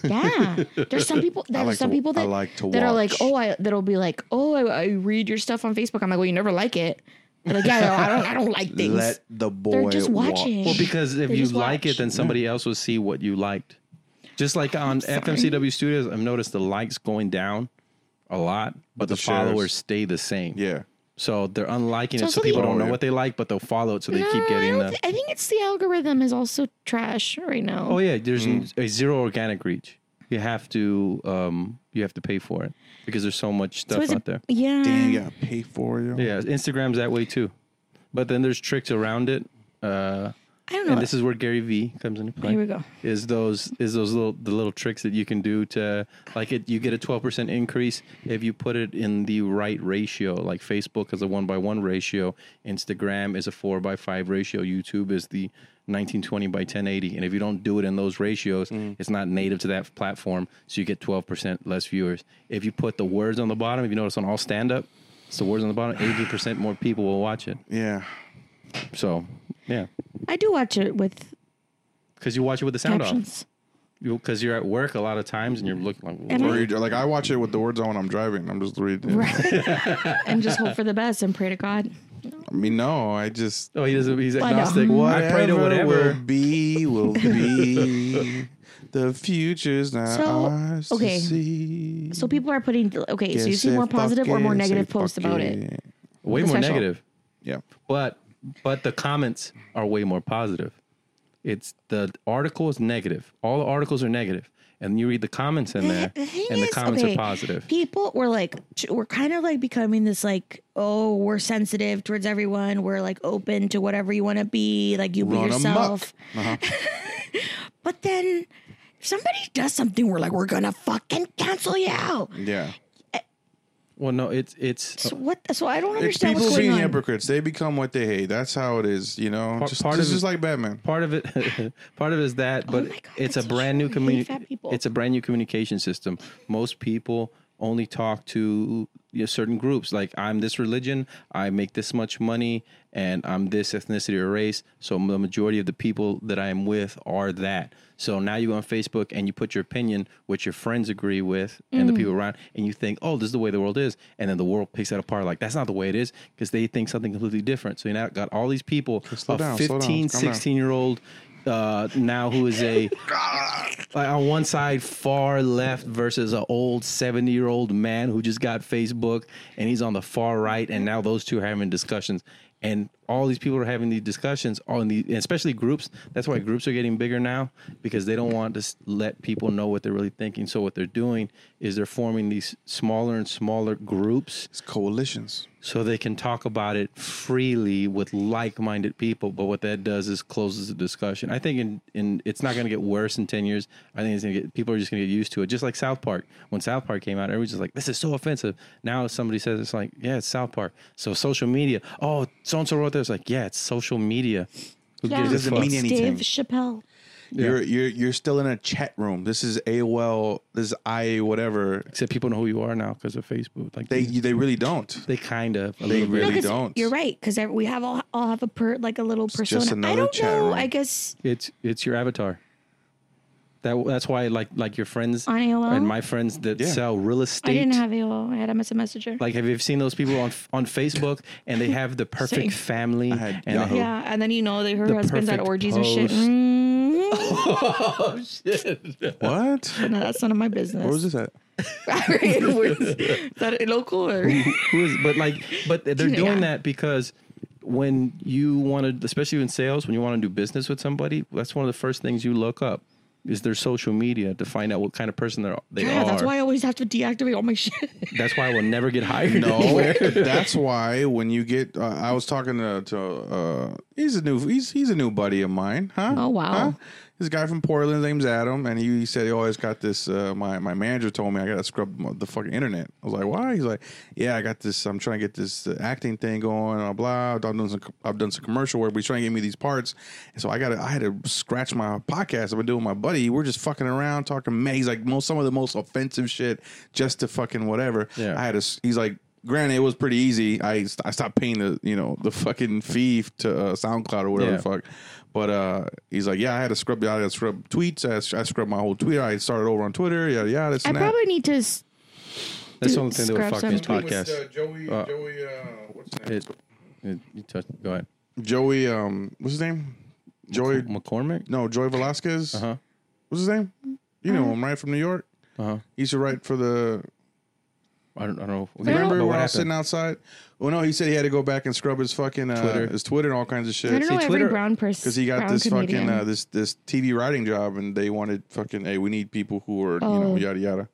S5: Yeah, there's some people. There's
S1: like
S5: some
S1: to-
S5: people
S1: I
S5: that
S1: like to
S5: that are like,
S1: watch.
S5: oh, I that'll be like, oh, I, I read your stuff on Facebook. I'm like, well, you never like it. They're like, yeah, I don't, I don't like things.
S1: the boy.
S5: They're just watching.
S3: Well, because if
S5: They
S3: you
S5: just
S3: like it,
S5: watch.
S3: then somebody else will see what you liked. Just like on FMCW Studios, I've noticed the likes going down a lot, but the,
S1: the shares-
S3: followers stay the same.
S1: Yeah.
S3: So they're unliking
S6: So
S3: it, so
S6: some
S3: people
S1: people-
S3: don't know
S1: Oh, yeah.
S3: what they like, but they'll follow it, so they
S6: No,
S3: keep
S6: I,
S3: getting
S6: don't
S3: the.
S6: thi- I think it's the algorithm is also trash right now.
S3: oh yeah, there's n-
S1: Mm.
S3: a zero organic reach. You have to um you have to pay for it because there's so much
S5: So
S3: stuff
S5: it's a-
S3: out there.
S5: Yeah.
S1: Damn, you gotta pay for it. yo.
S3: Yeah, Instagram's that way too, but then there's tricks around it. Uh,
S6: I don't know.
S3: and this is where Gary V comes into play.
S6: Here we go.
S3: Is those is those little the little tricks that you can do to like it? You get a twelve percent increase if you put it in the right ratio. Like Facebook is a one by one ratio, Instagram is a four by five ratio, YouTube is the nineteen twenty by ten eighty. And if you don't do it in those ratios,
S6: Mm.
S3: it's not native to that platform, so you get twelve percent less viewers. If you put the words on the bottom, if you notice on all stand up, it's the words on the bottom. Eighty percent more people will watch it.
S1: Yeah.
S3: So yeah,
S5: I do watch it with
S3: because you watch it with the sound off.
S5: captions.
S3: because you're at work a lot of times and you're looking like
S5: Am I-
S1: Or you, like I watch it with the words on when I'm driving. I'm just reading.
S5: Right.
S2: and just hope for the best and pray to God.
S1: I mean, no, I just
S3: oh he doesn't he's
S5: no.
S3: agnostic. I pray to
S1: will
S3: whatever.
S1: be will be. the future's not
S2: So,
S1: ours
S2: okay.
S1: to see.
S2: So people are putting okay. so you
S1: Guess
S2: see more
S1: it
S2: positive or more
S1: fucking-
S2: negative
S1: say
S2: posts about it.
S1: fucking-
S3: Way
S2: the
S3: more
S2: special.
S3: negative,
S1: Yeah.
S3: but but the comments are way more positive. It's the article is negative. All the articles are negative, and you read the comments in there,
S5: The thing
S3: and the
S5: is,
S3: comments
S5: okay,
S3: are positive.
S5: People were like, t- we're kind of like becoming this like, oh, we're sensitive towards everyone. We're like open to whatever you want to be. Like you be
S1: Run
S5: yourself.
S1: amok.
S5: But then if somebody does something, we're like, we're gonna fucking cancel you out.
S1: Yeah.
S3: Well, no, it's it's
S5: So what? So I don't
S1: It's
S5: understand
S1: people
S5: what's going
S1: being
S5: on.
S1: hypocrites. They become what they hate. That's how it is, you know.
S3: Part-
S1: just,
S3: part
S1: this
S3: of-
S1: is like Batman.
S3: part of it part of it is that but
S5: Oh my God,
S3: it's a
S5: that's so
S3: brand new
S5: true. I hate
S3: community
S5: fat people.
S3: it's a brand new communication system most people only talk to you know, certain groups like i'm this religion i make this much money and i'm this ethnicity or race so the majority of the people that i am with are that so now you go on facebook and you put your opinion which your friends agree with and the people around and you think oh this is the way the world is and then the world picks that apart like that's not the way it is because they think something completely different so you now got all these people
S1: slow
S3: a
S1: down, slow down,
S3: 15
S1: calm down.
S3: 16 year old uh, now who is a like on one side far left versus an old 70 year old man who just got facebook and he's on the far right and now those two are having discussions and all these people are having these discussions on the and especially groups that's why groups are getting bigger now because they don't want to s- let people know what they're really thinking so what they're doing is they're forming these smaller and smaller groups
S1: It's coalitions.
S3: so they can talk about it freely with like-minded people. But what that does is closes the discussion. I think in, in it's not going to get worse in ten years. I think it's going to get people are just going to get used to it. Just like South Park, when South Park came out, everyone's just like, "This is so offensive." Now somebody says it's like, "Yeah, it's South Park." So social media. Oh, so and so wrote that. It's like, yeah, it's social media. Who
S5: Yeah.
S3: gives a
S1: Doesn't
S3: fuck?
S1: mean
S5: It's
S1: anything.
S5: Dave Chappelle.
S1: You're you're you're still in a chat room. This is AOL. This is I whatever.
S3: Except people know who you are now because of Facebook. Like
S1: They
S3: they,
S1: they really don't.
S3: they kind of.
S1: They
S3: a little bit.
S1: really
S5: 'cause
S1: don't.
S5: You're right because we have all all have a per like a little
S1: just
S5: persona. I
S1: another
S5: don't
S1: chat
S5: know.
S1: room.
S5: I guess
S3: It's it's your avatar. That that's why like like your friends
S5: On AOL?
S3: and my friends that
S1: Yeah.
S3: sell real
S2: I
S3: estate.
S2: didn't have AOL. I had MS Messenger.
S3: like have you seen those people on on Facebook and they have the perfect
S2: Same.
S3: family
S1: had
S3: and
S1: Yahoo.
S2: yeah, and then you know they her
S3: Oh. The
S2: husband's at
S3: perfect
S2: orgies and shit.
S3: post.
S2: Mm,
S1: What?
S2: no, that's none of my
S1: Where was
S2: business.
S1: this at?
S2: Is that local or
S3: who is but like but they're doing
S2: Yeah.
S3: that because when you want to especially in sales when you want to do business with somebody that's one of the first things you look up is their social media to find out what kind of person they're, they
S2: yeah?
S3: are
S2: That's why I always have to deactivate all my shit.
S3: that's why I will never get hired
S1: No,
S3: anywhere.
S1: Oh, that's why when you get, uh, I was talking to, to uh, he's a new, he's he's a new buddy of mine, huh?
S2: Oh, wow.
S1: Huh? This guy from Portland, his name's Adam, and he, he said he always got this. Uh, my my manager told me I got to scrub m- the fucking internet. I was like, why? He's like, yeah, I got this. I'm trying to get this uh, acting thing going. Blah blah. I've done some I've done some commercial work, but he's trying to get me these parts, and so I got to I had to scratch my podcast. I've been doing with my buddy. We're just fucking around talking. Man, he's like most some of the most offensive shit just to fucking whatever.
S3: Yeah.
S1: I had to. s- He's like granted it was pretty easy i st- i stopped paying the you know the fucking fee to uh, soundcloud or whatever
S3: Yeah.
S1: the fuck but uh he's like yeah i had to scrub i had to scrub tweets i, had to- I scrubbed my whole tweet i started over on twitter yeah yeah this
S2: I
S1: and
S2: probably need to. s-
S3: That's the
S2: Dude,
S3: only thing that would
S2: scrap
S3: fuck
S2: some
S3: this
S2: tweets.
S1: that
S3: podcast.
S1: joey
S3: Uh,
S1: joey uh what's his
S3: It, it, you touch, go ahead.
S1: joey um what's his name joey
S3: McCormick?
S1: no joey velasquez
S3: Uh huh.
S1: what's his name you
S2: Uh-huh.
S1: know him right from new york
S3: Uh huh.
S1: he used to write for the
S3: I don't, I don't know.
S1: Remember
S3: But
S1: when I was
S3: happened?
S1: sitting outside? Well, no, he said he had to go back and scrub his fucking uh,
S3: Twitter.
S1: his Twitter and all kinds of shit.
S2: I don't know
S3: See,
S2: every
S3: Twitter-
S2: brown person
S1: because he got
S2: brown
S1: this
S2: comedian.
S1: fucking uh, this this TV writing job, and they wanted fucking hey, we need people who are you know
S2: Oh.
S1: yada yada.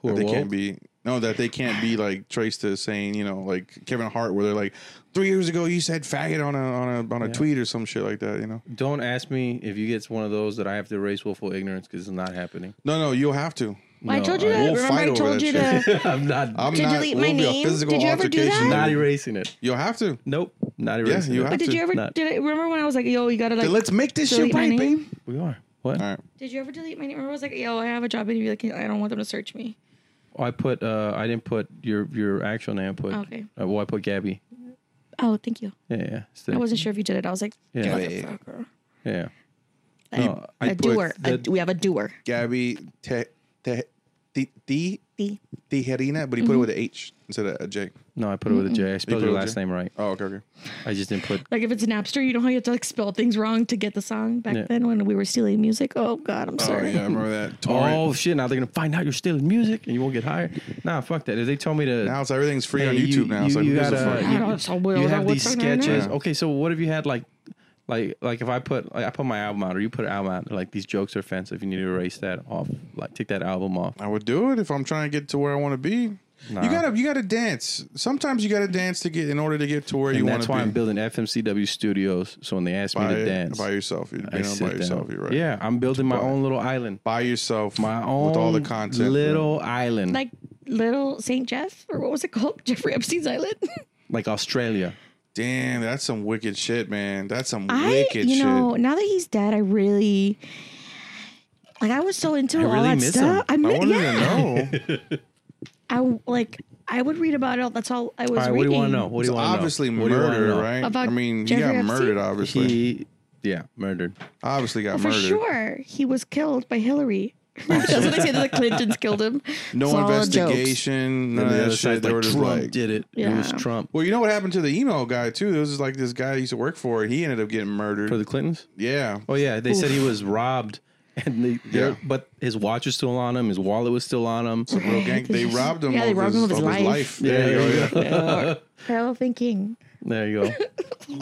S3: Who
S1: that
S3: are
S1: they
S3: woke?
S1: can't be no that they can't be like traced to saying you know like Kevin Hart, where they're like three years ago you said faggot on a on a on a tweet or some shit like that. You know,
S3: Don't ask me if you get one of those that I have to erase willful ignorance because it's not happening.
S1: no, no, you'll have to.
S2: Well, I
S3: No,
S2: told you.
S3: I-
S2: that.
S1: We'll
S2: Remember,
S1: fight
S2: I
S1: over
S2: told
S1: that
S2: you
S1: shit.
S2: to.
S3: I'm not.
S1: I'm
S2: To
S1: not.
S2: delete
S1: will
S2: my
S1: be
S2: name?
S1: A physical
S2: Did you ever do that?
S1: altercation.
S3: not erasing it.
S1: You'll have to.
S3: Nope. Not
S1: Yeah,
S3: erasing
S1: you
S3: it.
S1: have
S2: But did
S1: to.
S2: you ever?
S3: Not-
S2: Did I remember when I was like, "Yo, you gotta like."
S1: Then let's make this shit
S2: delete my
S1: right,
S2: name?
S1: babe.
S3: we are. What?
S1: All right.
S2: Did you ever delete my name? Remember, I was like, "Yo, I have a job," and you'd be like, "I don't want them to search me."
S3: Oh, I put. Uh, I didn't put your your actual name. I put.
S2: Okay.
S3: Uh, well, I put Gabby.
S2: Oh, thank you.
S3: Yeah, yeah.
S2: I
S3: Still,
S2: wasn't sure if you did it. I was like,
S3: Yeah.
S2: "Motherfucker."
S3: yeah.
S2: A,
S3: No, I
S2: a
S3: put
S2: doer. A-
S3: the-
S2: we have a doer.
S1: Gabby Te Te Ti- Ti-
S2: Ti. Mm-hmm.
S1: Tijerina, but he put it with an H instead of a J.
S3: No, I put it with a J. I spelled
S1: put
S3: your
S1: it with a
S3: last
S1: J?
S3: name right.
S1: Oh, okay, okay.
S3: I just didn't put.
S2: Like if it's Napster, you know how you have to like spell things wrong to get the song back
S3: Yeah.
S2: then when we were stealing music. Oh God, I'm
S1: Oh
S2: sorry.
S1: yeah, I remember that. Torrent.
S3: Oh shit! Now they're gonna find out you're stealing music, and you won't get hired. Nah, fuck that. If they told me to,
S1: Now it's everything's free
S3: Hey,
S1: on YouTube.
S3: you-
S1: now it's
S3: you-
S1: like
S3: you
S1: who gives a
S3: gotta-
S1: fuck?
S2: I don't know,
S3: you
S2: weird.
S3: have
S2: What's
S3: these
S2: going on now?
S3: sketches.
S1: Yeah.
S3: Okay, so what if you had like, like, like if I put, like, I put my album out, or you put an album out, like these jokes are offensive. You need to erase that off, like take that album off.
S1: I would do it if I'm trying to get to where I want to be.
S3: Nah.
S1: You gotta you gotta dance. Sometimes you gotta dance to get in order to get to where you
S3: and
S1: want
S3: that's
S1: to
S3: why
S1: be.
S3: I'm building FMCW Studios. So when they ask me
S1: by,
S3: to dance,
S1: by yourself. You're, you
S3: I
S1: know,
S3: sit
S1: by
S3: down.
S1: yourself. You're right.
S3: Yeah, I'm building my own little island.
S1: By yourself.
S3: My own
S1: with all the content.
S3: little island, like,
S2: Like Little Saint Jeff or what was it called? Jeffrey Epstein's Island.
S3: Australia.
S1: Damn, that's some wicked shit, man. That's some
S5: I,
S1: wicked
S5: you
S1: shit.
S5: know, now that he's dead, I really like. I was so into
S3: I
S5: all
S3: really
S5: that
S3: miss him.
S5: stuff. I,
S1: I
S5: mi-
S1: wanted
S5: yeah,
S1: to know.
S5: I like. I would read about it. all. That's all I was
S3: All right,
S5: reading.
S3: what do you want to know? What
S1: It's
S3: do you want to know?
S1: obviously
S3: What do you wanna
S1: murder,
S3: know?
S1: right?
S5: About
S1: I mean,
S5: Jeffrey
S1: he got
S5: Epstein?
S1: murdered. Obviously,
S3: He, yeah, murdered.
S1: obviously got
S5: Oh, For
S1: murdered.
S5: sure, he was killed by Hillary.
S2: That's what they say that the Clintons killed him.
S1: No
S2: It's all jokes.
S1: investigation. None
S3: And
S1: of
S3: the
S1: that
S3: other
S1: shit.
S3: side,
S1: they were
S3: Uh, like,
S1: just
S3: Trump
S1: like,
S3: did it. It was
S2: Yeah.
S3: Trump
S1: Well, you know what happened to the email guy too? There was like this guy he used to work for. He ended up getting murdered.
S3: for the Clintons.
S1: yeah,
S3: Oh yeah, they said he was robbed, and they, they're-
S1: Yeah.
S3: but his watch was still on him, his wallet was still on him.
S1: Real gang- they robbed him.
S2: Yeah,
S1: of
S2: they robbed
S1: his,
S2: him of his
S1: life.
S2: life.
S1: There you go, yeah.
S5: Parallel thinking.
S3: There you go.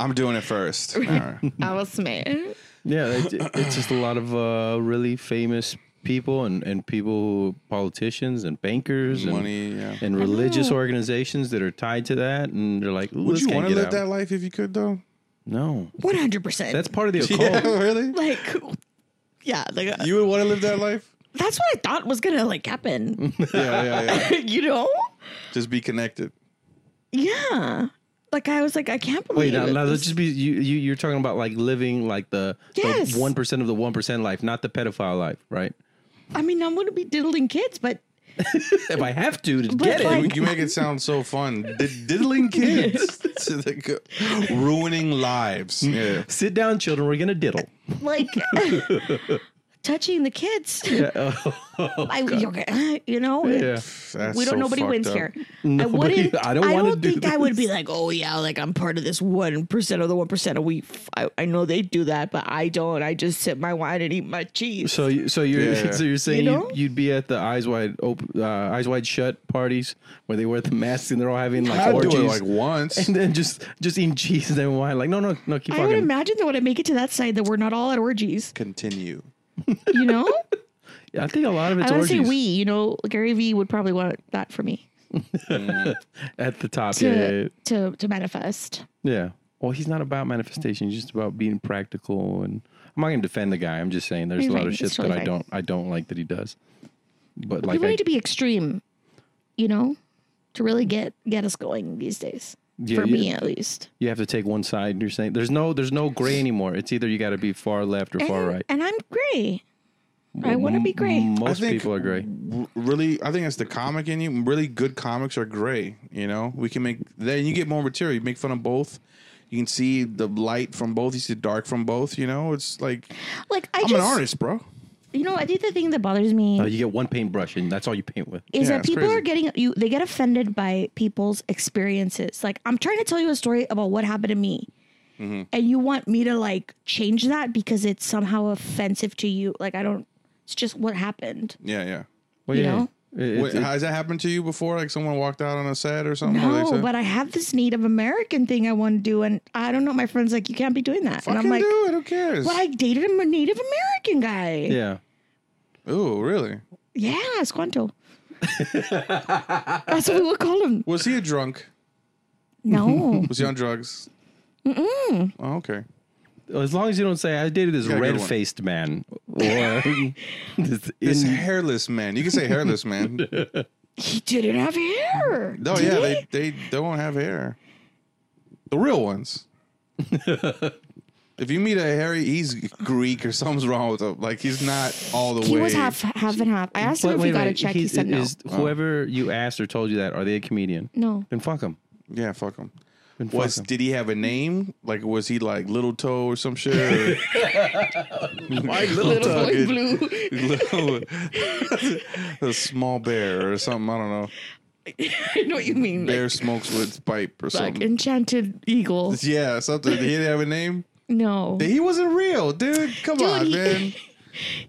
S1: I'm doing it first. All right.
S2: Alice Smith.
S3: Yeah, it, it's just a lot of uh, really famous people and and people, who, politicians and bankers, and,
S1: Money, yeah.
S3: and religious organizations that are tied to that, and they're like,
S1: Would you
S3: want to
S1: live that life if you could though?
S3: No,
S2: One hundred percent.
S3: that's part of the occult.
S1: Yeah, really.
S2: Like, yeah, like uh,
S1: You would want to live that life?
S2: that's what I thought was gonna like happen.
S1: Yeah, yeah, yeah.
S2: you know?
S1: Just be connected.
S2: Yeah. Like I was like, I can't believe
S3: Wait, now,
S2: it.
S3: now let's just be you, you. You're talking about like living like the
S2: Yes.
S3: one percent of the one percent life, not the pedophile life, right?
S2: I mean, I'm gonna be diddling kids, but
S3: If I have to to get it,
S1: You make it sound so fun. Did- diddling kids, To the go- ruining lives. Yeah.
S3: sit down, children. We're gonna diddle.
S5: like touching the kids. I, okay, you know,
S3: oh, Yeah.
S1: That's
S2: we don't.
S1: so
S2: nobody
S1: fucked
S2: wins
S1: up.
S2: here. I
S3: Nobody-
S2: wouldn't.
S3: I
S2: I
S3: don't
S2: don't. I
S3: wanna
S2: don't
S3: do
S2: think I would be
S3: this.
S2: like, oh yeah, like I'm part of this one percent of the one percent. We, I, I know they do that, but I don't. I just sip my wine and eat my cheese.
S3: So, you- so you're
S1: Yeah.
S3: so you're saying you
S2: You
S3: would
S2: know?
S3: you'd be at the eyes wide open, uh, eyes wide shut parties where they wear the masks and they're all having like
S1: I'd do
S3: orgies,
S1: it like once.
S3: and then just just eating cheese and then wine. Like, no, no, no, keep
S2: I would
S3: talking.
S2: imagine that when I make it to that side, that we're not all at orgies.
S1: Continue.
S2: You know,
S3: I think a lot of it's
S2: I want to say
S3: orgies
S2: we. You know, Gary Vee would probably want that for me
S3: at the top.
S2: to
S3: Yeah, yeah, yeah.
S2: to to manifest.
S3: yeah. Well, he's not about manifestation; he's just about being practical. And I'm not going to defend the guy. I'm just saying there's
S2: You're
S3: a lot
S2: fine.
S3: of
S2: It's
S3: shit
S2: totally
S3: that I
S2: fine.
S3: don't I don't like that he does. But like,
S5: people
S3: I,
S5: need to be extreme. You know, to really get get us going these days.
S3: yeah,
S5: for
S3: you,
S5: me, at least.
S3: you have to take one side. And you're saying there's no there's no gray anymore. It's either you got to be far left or far
S5: and,
S3: right. mm,
S5: and I'm gray. I want to Eh, be gray.
S3: Most
S1: think-
S3: people are gray.
S1: r- really I think that's the comic in you. Really good comics are gray. You know, we can make then you get more material. You make fun of both. You can see the light from both. You see the dark from both. You know, it's like
S3: mm.
S5: Like I
S1: I'm
S5: just,
S1: an artist, bro.
S5: you know, I think the thing that bothers me
S3: Uh, you get one paintbrush and that's all you paint with.
S5: is
S1: Yeah,
S5: that
S1: it's
S5: people
S1: crazy.
S5: are getting you they get offended by people's experiences like i'm trying to tell you a story about what happened to me
S1: Mm-hmm.
S5: and you want me to like change that because it's somehow offensive to you like i don't it's just what happened
S1: Yeah, yeah.
S3: Well,
S5: You know?
S3: It-
S1: Wait,
S3: it-
S1: has that happened to you before? Like someone walked out on a set or something? Or they
S5: no
S1: said,
S5: but i have this native american thing i want to do and i don't know my friends like you can't be doing that and
S1: Fucking
S5: i'm like
S1: do it. Who cares?
S5: but i dated a native american guy
S3: yeah.
S1: Ooh, really?
S5: yeah, squanto that's what we would call him
S1: Was he a drunk?
S5: no
S1: Was he on drugs? Mm-mm. Oh, okay.
S3: As long as you don't say I dated this
S1: got a good one.
S3: red faced man or this
S1: This
S3: in-
S1: hairless man. You can say hairless man.
S5: he didn't have hair
S1: No, yeah, they, they don't have hair. The real ones. if you meet a hairy, he's Greek or something's wrong with him. Like he's not all the
S5: he
S1: way.
S5: was half half and half i asked him
S3: Wait,
S5: if
S3: wait,
S5: he got a
S3: wait.
S5: check he
S3: He's-
S5: said no
S3: is- Whoever you asked or told you that, are they a comedian?
S5: No.
S3: Then fuck them.
S1: Yeah, fuck him.
S3: And fuck
S1: was
S3: him.
S1: did he have a name? Like was he like Little Toe or some shit? Why
S5: Little boy blue.
S1: Little, a small bear or something. I don't know.
S5: I know what you mean.
S1: Bear
S5: Like,
S1: smokes with pipe or
S5: like
S1: something.
S5: enchanted eagle.
S1: Yeah, something. Did he have a name?
S5: No.
S1: He wasn't real, dude. Come
S5: Dude,
S1: on,
S5: he-
S1: man.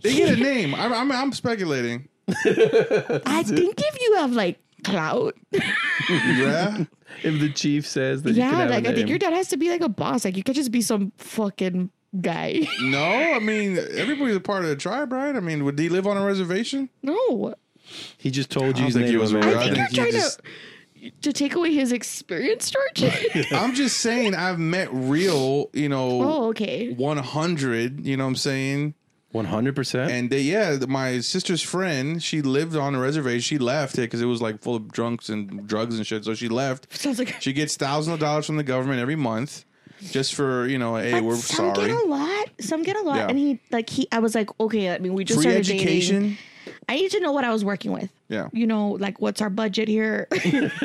S1: They get a name. I'm, I'm, I'm speculating.
S5: I think if you have like clout,
S1: Yeah.
S3: if the chief says that, you can
S5: yeah,
S3: have
S5: like
S3: a
S5: I think
S3: name.
S5: your dad has to be like a boss. Like you can't just be some fucking guy.
S1: No, I mean everybody's a part of the tribe, right? I mean, would he live on a reservation?
S5: no,
S3: He just told
S1: I
S3: you
S1: don't
S3: his
S1: think he
S3: name
S1: was
S3: was
S1: aware.
S5: I
S1: I
S5: think
S1: think he
S5: you're trying
S1: just-
S5: to to take away his experience, George.
S1: I'm just saying I've met real, you know,
S5: oh, okay.
S1: 100, you know what I'm saying?
S3: One hundred percent.
S1: And they, yeah, my sister's friend, she lived on a reservation. She left it because it was like full of drunks and drugs and shit. So she left.
S5: Sounds like
S1: She gets thousands of dollars from the government every month just for, you know, hey,
S5: But
S1: we're
S5: some
S1: sorry.
S5: get a lot. Some get a lot,
S1: Yeah.
S5: and he like he. I was like, okay. I mean, we just
S1: Free
S5: started
S1: education.
S5: dating. I need to know what I was working with.
S1: Yeah.
S5: You know, like what's our budget here?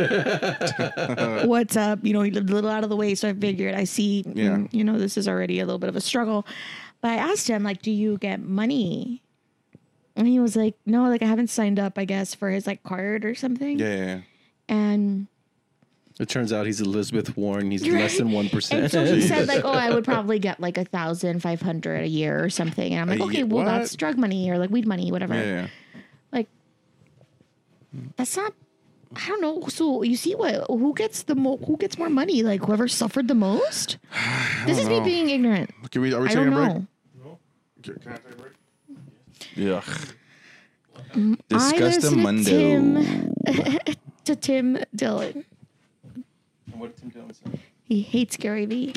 S5: what's up? You know, he lived a little out of the way, so I figured I see.
S1: Yeah.
S5: mm, You know, this is already a little bit of a struggle. But I asked him, like, do you get money? And he was like, no, like I haven't signed up, I guess, for his like card or something.
S1: Yeah, yeah, yeah.
S5: And
S3: It turns out he's Elizabeth Warren. He's
S5: You're
S3: less than one
S5: And
S3: percent.
S5: so he said, like, oh, I would probably get like a thousand five hundred a year or something. And I'm
S1: A
S5: like, okay,
S1: ye-
S5: well,
S1: what?
S5: that's drug money or like weed money, whatever.
S1: Yeah, yeah.
S5: Like, that's not. I don't know. So you see what? Who gets the mo- Who gets more money? Like whoever suffered the most. This is me
S1: know.
S5: being ignorant.
S1: Can we, are we
S5: I
S1: taking
S5: don't
S1: a break?
S5: know.
S1: Can I take a break? Yeah.
S5: Mm, I
S1: Discuss the
S5: listen to
S1: Monday.
S5: Tim, to Tim Dillon.
S3: What Tim Dillon said.
S5: He hates Gary Vee.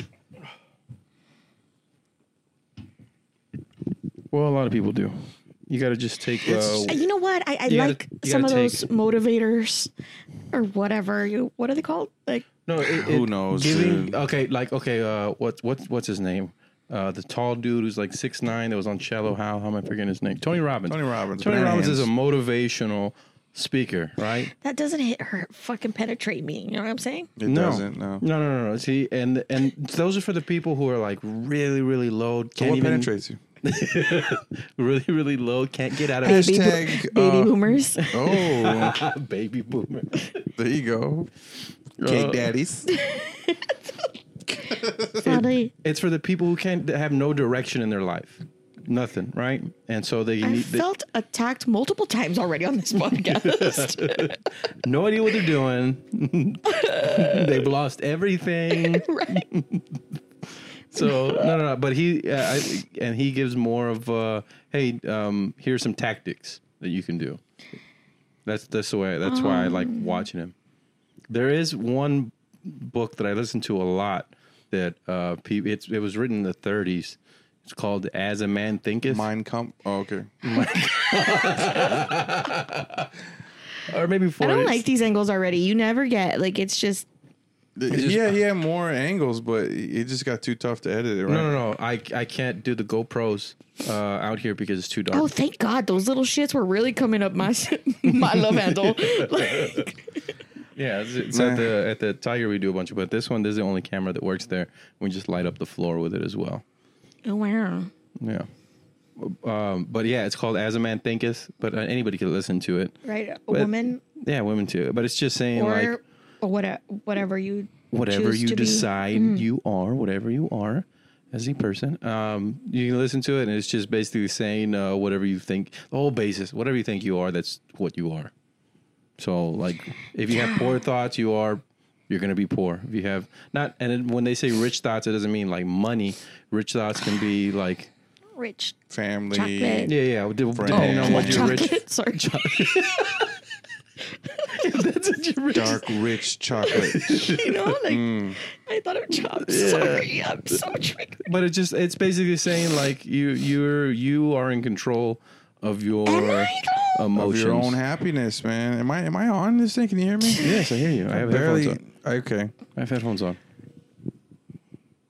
S3: Well, a lot of people do. You got to just take. Uh,
S5: You know what? I, I
S3: You gotta-
S5: like
S3: you
S5: some of
S3: gotta
S5: those
S3: take-
S5: motivators or whatever. You what are they called? Like
S3: no, it,
S1: Who knows,
S3: Giving,
S1: dude?
S3: okay, like okay, uh, what's what's what's his name? Uh, the tall dude who's like six nine that was on Shallow How. How am I forgetting his name? Tony Robbins.
S1: Tony Robbins,
S3: Tony Robbins
S1: bananas.
S3: is a motivational speaker, right?
S5: that doesn't hit her fucking penetrate me. You know what I'm saying?
S3: Uh,
S1: It doesn't, no.
S3: No, no, no, no. See, and and those are for the people who are like really, really low. Can't
S1: What
S3: even,
S1: penetrates you?
S3: Really, really low. Can't get out of
S1: Hashtag,
S5: Baby
S1: uh,
S5: boomers.
S1: Oh,
S3: baby boomer. Uh,
S1: there you go. Uh, Cake daddies.
S5: Funny.
S3: It's for the people who can't that have no direction in their life, nothing, right? And so they
S5: I
S3: need they,
S5: felt attacked multiple times already on this podcast.
S3: no idea what they're doing. They've lost everything.
S5: right.
S3: So no, no, no. But he uh, I, and he gives more of uh, hey, um, here's some tactics that you can do. That's that's the way. That's
S5: Um.
S3: why I like watching him. There is one book that I listen to a lot that uh, pe- it's it was written in the 30s. It's called As a Man Thinketh,
S1: Mind comp. Oh, okay.
S3: or maybe 40s.
S5: I don't like these angles already. You never get like it's just
S1: yeah, he had more angles, but it just got too tough to edit it, right?
S3: No, no, no. I I can't do the GoPros uh, out here because it's too dark.
S5: oh thank God those little shits were really coming up my s- my love handle. Like,
S3: Yeah, it's, it's at the at the Tiger we do a bunch of, but this one this is the only camera that works there. We just light up the floor with it as well.
S5: oh wow.
S3: Yeah. Um, but yeah, it's called As a Man Thinketh, but uh, anybody could listen to it.
S5: Right. A
S3: But-
S5: woman
S3: Yeah, women too. But it's just saying
S5: or
S3: like
S5: or
S2: uh,
S5: whatever whatever you
S3: whatever
S5: choose
S3: you
S5: to be. Mm.
S3: decide you are, whatever you are as a person, um, you can listen to it, and it's just basically saying uh, whatever you think. The whole basis, whatever you think you are, that's what you are. So, like, if you have poor thoughts, you are you're going to be poor. If you have not, and then when they say rich thoughts, it doesn't mean like money. Rich thoughts can be like
S5: rich
S1: Family.
S5: Chocolate.
S3: yeah, yeah, de- depending on what you're rich.
S5: chocolate. Sorry.
S3: That's what you're rich.
S1: Dark, rich chocolate.
S5: you know, like
S3: Mm.
S5: I thought of jobs. Sorry, I'm so triggered.
S3: But it just it's basically saying like you you're you are in control of your
S5: I though?
S1: of
S3: emotions.
S1: your own happiness, man. Am I am I on this thing? Can you hear me?
S3: Yes, I hear you. I have
S1: Barely.
S3: headphones on.
S1: Okay.
S3: I have headphones on.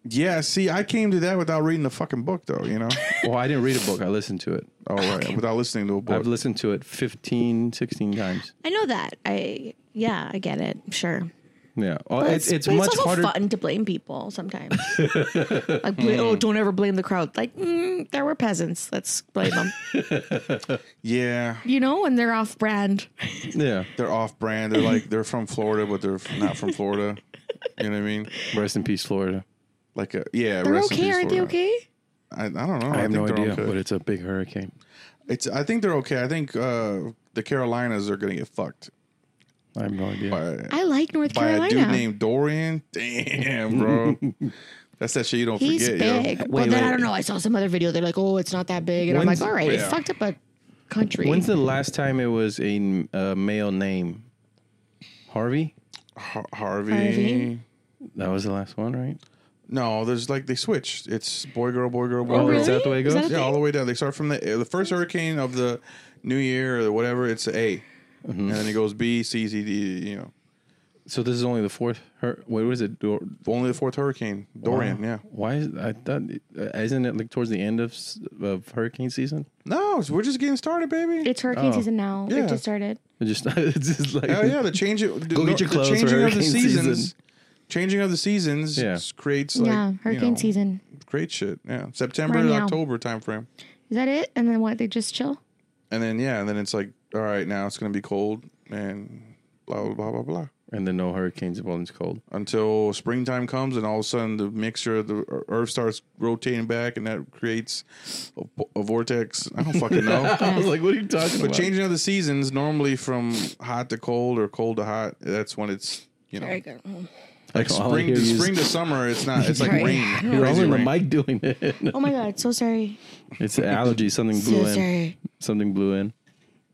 S1: Yeah. See, I came to that without reading the fucking book, though. You know.
S3: Well, I didn't read a book. I listened to it.
S1: All Oh, right. Without listening to a book.
S3: I've listened to it 15, 16 times.
S5: I know that. I yeah, I get it. Sure.
S3: Yeah. Oh,
S2: But
S3: it's it's
S2: but
S3: much
S2: it's also
S3: harder.
S2: fun to blame people sometimes. like, bla-
S3: Mm.
S2: oh, don't ever blame the crowd. Like, mm, there were peasants. Let's blame them.
S1: Yeah,
S2: you know, and they're off brand.
S3: Yeah.
S1: they're off brand. They're like they're from Florida, but they're not from Florida. You know what I mean?
S3: Rest in peace, Florida.
S1: Like a yeah.
S2: They're
S1: rest in
S2: okay,
S1: peace,
S2: aren't they
S1: Florida.
S2: okay?
S1: I, I don't know.
S3: I have no
S1: think they're
S3: idea,
S1: okay.
S3: but it's a big hurricane.
S1: It's. I think they're okay. I think uh, the Carolinas are gonna get fucked
S3: I have no idea.
S1: by
S2: I like North
S1: by a dude
S2: Carolina.
S1: named Dorian. Damn, bro. That's that shit you don't
S2: He's
S1: forget, yo.
S2: big. well,
S3: Wait,
S2: then
S3: wait.
S2: I don't know. I saw some other video. They're like, oh, it's not that big, and
S3: When's-
S2: I'm like, all right,
S1: yeah.
S2: it fucked up a country.
S3: When's the last time it was a uh, male name? Harvey.
S1: Har- Harvey.
S2: Harvey?
S3: That was the last one, right?
S1: No, there's like they switched. It's boy, girl, boy, girl, boy.
S2: Oh,
S1: girl.
S3: is that the way it
S2: Is
S3: goes?
S2: that
S1: Yeah, all the way down. They start from the eh, the first hurricane of the new year or whatever. It's a A,
S3: Mm-hmm.
S1: and then it goes B, C, C, D. E, You know,
S3: So this is only the fourth. Hur- what was it? Dor-
S1: only the fourth hurricane, Dorian. Yeah.
S3: Why is I thought? uh, Isn't it like towards the end of, s- of hurricane season?
S1: No, it's- we're just getting started, baby.
S5: It's hurricane
S3: Oh.
S5: season now.
S1: Yeah.
S5: It just started.
S3: It just it's just like
S1: Hell yeah, the change. It,
S3: Go get your clothes for
S1: The changing of the
S3: hurricane season.
S1: seasons. Changing of the seasons
S3: Yeah.
S1: s- creates like
S5: yeah,
S1: you
S5: hurricane
S1: know,
S5: season.
S1: Great shit. Yeah, September
S5: Right
S1: to
S5: now.
S1: October timeframe,
S5: Is that it? And then what? They just chill?
S1: and then yeah, and then it's like all right, now it's gonna be cold and blah blah blah blah blah.
S3: and then no hurricanes while it's cold.
S1: until springtime comes and all of a sudden the mixture of the earth starts rotating back and that creates a, a vortex i don't fucking know
S3: I was like, what are you talking
S1: but
S3: about?
S1: changing of the seasons normally from hot to cold or cold to hot that's when it's you know
S2: Very good.
S3: like all I
S1: spring
S3: hear
S1: to
S3: is-
S1: spring to summer it's not it's like
S2: Right.
S1: rain
S3: You're all
S1: crazy
S3: in the
S1: rain.
S3: mic doing it.
S5: Oh my god, so sorry.
S3: it's an allergy. Something blew
S5: So
S3: in.
S5: sorry.
S3: Something blew in.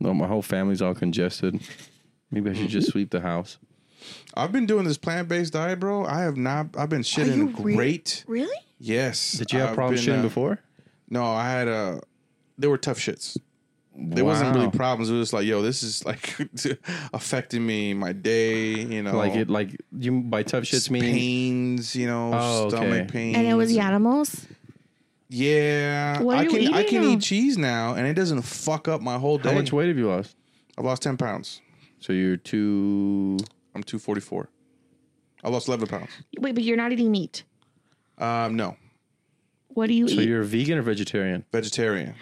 S3: No, my whole family's all congested. Maybe I should just sweep the house.
S1: i've been doing this plant-based diet bro i have not i've been shitting
S5: you re-
S1: great
S5: Really?
S1: yes
S3: Did you have
S1: I've
S3: problems
S1: been,
S3: shitting
S1: uh,
S3: before?
S1: no i had uh they were tough shits There wasn't really problems. It was just like, yo, this is like affecting me, my day, you know,
S3: like it like you by tough shits meaning
S1: pains, you know,
S3: Oh, okay.
S1: stomach pains.
S5: And it was the animals?
S1: yeah.
S5: What are
S1: I
S5: you
S1: can I
S5: eating
S1: can
S5: now?
S1: eat cheese now, and it doesn't fuck up my whole day.
S3: how much weight have you lost?
S1: I've lost ten pounds.
S3: So you're two
S1: I'm two forty four. I lost eleven pounds.
S5: Wait, but you're not eating meat.
S1: Um, no,
S5: What do you
S3: so
S5: eat?
S3: you're a vegan or vegetarian?
S1: vegetarian.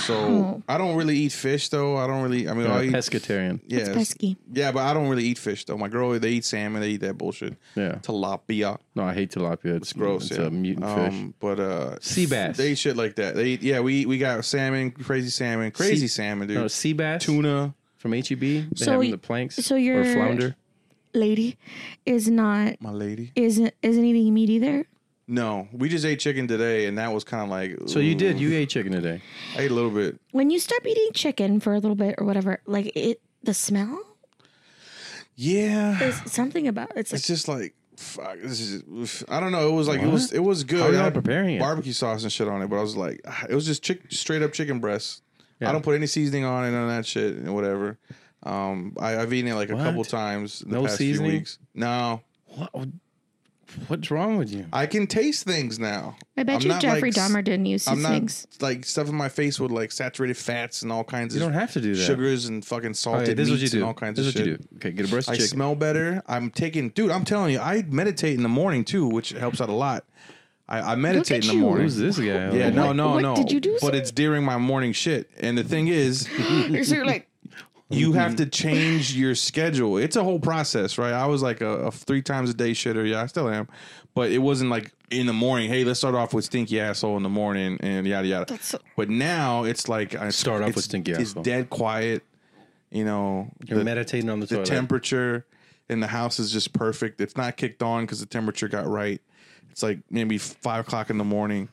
S1: So I don't really eat fish though. I don't really. I mean,
S3: Or
S1: I
S3: a
S1: eat
S3: pescatarian.
S1: yeah,
S5: pesky.
S1: yeah, but I don't really eat fish though. My girl, they eat salmon. They eat that bullshit.
S3: Yeah.
S1: Tilapia.
S3: No, I hate tilapia. It's
S1: gross.
S3: It's
S1: yeah.
S3: a mutant fish.
S1: Um, but uh,
S3: Sea bass.
S1: They eat shit like that. They eat, yeah, we we got salmon, crazy salmon, crazy
S3: Sea-
S1: salmon, dude.
S3: No, sea bass
S1: Tuna.
S3: from HEB. They
S5: So
S3: have
S5: y-
S3: the planks
S5: so
S3: or
S5: you're-
S3: flounder.
S5: Lady is not
S1: My lady.
S5: isn't isn't eating meat either.
S1: No, we just ate chicken today, and that was kind of like.
S3: So you
S1: ooh.
S3: did. You ate chicken today.
S1: I ate a little bit.
S5: When you stop eating chicken for a little bit or whatever, like it the smell
S1: Yeah,
S5: is something about it's like
S1: it's just like fuck. This is. oof. I don't know. It was like it was. It was good.
S3: How are
S1: I
S3: y'all
S1: had
S3: preparing it?
S1: Barbecue sauce and shit on it, but I was like, ah, it was just chick, straight up chicken breast.
S3: Yeah.
S1: I don't put any seasoning on it, none of that shit, and whatever. Um, I, I've eaten it like a
S3: What?
S1: couple times in the
S3: No
S1: past
S3: seasoning?
S1: few weeks. No,
S3: What? What's wrong with you?
S1: I can taste things now.
S5: I bet
S1: I'm
S5: you
S1: not,
S5: Jeffrey
S1: like,
S5: Dahmer didn't use
S1: I'm not
S5: seasonings.
S1: like stuffing my face with like saturated fats and all kinds
S3: You
S1: of
S3: don't have to do that.
S1: sugars and fucking salted
S3: Okay, this is what you
S1: meats
S3: do.
S1: and all kinds of
S3: this is what
S1: shit.
S3: you do. Okay, get a breast
S1: I
S3: chicken.
S1: smell better. I'm taking, dude. I'm telling you, I meditate in the morning too, which helps out a lot. I, I meditate in
S2: at
S1: the
S2: you.
S1: morning.
S3: Who's this guy?
S1: Yeah, no, no,
S2: what
S1: no.
S2: did you do,
S1: But
S2: sir?
S1: it's during my morning shit. And the thing is,
S2: so you're like,
S1: you
S3: Mm-hmm.
S1: have to change your schedule. It's a whole process, right? I was like a, a three times a day shitter. Yeah, I still am. But it wasn't like in the morning. Hey, let's start off with stinky asshole in the morning and yada yada. but now it's like I
S3: Start off with
S1: it's-
S3: stinky
S1: It's
S3: asshole.
S1: dead quiet. You know,
S3: You're
S1: the,
S3: meditating on the,
S1: the
S3: toilet.
S1: temperature in the house is just perfect. It's not kicked on because the temperature got right. It's like maybe five o'clock in the morning.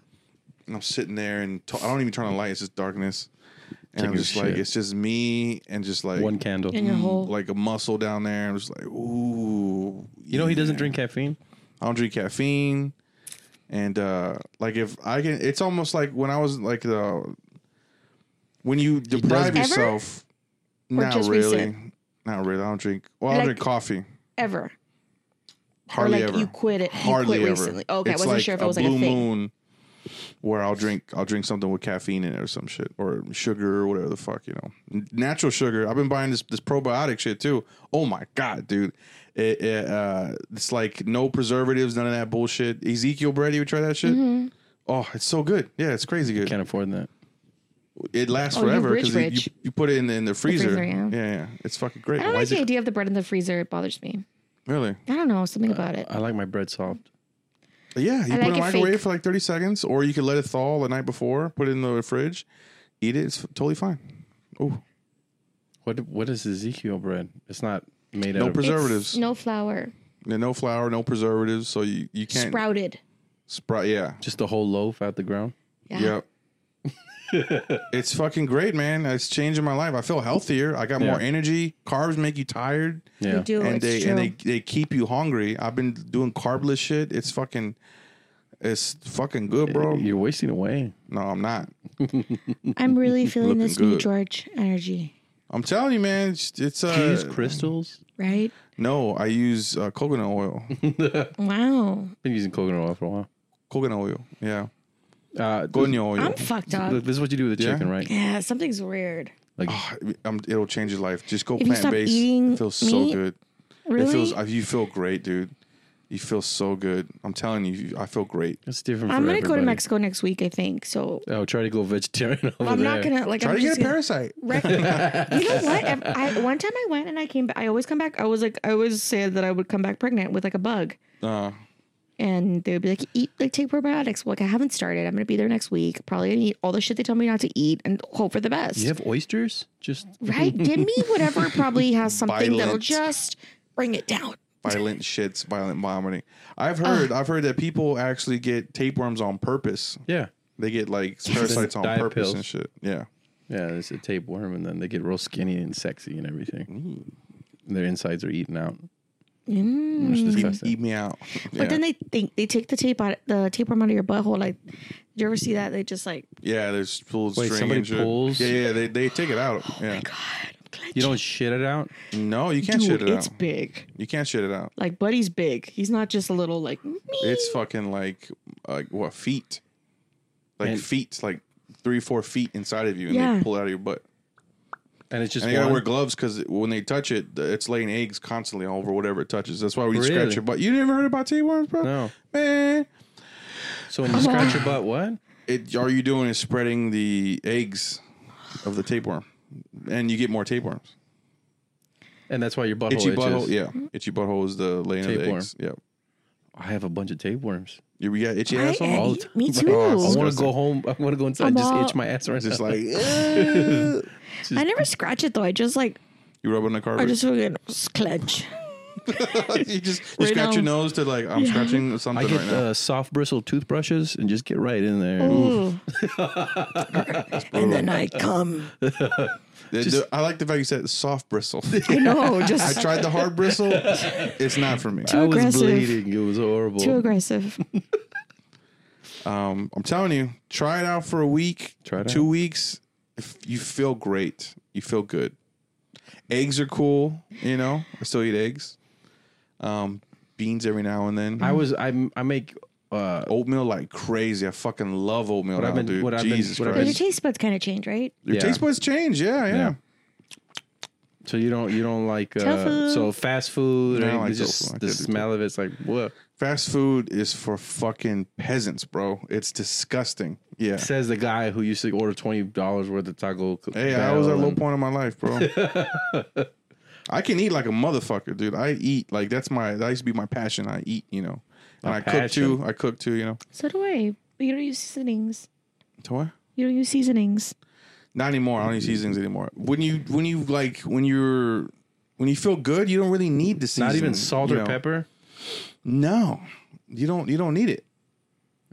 S1: And I'm sitting there and t- I don't even turn on the light. It's just darkness. And I'm
S3: Taking a
S1: just like,
S3: shit.
S1: it's just me and just like
S3: One candle.
S5: in your hole.
S1: Mm-hmm. like a muscle down there. I'm just like, ooh.
S3: You know he doesn't drink caffeine.
S1: I don't drink caffeine. And uh like if I can it's almost like when I was like the when you deprive
S5: Ever?
S1: yourself
S5: Or
S1: not
S5: just
S1: really.
S5: recent?
S1: Not really. I don't drink well, I
S5: Like-
S1: drink coffee.
S5: ever.
S1: Hardly
S5: or like
S1: ever.
S5: you quit it. You
S1: Hardly
S5: quit
S1: ever.
S5: recently. Oh, Okay, I
S1: It's
S5: wasn't
S1: like
S5: sure if it was
S1: a
S5: like a
S1: blue
S5: thing.
S1: moon where I'll drink I'll drink something with caffeine in it or some shit or sugar or whatever the fuck you know N- natural sugar. I've been buying this this probiotic shit too. Oh my god, dude, It, it, uh, it's like no preservatives, none of that bullshit. Ezekiel bread, you would try that shit.
S5: Mm-hmm.
S1: Oh, it's so good. Yeah, it's crazy good.
S3: Can't afford that.
S1: It lasts
S2: Oh, you're
S1: forever
S2: rich,
S1: because you,
S2: rich.
S1: you, you put it in the, in the freezer.
S2: freezer, yeah.
S1: yeah. yeah, it's fucking great.
S2: I don't
S1: Why
S2: like
S1: is
S2: the
S1: it
S2: idea of the bread in the freezer. It bothers me.
S1: really?
S2: I don't know something about it.
S3: I like my bread soft.
S1: Yeah, you
S2: I
S1: put it in
S2: like
S1: the
S2: it
S1: microwave
S2: fake.
S1: for like thirty seconds, or you could let it thaw the night before, put it in the fridge, eat it. It's totally fine. Oh,
S3: What What is Ezekiel bread? It's not made
S1: no
S3: out of.
S1: preservatives,
S2: It's no flour.
S1: no, flour, no preservatives, so you you can't sprout.
S2: Sprouted.
S1: yeah,
S3: Just the whole loaf out the ground.
S2: Yeah.
S1: Yep. it's fucking great, man. It's changing my life. I feel healthier. I got more
S3: Yeah.
S1: energy. Carbs make you tired,
S3: Yeah.
S2: You do.
S1: and
S2: it's
S1: they
S2: true.
S1: and they they keep you hungry. I've been doing carbless shit. It's fucking, it's fucking good, bro.
S3: You're wasting away.
S1: No, I'm not.
S5: I'm really feeling
S1: Looking
S5: this new
S1: good.
S5: George energy,
S1: I'm telling you, man. It's, it's
S3: Do you use
S1: uh
S3: crystals?
S5: right?
S1: no. I use uh, coconut oil.
S5: Wow.
S3: Been using coconut oil for a while.
S1: coconut oil. Yeah,
S3: Uh,
S1: coconut oil.
S5: I'm fucked up.
S3: Look, this is what you do with the
S1: Yeah.
S3: chicken, right?
S5: Yeah, something's weird.
S3: Like
S1: Ah, um, it'll change your life. Just go
S5: you stop
S1: plant based.
S5: eating
S1: It feels so
S5: meat,
S1: good. It feels
S5: Really?
S1: uh, you feel great, dude. You feel so good. I'm telling you, you- I feel great.
S3: it's different.
S5: I'm
S3: for
S5: gonna go to
S3: everybody.
S5: Mexico next week, I think. So
S3: Oh, try to go vegetarian over
S5: I'm
S3: there.
S5: not gonna like.
S1: Try
S5: I'm
S1: to
S5: just
S1: get a
S5: gonna-
S1: parasite.
S5: Right. you know what? If I, one time I went and I came back. I always come back. I was like, I always said that I would come back pregnant with like a bug.
S1: Uh,
S5: And they would be like, eat, like, take probiotics. Well, like, I haven't started. I'm going to be there next week. Probably going to eat all the shit they tell me not to eat and hope for the best.
S3: You have oysters? Just
S5: Right? Give me whatever probably has something that'll
S1: Violent.
S5: just bring it down.
S1: violent shits, violent vomiting. I've heard, I've heard that people actually get tapeworms on purpose.
S3: yeah,
S1: They get like parasites on
S3: Diet
S1: purpose
S3: pills.
S1: and shit. Yeah,
S3: yeah. There's a tapeworm, and then they get real skinny and sexy and everything. Their insides are eaten out. It's
S1: eat,
S3: disgusting.
S1: eat me out.
S5: Mm. But
S1: Yeah.
S5: then they think they take the tape out, the tapeworm out of your butthole. Like, did you ever see that? They just like,
S1: yeah, there's pulled
S3: Wait,
S1: string
S3: somebody
S1: and shit.
S3: pulls?
S1: Yeah, yeah, they, they take it out.
S5: Oh
S1: Yeah,
S3: You don't shit it out.
S1: no, you can't
S5: dude,
S1: shit it
S5: it's
S1: out.
S5: big.
S1: You can't shit it out.
S5: Like, Buddy's big. He's not just a little like me.
S1: It's fucking like like what feet, like
S3: And-
S1: feet, like three four feet inside of you, and
S5: Yeah.
S1: they pull it out of your butt.
S3: And it's just
S1: And you gotta
S3: one.
S1: wear gloves because when they touch it, th- it's laying eggs constantly all over whatever it touches. That's why when you
S3: Really?
S1: scratch your butt, you never heard about tapeworms, bro?
S3: No.
S1: man.
S3: So when you scratch your butt, what?
S1: It all you doing is spreading the eggs of the tapeworm, and you get more tapeworms.
S3: And that's why your butthole
S1: Itchy
S3: itches.
S1: butthole, yeah. Itchy butthole is the laying of the
S3: Tapeworm.
S1: eggs. Yeah,
S3: I have a bunch of tapeworms.
S1: you we got itchy
S5: I-
S1: asshole.
S3: All
S5: me
S3: the
S5: me
S3: time.
S5: too.
S1: Oh,
S3: I
S1: so-
S3: want to
S1: Disgusting.
S3: go home. I want to go inside.
S5: I'm
S3: and just
S5: all-
S3: itch my ass right
S1: Just
S3: now.
S1: like "Ugh."
S5: I never scratch it though. I just like,
S1: you rub on the
S5: I
S1: carpet.
S5: just fucking clench.
S1: you just you
S5: Right
S1: scratch your
S5: now.
S1: nose to like I'm scratching
S3: I
S1: something
S3: get
S1: right now.
S3: uh, soft bristle toothbrushes and just get right in there.
S5: Ooh. and then I come.
S1: The- the- I like the fact you said soft bristle.
S5: I know,
S1: I
S5: just
S1: tried the hard bristle. It's not for me.
S3: I was
S5: aggressive.
S3: bleeding. It was horrible.
S5: too aggressive.
S1: Um, I'm telling you, try it out for a week,
S3: Try it
S1: two
S3: out.
S1: weeks. If you feel great, you feel good. Eggs are cool, you know. I still eat eggs. Um, beans every now and then.
S3: I was. I I make. Uh,
S1: oatmeal like crazy. I fucking love oatmeal
S3: What
S1: now,
S3: I've been-
S1: dude.
S3: what I've been-
S1: Jesus
S3: what I've
S5: But
S1: Christ.
S5: your taste buds kind of change, right?
S1: Your
S3: Yeah.
S1: taste buds change. Yeah, yeah.
S3: Yeah. so you don't you don't like uh,
S5: Tofu.
S3: so fast food.
S1: No,
S3: or
S1: I don't
S3: anything,
S1: like
S3: it's just
S1: tofu. I
S3: the
S1: can't do
S3: smell of it's like what
S1: Fast food is for fucking peasants, bro. It's disgusting. Yeah.
S3: says the guy who used to order twenty dollars worth of taco.
S1: Hey, I
S3: bell
S1: was at a low
S3: and-
S1: point in my life, bro. I can eat like a motherfucker, dude. I eat like that's my that used to be my passion. I eat, you know, and I cook
S3: passion.
S1: too. I cook too, you know.
S5: So do I. But you don't use seasonings.
S1: To what?
S5: You don't use seasonings.
S1: Not anymore. I don't
S3: Mm-hmm.
S1: eat seasonings anymore. When you when you like when you're when you feel good, you don't really need the seasoning.
S3: Not even salt
S1: you
S3: or
S1: know.
S3: pepper.
S1: No, you don't. You don't need it.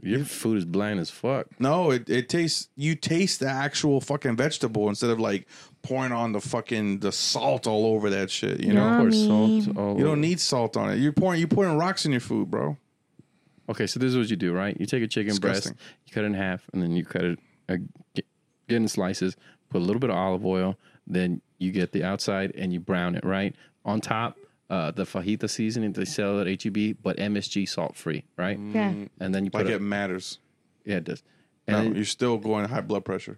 S3: Your food is bland as fuck.
S1: No, it, it tastes. You taste the actual fucking vegetable instead of like pouring on the fucking the salt all over that shit. You know,
S5: Yeah.
S3: Pour
S5: Yummy.
S3: salt all
S1: you
S3: over.
S1: don't need salt on it. You're pouring. You're pouring rocks in your food, bro.
S3: Okay, so this is what you do, right? You take a chicken
S1: Disgusting.
S3: breast, you cut it in half, and then you cut it, uh, get, get in slices, put a little bit of olive oil, then you get the outside and you brown it, right? On top, uh, the fajita seasoning they sell at HEB, but MSG salt free, right?
S5: Yeah.
S3: And then you put
S1: Mm. Like
S3: it,
S1: it matters.
S3: yeah, it does.
S1: No,
S3: And then
S1: you're still going high blood pressure.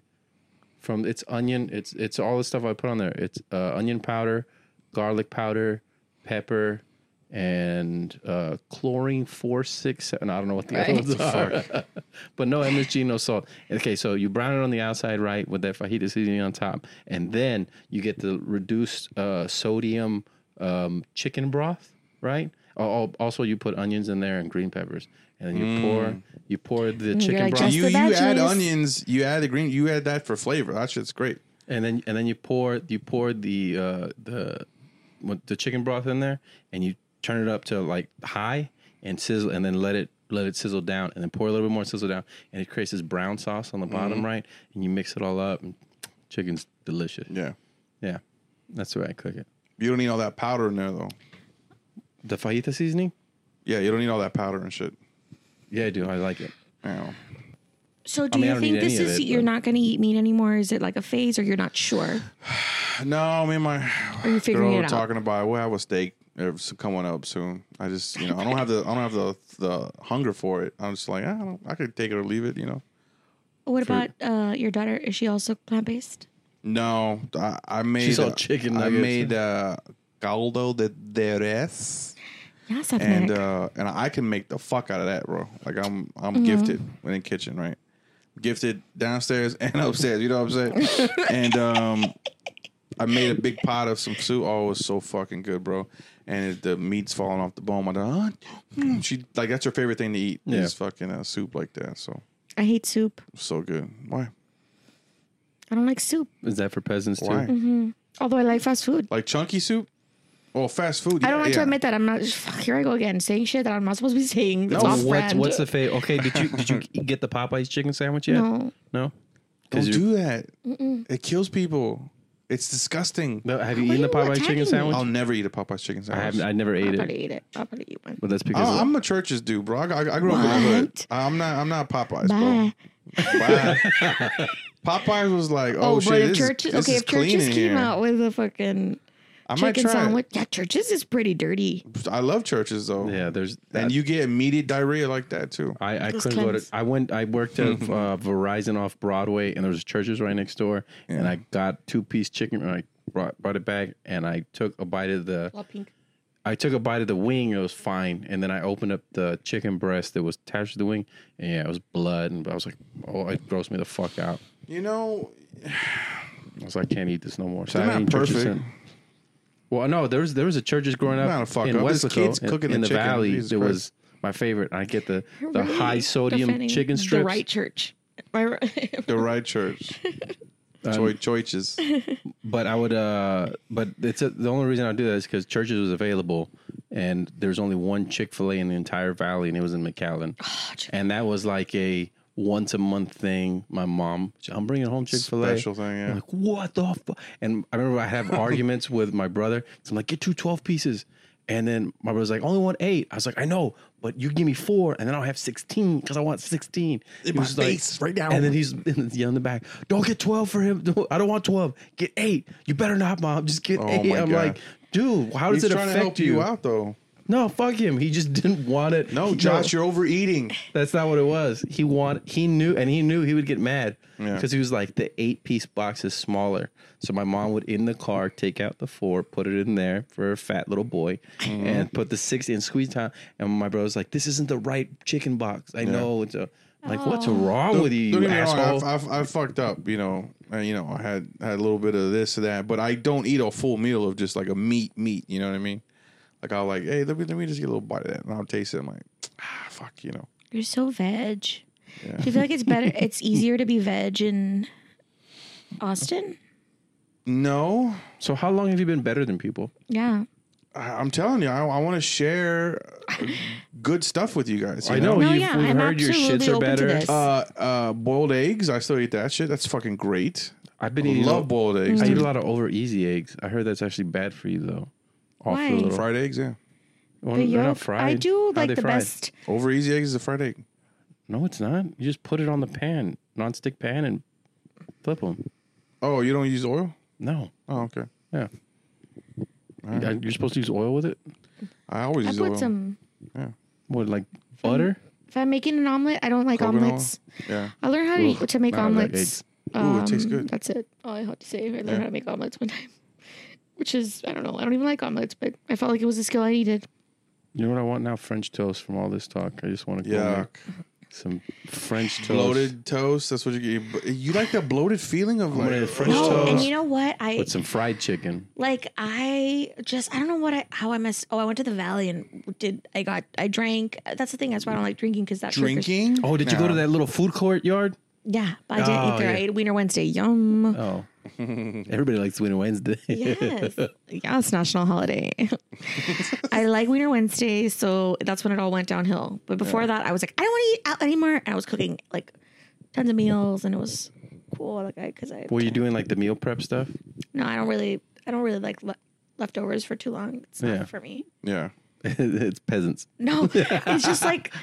S3: from it's onion, it's it's all the stuff I put on there. It's uh, onion powder, garlic powder, pepper, and uh, chlorine four six seven. I don't know what the other
S2: Right.
S3: ones are, but no MSG, no salt. Okay, so you brown it on the outside, right, with that fajita seasoning on top, and then you get the reduced uh, sodium um, chicken broth, right? Al- al- Also, you put onions in there and green peppers, and then you pour Mm. you pour the chicken
S5: like,
S3: broth.
S5: just
S1: You
S5: the
S1: you add
S5: veggies.
S1: onions, you add the green, you add that for flavor. That shit's great.
S3: and then and then you pour you pour the uh, the what- the chicken broth in there, and you turn it up to like high and sizzle, and then let it let it sizzle down, and then pour a little bit more and sizzle down, and it creates this brown sauce on the
S1: Mm-hmm.
S3: bottom right, and you mix it all up, and chicken's delicious. Yeah,
S1: Yeah,
S3: that's the way I cook it.
S1: you don't need all that powder in there though.
S3: The fajita seasoning,
S1: Yeah, you don't need all that powder and shit.
S3: yeah, I do. I like it.
S1: Yeah.
S5: So do
S3: mean, I
S5: you
S3: don't
S5: think
S3: need
S5: this
S3: any of
S5: is
S3: it,
S5: you're
S3: but-
S5: not going to eat meat anymore? Is it like a phase, or you're not sure?
S1: No, I mean my
S5: Are you
S1: girl
S5: figuring
S1: we're
S5: it out?
S1: talking about. We'll have a steak or some- coming up soon. I just you know I don't have the I don't have the the hunger for it. I'm just like "Ah, I don't I could take it or leave it. You know.
S5: What about uh, your daughter? Is she also plant based?
S1: No, I, I made
S3: all chicken
S1: I
S3: nuggets.
S1: made uh, caldo de, de res,
S5: Yes, I've
S1: and
S5: met.
S1: uh, and I can make the fuck out of that, bro. Like I'm I'm
S5: Mm-hmm.
S1: gifted in the kitchen, right? Gifted downstairs and upstairs. You know what I'm saying? and um, I made a big pot of some soup. Oh, it was so fucking good, bro. And it, the meat's falling off the bone. My daughter, "Huh?" Mm. she like that's her favorite thing to eat
S3: Yeah.
S1: is fucking uh, soup like that. So
S5: I hate soup.
S1: so good. Why?
S5: I don't like soup.
S3: Is that for peasants too?
S1: Why?
S5: Mm-hmm. Although I like fast food.
S1: Like chunky soup? Oh, fast food.
S5: I don't
S1: yeah,
S5: like to
S1: yeah.
S5: admit that I'm not. Fuck, here I go again, saying shit that I'm not supposed to be saying. That's
S1: No,
S5: off
S3: what's
S5: brand.
S3: what's the fate? Okay, did you did you get the Popeyes chicken sandwich yet?
S5: no?
S3: no? 'Cause
S1: Don't
S3: you-
S1: do that. It kills people. It's disgusting.
S3: No, Have you
S5: Why
S3: eaten the
S5: are you
S3: Popeyes
S5: attacking
S3: chicken
S5: me?
S3: sandwich?
S1: I'll never eat a Popeye's chicken
S3: I
S1: sandwich.
S3: haven't.
S1: I
S3: I never
S5: I'll
S3: ate it.
S5: probably eat it. I'll probably eat one.
S3: But that's because of-
S1: Oh, I'm a church's dude, bro. I, I grew up in the hood.
S5: What?
S1: I'm not. I'm not Popeyes, bro.
S5: Bye.
S1: Bye. Popeyes was like, oh,
S5: Oh,
S1: shit,
S5: but if
S1: this is,
S5: churches,
S1: this
S5: okay,
S1: is
S5: if
S1: clean
S5: churches
S1: in
S5: came
S1: here.
S5: out with a fucking
S1: I might
S5: chicken
S1: try.
S5: sandwich, yeah, churches is pretty dirty.
S1: It. I love churches though.
S3: yeah. There's
S1: and you get immediate diarrhea like that too.
S3: I, I
S5: Those
S3: couldn't go to.
S5: cleanse.
S3: I went. I worked at uh, Verizon off Broadway, and there was churches right next door. And
S1: Yeah.
S3: I got two piece chicken. And I brought brought it back, and I took a bite of the. I took a bite of the wing. It was fine, and then I opened up the chicken breast that was attached to the wing, and yeah, it was blood. And I was like, oh, it grossed me the fuck out.
S1: You know,
S3: I was like, I can't eat this no more. So
S1: They're
S3: I haven't
S1: not
S3: eaten churches
S1: perfect.
S3: since- Well, no, there was there was a churches growing up
S1: Not a fuck
S3: in
S1: up. This
S3: Westlaco
S1: kid's
S3: in,
S1: cooking
S3: in
S1: the
S3: the,
S1: chicken.
S3: valley.
S1: Jesus
S3: That
S1: Christ.
S3: was my favorite. I get the
S5: You're
S3: the
S5: really
S3: high sodium
S5: defending
S3: chicken strips.
S5: The right church. Am I right?
S1: the right church,
S3: Um,
S1: Choi choices.
S3: But I would, uh, but it's a, the only reason I do that is because churches was available, and there's only one Chick Fil A in the entire valley, and it was in McAllen,
S5: Oh,
S3: and that was like a once a month thing. My mom, I'm bringing home Chick Fil A.
S1: Special thing, yeah.
S3: I'm like what the? Fu-? And I remember I have arguments with my brother. So I'm like, get two 12 pieces, and then my brother's like, only want eight. I was like, I know, but you give me four, and then I'll have 16 because I want 16. He was like-
S1: face, right now.
S3: And then he's yelling in the back, don't get 12 for him. Don't- I don't want 12. Get eight. You better not, mom. Just get
S1: Oh,
S3: eight.
S1: my
S3: I'm
S1: God.
S3: like, dude, how does
S1: He's
S3: it
S1: trying
S3: affect
S1: to help you?
S3: you?
S1: out though.
S3: No, fuck him. He just didn't want it.
S1: No,
S3: He-
S1: Josh, you're overeating.
S3: that's not what it was. He want he knew and he knew he would get mad
S1: Yeah.
S3: because he was like the eight piece box is smaller. So my mom would in the car take out the four, put it in there for a fat little boy,
S1: Mm-hmm.
S3: and put the six in squeeze time. And my brother was like, "This isn't the right chicken box. I know it's a." I'm Like what's
S5: Oh.
S3: wrong with you,
S1: Don't
S3: you
S1: get me wrong, I've,
S3: asshole?
S1: I've, I've fucked up, you know. uh, you know, I had had a little bit of this or that, but I don't eat a full meal of just like a meat meat. You know what I mean? Like I'll like, hey, let me let me just get a little bite of that, and I'll taste it. I'm like, ah, fuck, you know.
S5: You're so veg. Do you feel like it's better? It's easier to be veg in Austin.
S1: No,
S3: so how long have you been better than people?
S5: Yeah.
S1: I, I'm telling you, I, I want to share uh, good stuff with you guys. you
S3: I know,
S5: No,
S3: you've,
S5: yeah,
S3: we've
S5: I'm
S3: heard your
S5: absolutely
S3: shits are
S5: open to
S3: better.
S5: this.
S1: Uh, uh, boiled eggs. I still eat that shit. That's fucking great.
S3: I've been
S1: I
S3: eating
S1: love boiled eggs.
S3: I eat
S1: dude.
S3: a lot of over easy eggs. I heard that's actually bad for you though. All
S5: Why?
S3: for a little.
S1: fried eggs. Yeah,
S3: Well,
S5: The
S3: they're not
S5: yolk.
S3: fried.
S5: I do
S3: How'd
S5: like
S3: they
S5: the
S3: fry?
S5: best.
S1: over easy eggs is a fried egg.
S3: No, it's not. You just put it on the pan, nonstick pan, and flip them.
S1: Oh, you don't use oil?
S3: No,
S1: Oh, okay.
S3: yeah. You're supposed to use oil with it.
S1: I always
S5: I
S1: use
S5: put
S1: oil.
S5: some.
S3: What, like butter?
S5: If I'm making an omelet, I don't like
S1: Coconut oil?
S5: omelets.
S1: Yeah.
S5: I learned how to,
S3: Oof,
S5: to make
S3: I don't like
S5: omelets. Um,
S1: Ooh, it tastes good.
S5: That's it. All I have to say. I learned
S1: Yeah.
S5: how to make omelets one time, which is I don't know. I don't even like omelets, but I felt like it was a skill I needed.
S3: You know what I want now? French toast from all this talk. I just want to go
S1: Yuck.
S3: make some French toast.
S1: Bloated toast. That's what you get. You like that bloated feeling of
S3: gonna
S1: like
S3: have
S1: French
S3: French
S5: No,
S1: toast.
S5: Oh, and you know what? I
S3: with some fried chicken.
S5: like I just I don't know what I how I missed. Oh, I went to the valley and did I got I drank. That's the thing. That's why I don't like drinking because that triggers-
S1: Drinking?
S3: Oh, did you go to that little food court yard?
S5: Yeah, but I didn't
S3: Oh,
S5: eat there. I
S3: yeah.
S5: ate Wiener Wednesday. Yum.
S3: Oh, everybody likes Wiener Wednesday.
S5: Yes. yeah, it's national holiday. I like Wiener Wednesday, so that's when it all went downhill. But before that, I was like, I don't want to eat out anymore, and I was cooking like tons of meals, and it was cool. Like, I because I
S3: Were you doing like the meal prep stuff?
S5: no, I don't really, I don't really like le- leftovers for too long. It's not
S3: Yeah.
S5: for me.
S1: Yeah.
S3: it's peasants.
S5: No, it's just like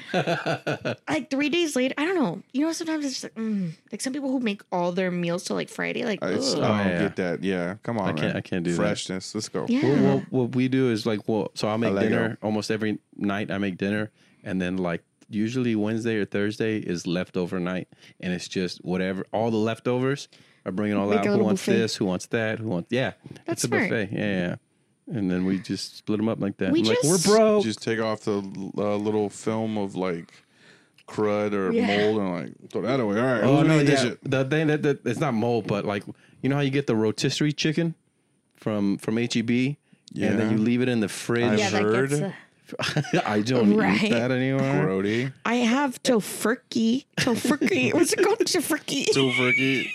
S5: like three days later. I don't know. You know, sometimes it's just like mm. like some people who make all their meals till like Friday. Like,
S1: I, it's,
S5: ugh.
S1: I don't
S3: Oh, yeah.
S1: get that. Yeah. Come on.
S3: I can't-
S1: man.
S3: I can't do that.
S1: Freshness. Let's go.
S5: yeah.
S3: Well, what, what we do is like, well, so I'll make
S1: Alego.
S3: dinner almost every night. I make dinner, and then like usually Wednesday or Thursday is leftover night, and it's just whatever all the leftovers are bringing all
S5: Make
S3: out.
S5: a
S3: Who
S5: little
S3: wants
S5: buffet.
S3: this? Who wants that? Who wants? Yeah,
S5: That's
S3: it's a
S5: smart.
S3: buffet. Yeah, yeah. And then we just split them up like that.
S5: We
S3: I'm like
S5: just-
S3: we're broke.
S1: Just take off the uh, little film of like crud or
S5: Yeah.
S1: mold and like throw that away. All right.
S3: Oh
S1: who's
S3: no,
S1: gonna dish
S3: yeah.
S1: it?
S3: The thing that, that it's not mold, but like you know how you get the rotisserie chicken from from HEB, and
S1: Yeah.
S3: then you leave it in the fridge.
S5: yeah, that
S1: Bird.
S5: gets. uh,
S3: I don't eat
S5: Right.
S3: that anymore.
S1: Brody.
S5: I have tofurkey. Tofurkey. What's it called? Tofurkey.
S1: Tofurkey.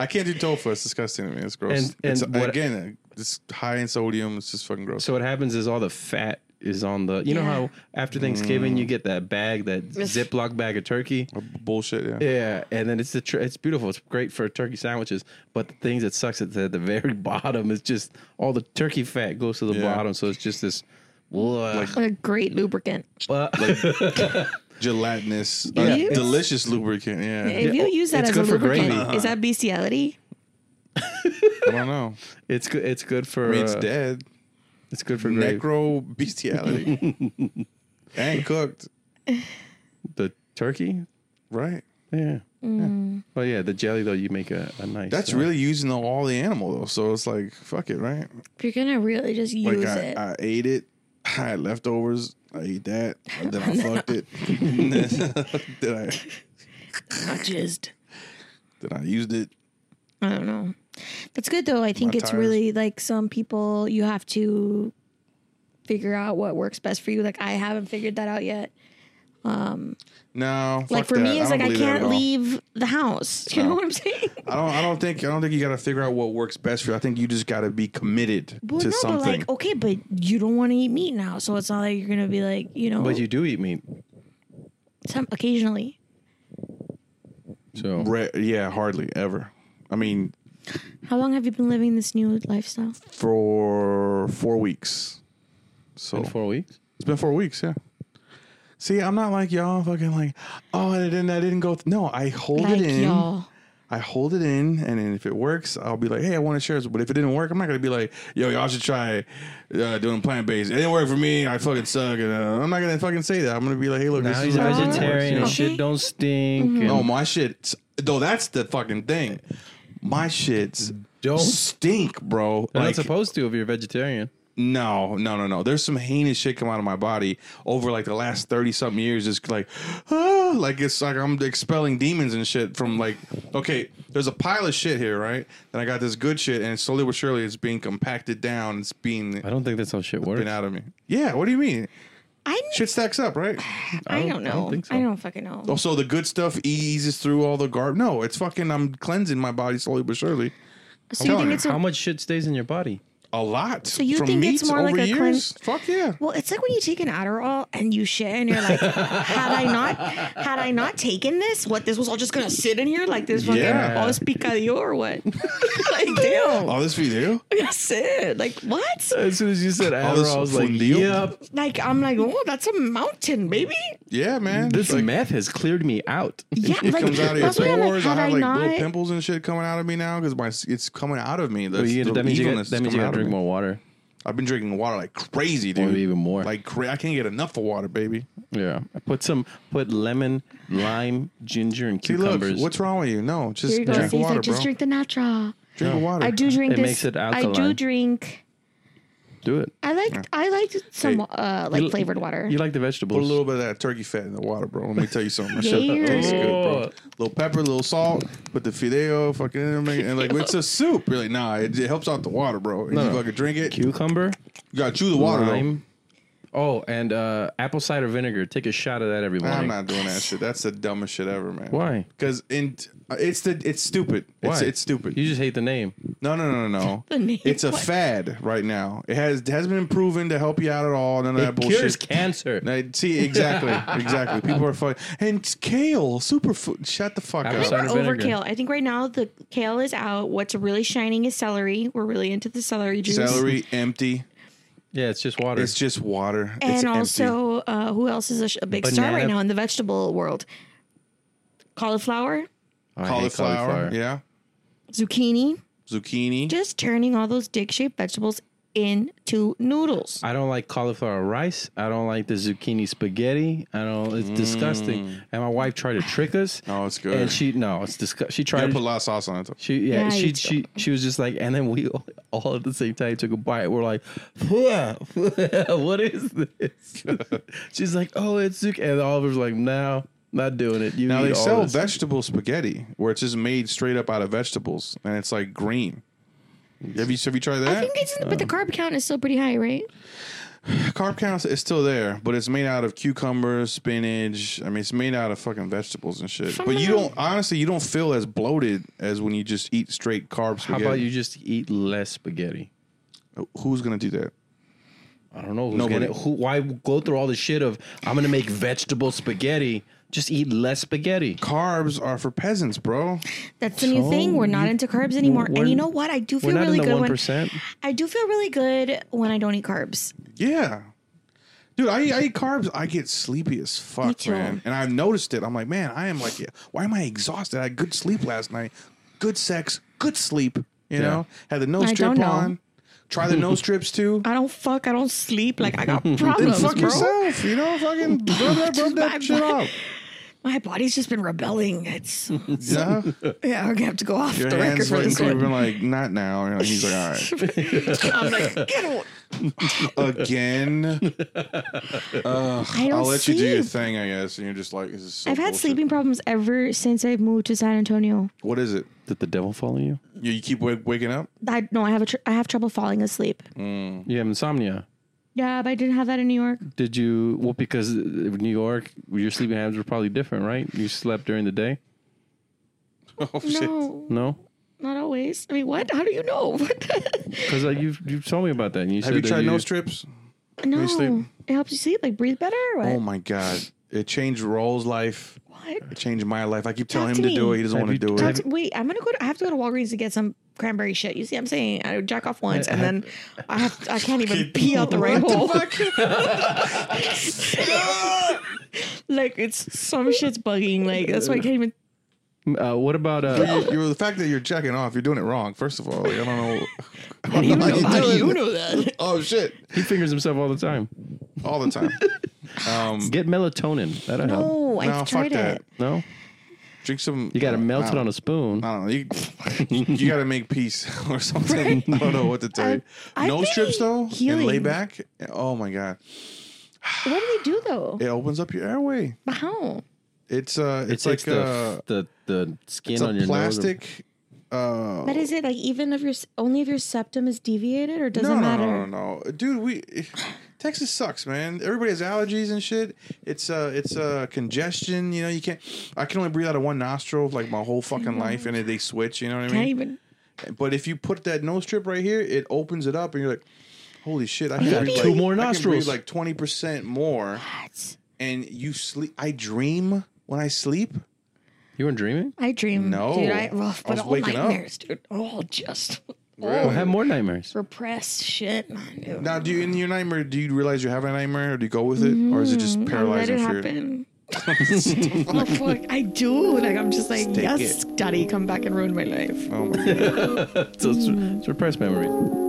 S1: I can't do tofu. It's disgusting to me. It's gross.
S3: And- and
S1: it's,
S3: what-
S1: again, it's high in sodium. It's just fucking gross.
S3: So what happens is all the fat is on the. You know
S5: Yeah.
S3: how after Thanksgiving you get that bag, that Ziploc bag of turkey.
S1: Bullshit. Yeah.
S3: Yeah, and then it's the tr- it's beautiful. It's great for turkey sandwiches, but the things that sucks at the, at the very bottom is just all the turkey fat goes to the
S1: Yeah.
S3: bottom, so it's just this. Like,
S5: A great lubricant.
S1: Gelatinous. uh,
S5: is?
S1: delicious lubricant. Yeah.
S5: If you use that
S3: it's
S5: as
S3: good
S5: a
S3: for
S5: lubricant,
S3: gravy.
S5: is that bestiality?
S1: I don't know.
S3: it's good. It's good for.
S1: I mean, it's
S3: uh,
S1: dead.
S3: It's good for gravy.
S1: Necro bestiality. and cooked.
S3: the turkey.
S1: Right.
S3: Yeah. yeah. Oh yeah, the jelly though you make a, a nice.
S1: That's
S3: uh,
S1: really using all the animal though. So it's like, fuck it, right?
S5: If you're gonna really just use
S1: like I,
S5: it,
S1: I ate it. I had leftovers. I ate that. And then I fucked it. And then, then I
S5: not just.
S1: then I used it.
S5: I don't know. That's good though. I think
S1: My
S5: it's
S1: tires.
S5: really like some people you have to figure out what works best for you. Like I haven't figured that out yet.
S1: No.
S5: like
S1: fuck
S5: for
S1: that.
S5: me, it's
S1: don't believe that
S5: like I
S1: at
S5: can't
S1: all.
S5: leave the house. You know what I'm saying?
S1: I don't I don't think I don't think you gotta figure out what works best for you. I think you just gotta be committed
S5: Well,
S1: to
S5: no,
S1: something.
S5: but like oh. okay, but you don't want to eat meat now, so it's not like you're gonna be like you know.
S3: But you do eat meat,
S5: some occasionally.
S3: so
S1: Re- yeah, hardly ever. I mean,
S5: How long have you been living this new lifestyle?
S1: for four weeks. So
S3: in four weeks.
S1: It's been four weeks, yeah. See, I'm not like y'all fucking like, oh, I didn't, I didn't go. Th-. No, I hold
S5: Like
S1: it in.
S5: y'all.
S1: I hold it in, and then if it works, I'll be like, hey, I want to share this. But if it didn't work, I'm not gonna be like, yo, y'all should try uh, doing plant based. It didn't work for me. I fucking suck. And, uh, I'm not gonna fucking say that. I'm gonna be like, hey, look,
S3: Now
S1: this
S3: he's
S1: is
S3: a
S1: what I did.
S3: vegetarian and
S5: Okay.
S3: shit Mm-hmm. don't stink. and-
S1: No, my shit. Though that's the fucking thing. My shits
S3: Don't-
S1: stink, bro.
S3: You're not supposed to if you're vegetarian.
S1: No, no, no, no. There's some heinous shit come out of my body over like the last thirty something years. It's like, ah, like it's like I'm expelling demons and shit from like. Okay, there's a pile of shit here, right? Then I got this good shit, and slowly but surely it's being compacted down. It's being
S3: I don't think that's how shit works.
S1: been out of me. Yeah, what do you mean?
S5: I
S1: Shit stacks up, right?
S5: I
S3: don't-
S5: don't know. I
S3: I don't
S5: don't,
S3: think so.
S5: fucking know.
S1: Also, the good stuff eases through all the garb. No, it's fucking. I'm cleansing my body slowly but surely.
S5: so you
S1: telling
S5: think
S1: you,
S5: it's
S3: How
S5: a,
S3: much shit stays in your body?
S1: A lot. So
S5: you think it's more like a clean-
S1: Fuck yeah.
S5: well? It's like when you take an Adderall and you shit, and you're like, had I not, had I not taken this, what this was all just gonna sit in here like this fucking
S1: Yeah.
S5: os picadillo or what? like
S1: All
S5: damn,
S1: Oh, this for you.
S5: that's it. Like what?
S3: As soon as you said
S1: this
S3: Adderall, I was like,
S1: fundio?
S3: "Yep,
S5: Like I'm like, oh, that's a mountain, baby.
S1: Yeah, man.
S3: this
S1: It's like-
S3: meth has cleared me out."
S5: Yeah,
S1: it
S5: like
S1: comes out of your
S5: that's what I'm like.
S1: pores. I
S5: Had I,
S1: have like little
S5: not,
S1: pimples and shit coming out of me now because my it's coming out of me. The,
S3: But you-
S1: the
S3: that means you, got,
S1: evilness
S3: that
S1: is
S3: means
S1: coming
S3: you gotta
S1: out of
S3: drink
S1: me.
S3: more water.
S1: I've been drinking water like crazy, dude.
S3: Maybe even more.
S1: Like cra- I can't get enough of water, baby.
S3: Yeah, put some, put lemon, lime, ginger, and
S1: See, look,
S3: cucumbers.
S1: what's wrong with you? No, just
S5: Here you go.
S1: drink
S5: See, he's
S1: water,
S5: like, just
S1: bro.
S2: Drink the natural.
S1: Drink water.
S5: I do drink
S3: It
S5: this.
S3: makes it
S5: I do
S3: alkaline.
S5: drink
S3: Do it.
S7: I liked I liked some uh like
S3: You-
S7: flavored water.
S3: You like the vegetables.
S1: Put a little bit of that turkey fat in the water, bro. Let me tell you something. That shit
S7: Yeah.
S1: tastes good, bro.
S3: Oh.
S1: Little pepper, little salt. Put the fideo, fucking, and make- and like it's a soup. You're like, nah, it, it helps out the water, bro. And
S3: No,
S1: you
S3: no.
S1: fucking drink it.
S3: cucumber,
S1: You gotta chew the water, though.
S3: lime. Oh, and uh, apple cider vinegar. Take a shot of that every morning.
S1: I'm not doing that shit. That's the dumbest shit ever, man.
S3: Why?
S1: Because in uh, it's the it's stupid. It's,
S3: Why?
S1: it's stupid.
S3: You just hate the name.
S1: No, no, no, no, no.
S7: The name-
S1: It's a
S7: what?
S1: fad right now. It has it hasn't been proven to help you out at all. None of that
S3: It
S1: bullshit.
S3: cures cancer.
S1: Now, see exactly, exactly. People are fucking and kale superfood. Shut the fuck
S3: Apple
S1: up.
S3: cider-
S1: Sorry.
S3: Cider
S5: Over
S3: vinegar.
S5: kale. I think right now the kale is out. What's really shining is celery. We're really into the celery juice.
S1: Celery empty.
S3: Yeah, it's just water.
S1: It's just water.
S5: And
S1: it's empty.
S5: also, uh, who else is a, sh- a big star
S3: Banana-
S5: right now in the vegetable world? Cauliflower,
S3: I hate
S1: cauliflower, Yeah,
S5: zucchini,
S1: zucchini.
S5: just turning all those dick-shaped vegetables into noodles.
S3: I don't like cauliflower rice. I don't like the zucchini spaghetti. I don't. It's disgusting. And my wife tried to trick us.
S1: Mm. No, it's good.
S3: And she no, it's disgusting. She
S1: you
S3: tried.
S1: gotta put a lot of sauce on it. Though.
S3: she yeah.
S5: Yeah,
S3: she
S5: you
S3: she she was just like, and then we all, all at the same time took a bite. We're like, what is this? She's like, oh, it's zucchini. And Oliver's like, no, not doing it. You
S1: Now
S3: eat
S1: they
S3: all
S1: sell
S3: this.
S1: vegetable spaghetti, where it's just made straight up out of vegetables, and it's like green. Have you have you tried that?
S7: I think it's but the carb count is still pretty high, right?
S1: carb count is still there, but it's made out of cucumbers, spinach. I mean, it's made out of fucking vegetables and shit. But you don't honestly, you don't feel as bloated as when you just eat straight carbs.
S3: How about you just eat less spaghetti?
S1: Who's gonna do that?
S3: I don't know. Who's
S1: Nobody.
S3: gonna, who, why go through all the shit of I'm gonna make vegetable spaghetti? Just eat less spaghetti.
S1: Carbs are for peasants, bro.
S5: That's the new thing. We're not into carbs anymore.
S3: we're-
S5: And you know what? I do
S3: We're
S5: feel
S3: not
S5: really
S3: in the
S5: good
S3: one
S5: when
S3: percent.
S5: I do feel really good when I don't eat carbs.
S1: Yeah, dude, I, I eat carbs. I get sleepy as fuck,
S5: too.
S1: man. And I've noticed it. I'm like, man, I am like, yeah, why am I exhausted? I had good sleep last night, good sex, good sleep. You know, had the nose
S7: I
S1: strip
S7: don't know.
S1: on. Try the nose strips too.
S5: I don't fuck. I don't sleep. Like I got
S1: Then
S5: problems,
S1: fuck
S5: bro.
S1: yourself, you know. Fucking rub that, rub that
S5: my-
S1: shit off.
S5: My body's just been rebelling. It's
S1: Yeah,
S5: yeah. We're gonna have to go off
S1: your
S5: the record
S1: hands
S5: for
S1: fucking
S5: this
S1: clear.
S5: one.
S1: Been like, not now. And he's like,
S5: I'm like, get away.
S1: all right, again. Ugh,
S5: don't
S1: I'll let you do your
S5: sleep.
S1: thing, I guess. And you're just like, this is so
S5: I've had
S1: bullshit.
S5: sleeping problems ever since I moved to San Antonio.
S1: What is it?
S3: Did the devil follow you?
S1: You, you keep wake, waking up.
S5: I no, I have a tr- I have trouble falling asleep.
S1: Mm.
S3: You have insomnia.
S5: Yeah, but I didn't have that in New York.
S3: Did you? Well, because uh, New York, your sleeping habits were probably different, right? You slept during the day.
S1: Oh shit!
S5: No,
S3: No,
S5: not always. I mean, what? How do you know?
S3: because uh, you you told me about that. And you said
S1: Have you
S3: that
S1: tried nose strips?
S5: no,
S1: sleep.
S5: it helps you sleep, like breathe better. Or what?
S1: Oh my god, it changed Roll's life.
S5: what?
S1: It changed my life. I keep telling
S5: Talk
S1: him
S5: to
S1: to do
S5: me.
S1: it. He doesn't
S3: Have
S1: want to
S3: you-
S1: do
S5: Talk
S1: it.
S5: to- wait, I'm gonna go. To, I have to go to Walgreens to get some cranberry shit. You see, I'm saying I jack off once, and then I have. I can't even pee out the right hole. like it's some shit's bugging. Like that's why I can't even.
S3: Uh, what about uh,
S1: You- You're the fact that you're checking off. You're doing it wrong. First of all, Like, I don't know.
S5: How do you know? How do
S1: doing
S5: you
S1: it.
S5: know that?
S1: Oh shit!
S3: he fingers himself all the time?
S1: All the time. Um,
S3: Get melatonin. That'll help.
S5: Oh,
S1: no,
S5: I've
S1: fuck
S5: tried
S1: that.
S5: it.
S3: No,
S1: Drink some.
S3: you got to melt it on
S1: a.
S3: a spoon.
S1: I don't know. You, you got to make peace or something. I don't know what to tell you.
S5: I- I've
S1: no
S5: been
S1: strips though, and lay
S5: healing.
S1: back. Oh my god,
S7: What do they do though?
S1: it opens up your airway.
S7: But how?
S1: It's uh,
S3: It's
S1: it's,
S3: like
S1: like
S3: the,
S1: uh,
S3: the the skin
S1: it's
S3: on
S1: a
S3: your
S1: plastic.
S3: nose.
S1: Uh,
S5: But is it like even if your s- only if your septum is deviated or doesn't
S1: no, no,
S5: matter?
S1: no, no, no, dude. We Texas sucks, man. Everybody has allergies and shit. It's uh, it's uh, congestion. You know, you can't. I can only breathe out of one nostril like my whole fucking life, and then they switch. You know what I
S5: Can't
S1: mean?
S5: even.
S1: But if you put that nose strip right here, it opens it up, and you're like, "Holy shit! I
S3: got
S1: can breathe
S3: two
S1: like,
S3: more
S1: I can breathe
S3: nostrils.
S1: like twenty percent more." And you sleep. I dream when I sleep.
S3: You weren't dreaming.
S7: I dream.
S1: No.
S7: dude, I, oh,
S1: I was
S7: but all
S1: waking up.
S7: nightmares, dude. All just
S3: Well, have more nightmares.
S7: repressed shit. man, dude.
S1: Now, do you in your nightmare? Do you realize you have a nightmare, or do you go with it, or is it just
S5: Mm-hmm. Let it
S1: paralyzing fear?
S5: happen.
S7: Oh, fuck, I do. Like I'm just like,
S1: Take
S7: yes, daddy, come back and ruin my life.
S1: Oh my god!
S3: So it's, it's repressed memory.